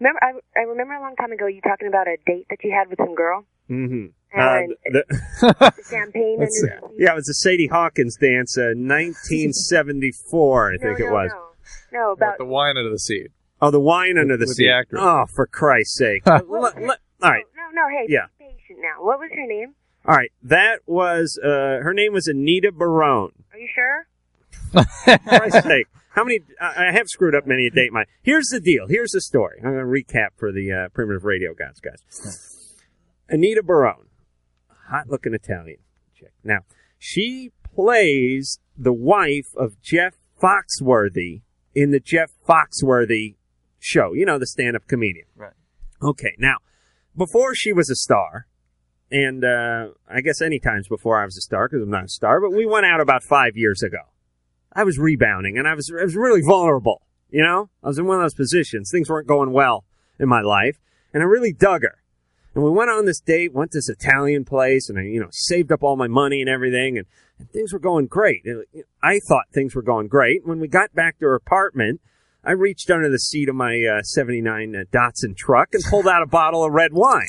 Speaker 15: remember, I, I remember a long time ago you talking about a date that you had with some girl.
Speaker 4: Mm-hmm.
Speaker 15: And-
Speaker 4: the,
Speaker 15: The champagne and
Speaker 4: That's- yeah, it was the Sadie Hawkins dance, uh, 1974, I think it was.
Speaker 15: no about
Speaker 5: the wine under the seat.
Speaker 4: Oh, the wine under the
Speaker 5: With
Speaker 4: seat.
Speaker 5: the actress.
Speaker 4: Oh, for Christ's sake! Uh, le- le- all right,
Speaker 15: no, no. Hey,
Speaker 4: Yeah.
Speaker 15: be patient now. What was her name?
Speaker 4: all right. That was uh, her name was Anita Barone.
Speaker 15: Are you sure?
Speaker 4: For Christ's sake. How many? I I have screwed up many a date. My here's the deal. Here's the story. I'm going to recap for the uh, primitive radio guys, guys. Anita Barone, hot looking Italian chick. Now she plays the wife of Jeff Foxworthy in the Jeff Foxworthy show. You know the stand-up comedian.
Speaker 1: Right.
Speaker 4: Okay, now before she was a star, and uh, I guess any times before I was a star because I'm not a star, but we went out about five years ago. I was rebounding, and I was I was really vulnerable. You know, I was in one of those positions. Things weren't going well in my life, and I really dug her. And we went on this date, went to this Italian place, and I, you know, saved up all my money and everything, and, and things were going great. And I thought things were going great. When we got back to her apartment, I reached under the seat of my uh, 79 uh, Datsun truck and pulled out a bottle of red wine.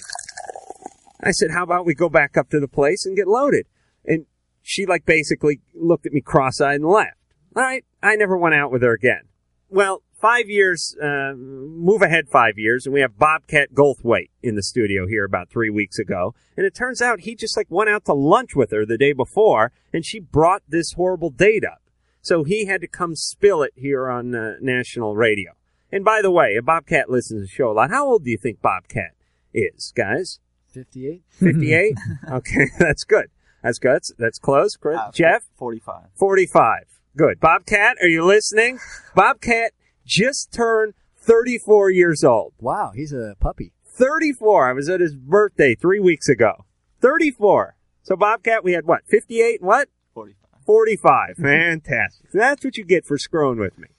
Speaker 4: I said, "How about we go back up to the place and get loaded?" And she like basically looked at me cross-eyed and left. All right, I never went out with her again. Well, five years, uh, move ahead five years, and we have Bobcat Goldthwait in the studio here about three weeks ago, and it turns out he just like went out to lunch with her the day before, and she brought this horrible date up. So he had to come spill it here on uh, national radio. And by the way, Bobcat listens to the show a lot. How old do you think Bobcat is, guys?
Speaker 18: 58?
Speaker 4: 58? okay, that's good. That's good. That's, that's close. Chris-
Speaker 18: Uh,
Speaker 4: Jeff?
Speaker 1: 45.
Speaker 4: 45. Good. Bobcat, are you listening? Bobcat just turned 34 years old.
Speaker 18: Wow, he's a puppy.
Speaker 4: 34. I was at his birthday three weeks ago. 34. So, Bobcat, we had what? 58 and what?
Speaker 1: 45.
Speaker 4: 45. Fantastic. That's what you get for screwing with me.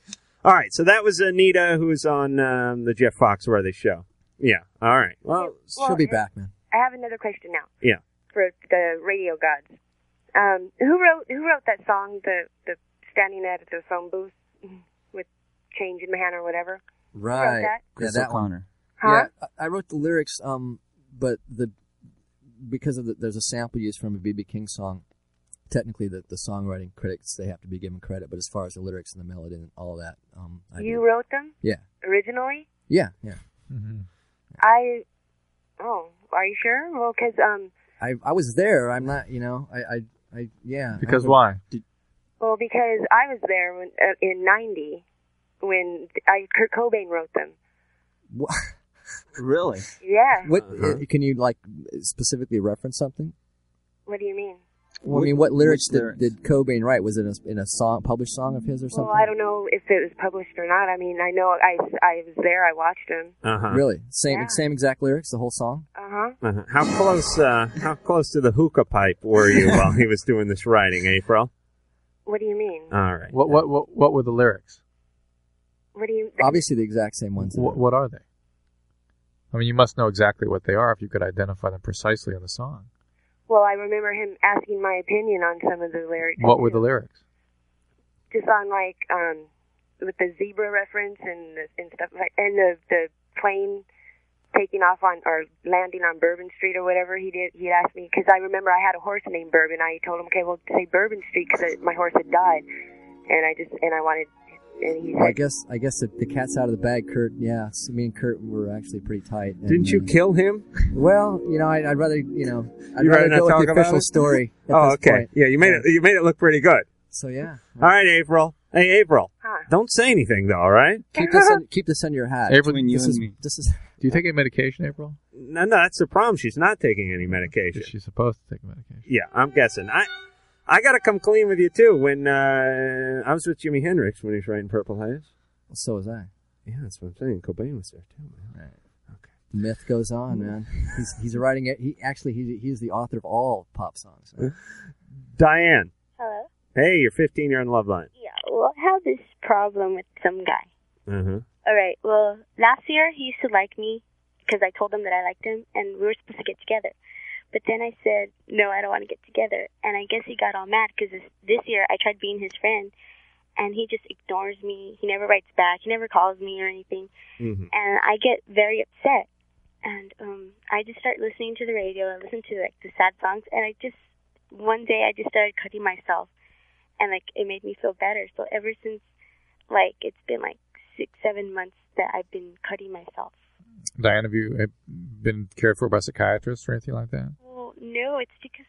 Speaker 4: All right. So, that was Anita, who was on um, the Jeff Foxworthy show. Yeah. All right. Well,
Speaker 15: Well, and I have another question now
Speaker 4: Yeah.
Speaker 15: for the radio gods. Um, who wrote who wrote that song? The the standing at the phone booth with change in my hand or whatever.
Speaker 18: Right.
Speaker 15: that?
Speaker 1: Chris
Speaker 18: yeah, that one.
Speaker 1: O'Connor.
Speaker 15: Huh?
Speaker 18: Yeah, I I wrote the lyrics, um, but the because of the, there's a sample used from a BB King song. Technically, the, the songwriting critics they have to be given credit, but as far as the lyrics and the melody and all that, um, I
Speaker 15: you
Speaker 18: did.
Speaker 15: wrote them
Speaker 18: yeah,
Speaker 15: originally.
Speaker 18: yeah, yeah.
Speaker 15: I oh, are you sure? Well, because um,
Speaker 18: I I was there. I'm not, you know, I I, I yeah.
Speaker 5: Because
Speaker 18: I,
Speaker 5: why?
Speaker 15: well, because I was there when, uh, in '90 when I Kurt Cobain wrote them.
Speaker 18: Wha- really?
Speaker 15: Yeah.
Speaker 18: What
Speaker 4: Uh-huh.
Speaker 18: uh, can you like specifically reference something?
Speaker 15: What do you mean?
Speaker 18: Well, I mean, what lyrics, Did, did Cobain write? Was it in a, in a song, published song of his or something?
Speaker 15: Well, I don't know if it was published or not. I mean, I know I I was there. I watched him.
Speaker 4: Uh-huh.
Speaker 18: Really? Same same exact lyrics, the whole song?
Speaker 15: Uh huh.
Speaker 4: Uh-huh. How close? Uh, how close to the hookah pipe were you while he was doing this writing, April?
Speaker 15: What do you mean?
Speaker 4: All right.
Speaker 5: What what what, what were the lyrics?
Speaker 15: What do you?
Speaker 18: Obviously, the exact same ones.
Speaker 5: What, what are they? I mean, you must know exactly what they are if you could identify them precisely on the song.
Speaker 15: Well, I remember him asking my opinion on some of the lyrics.
Speaker 5: What were the lyrics?
Speaker 15: Just on like um,
Speaker 6: with the zebra reference and the, and stuff like and the the plane taking off on or landing on Bourbon Street or whatever he did. He asked me because I remember I had a horse named Bourbon. I told him, okay, well say Bourbon Street because my horse had died, and I just and I wanted and he
Speaker 18: Well, I guess I guess the, the cat's out of the bag, Kurt. Yeah, s- me and Kurt were actually pretty tight. and,
Speaker 4: Didn't you
Speaker 18: uh,
Speaker 4: kill him?
Speaker 18: Well, you know, I, I'd rather you know I'd
Speaker 4: You
Speaker 18: rather
Speaker 4: rather not
Speaker 18: go
Speaker 4: talk
Speaker 18: with the
Speaker 4: about
Speaker 18: official
Speaker 4: it?
Speaker 18: story. at
Speaker 4: oh,
Speaker 18: this
Speaker 4: okay.
Speaker 18: point.
Speaker 4: Yeah, you made it. You made it look pretty good.
Speaker 18: So yeah.
Speaker 4: All right, April. Hey, April. Don't say anything though. All right.
Speaker 18: Keep this on, keep this on your hat.
Speaker 4: April,
Speaker 18: Between you
Speaker 4: this
Speaker 18: and
Speaker 4: is-
Speaker 18: me. This is
Speaker 5: Do you take any medication, April?
Speaker 4: No, no, that's the problem. She's not taking any medication.
Speaker 5: She's supposed to take medication.
Speaker 4: Yeah, I'm guessing. I I gotta come clean with you too. When uh, I was with Jimi Hendrix when he was writing Purple Haze.
Speaker 18: so was I.
Speaker 4: Yeah, that's what I'm saying. Cobain was there too.
Speaker 18: Right. Myth goes on, man. He's he's writing it. He actually he he is the author of all pop songs.
Speaker 4: Diane.
Speaker 20: Hello?
Speaker 4: Hey, you're 15. You're on Love Line.
Speaker 20: Yeah, well, I have this problem with some guy.
Speaker 4: Uh huh.
Speaker 5: Mm-hmm.
Speaker 20: All right. Well, last year he used to like me because I told him that I liked him, and we were supposed to get together. But then I said, "No, I don't want to get together." And I guess he got all mad because this, this year I tried being his friend, and he just ignores me. He never writes back. He never calls me or anything,
Speaker 11: Mm-hmm.
Speaker 20: and I get very upset. And um, I just start listening to the radio. I listen to like the sad songs, and I just one day I just started cutting myself, and like it made me feel better. So ever since, like it's been like six, seven months that I've been cutting myself.
Speaker 5: Diane, have you uh, been cared for by psychiatrists or anything like that?
Speaker 20: Well, no, it's because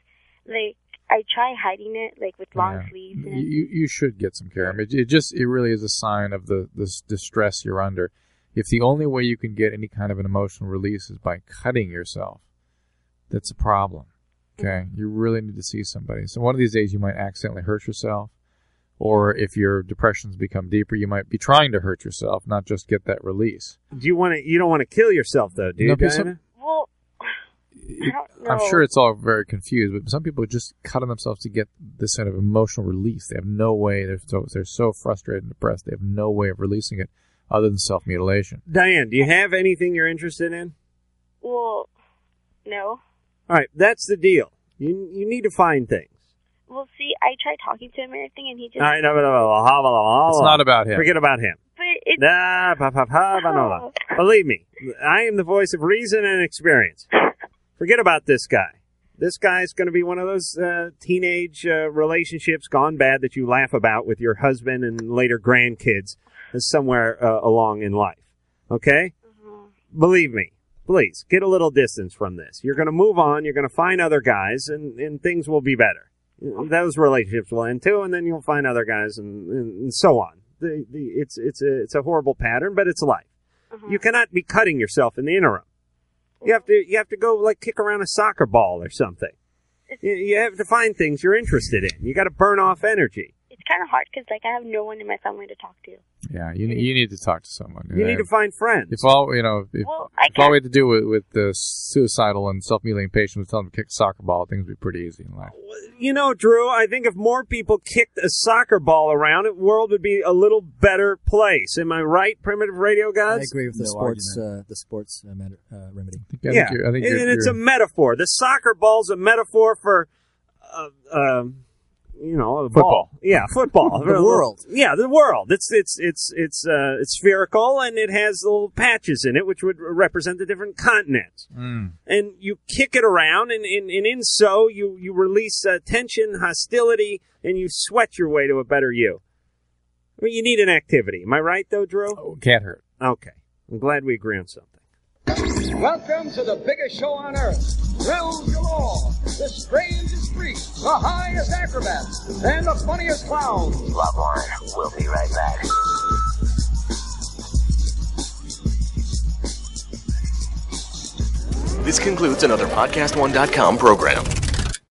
Speaker 20: like I try hiding it, like with long
Speaker 5: Yeah.
Speaker 20: sleeves.
Speaker 5: You you- you should get some care. I mean, it, it just it really is a sign of the the s- distress you're under. If the only way you can get any kind of an emotional release is by cutting yourself, that's a problem. Okay, you really need to see somebody. So one of these days you might accidentally hurt yourself, or if your depressions become deeper, you might be trying to hurt yourself, not just get that release.
Speaker 4: Do you want to? You don't want to kill yourself though, do you,
Speaker 5: No, but some-
Speaker 4: Diana?
Speaker 20: Well, I don't know.
Speaker 5: I'm sure it's all very confused, but some people just cut on themselves to get this kind of emotional release. They have no way. They're so, they're so frustrated and depressed. They have no way of releasing it other than self mutilation.
Speaker 4: Diane, do you have anything you're interested in?
Speaker 20: Well, no.
Speaker 4: All right, that's the deal. You you need to find things.
Speaker 20: Well, see, I tried talking to him and everything, and he just.
Speaker 4: All right, no, no, no, no, holla, holla.
Speaker 5: It's not about him.
Speaker 4: Forget about him.
Speaker 20: But it's. Oh.
Speaker 4: Ah, pa, pa, pa, ba, no, no. Believe me, I am the voice of reason and experience. Forget about this guy. This guy's going to be one of those uh, teenage uh, relationships gone bad that you laugh about with your husband and later grandkids somewhere uh, along in life. Okay? Believe me. Please get a little distance from this. You're going to move on. You're going to find other guys, and, and things will be better. Those relationships will end too, and then you'll find other guys, and, and, and so on. The, the, it's it's a it's a horrible pattern, but it's life. You cannot be cutting yourself in the interim. You have to you have to go like kick around a soccer ball or something. You, you have to find things you're interested in. You got to burn off energy.
Speaker 20: It's kind of hard because, like, I have no one in my family to talk to.
Speaker 5: Yeah, you you need to talk to someone.
Speaker 4: You need to find friends.
Speaker 5: If all you know, if,
Speaker 20: Well, I
Speaker 5: if all we had to do with, with the suicidal and self mutilating patient was tell them to kick a soccer ball, things would be pretty easy in life.
Speaker 4: You know, Drew, I think if more people kicked a soccer ball around, the world would be a little better place. Am I right, primitive radio
Speaker 18: I
Speaker 4: gods?
Speaker 18: agree with the sports uh, the sports uh, med- uh, remedy.
Speaker 4: Yeah, and, and it's a metaphor. The soccer ball's a metaphor for, uh, um, you know, a
Speaker 5: Football.
Speaker 4: Ball. Yeah, football.
Speaker 18: The world.
Speaker 4: Yeah, the world. It's it's it's it's uh, it's spherical and it has little patches in it, which would represent the different continents.
Speaker 18: Hmm.
Speaker 4: And you kick it around, and, and, and in so you you release uh, tension, hostility, and you sweat your way to a better you. I mean, you need an activity. Am I right though, Drew?
Speaker 5: Oh, Can't hurt.
Speaker 4: Okay, I'm glad we agree on something.
Speaker 14: Welcome to the biggest show on earth. Thrills galore, the strangest freaks, the highest acrobats, and the funniest clowns.
Speaker 2: Loveline, we'll be right back.
Speaker 27: This concludes another PodcastOne.com program.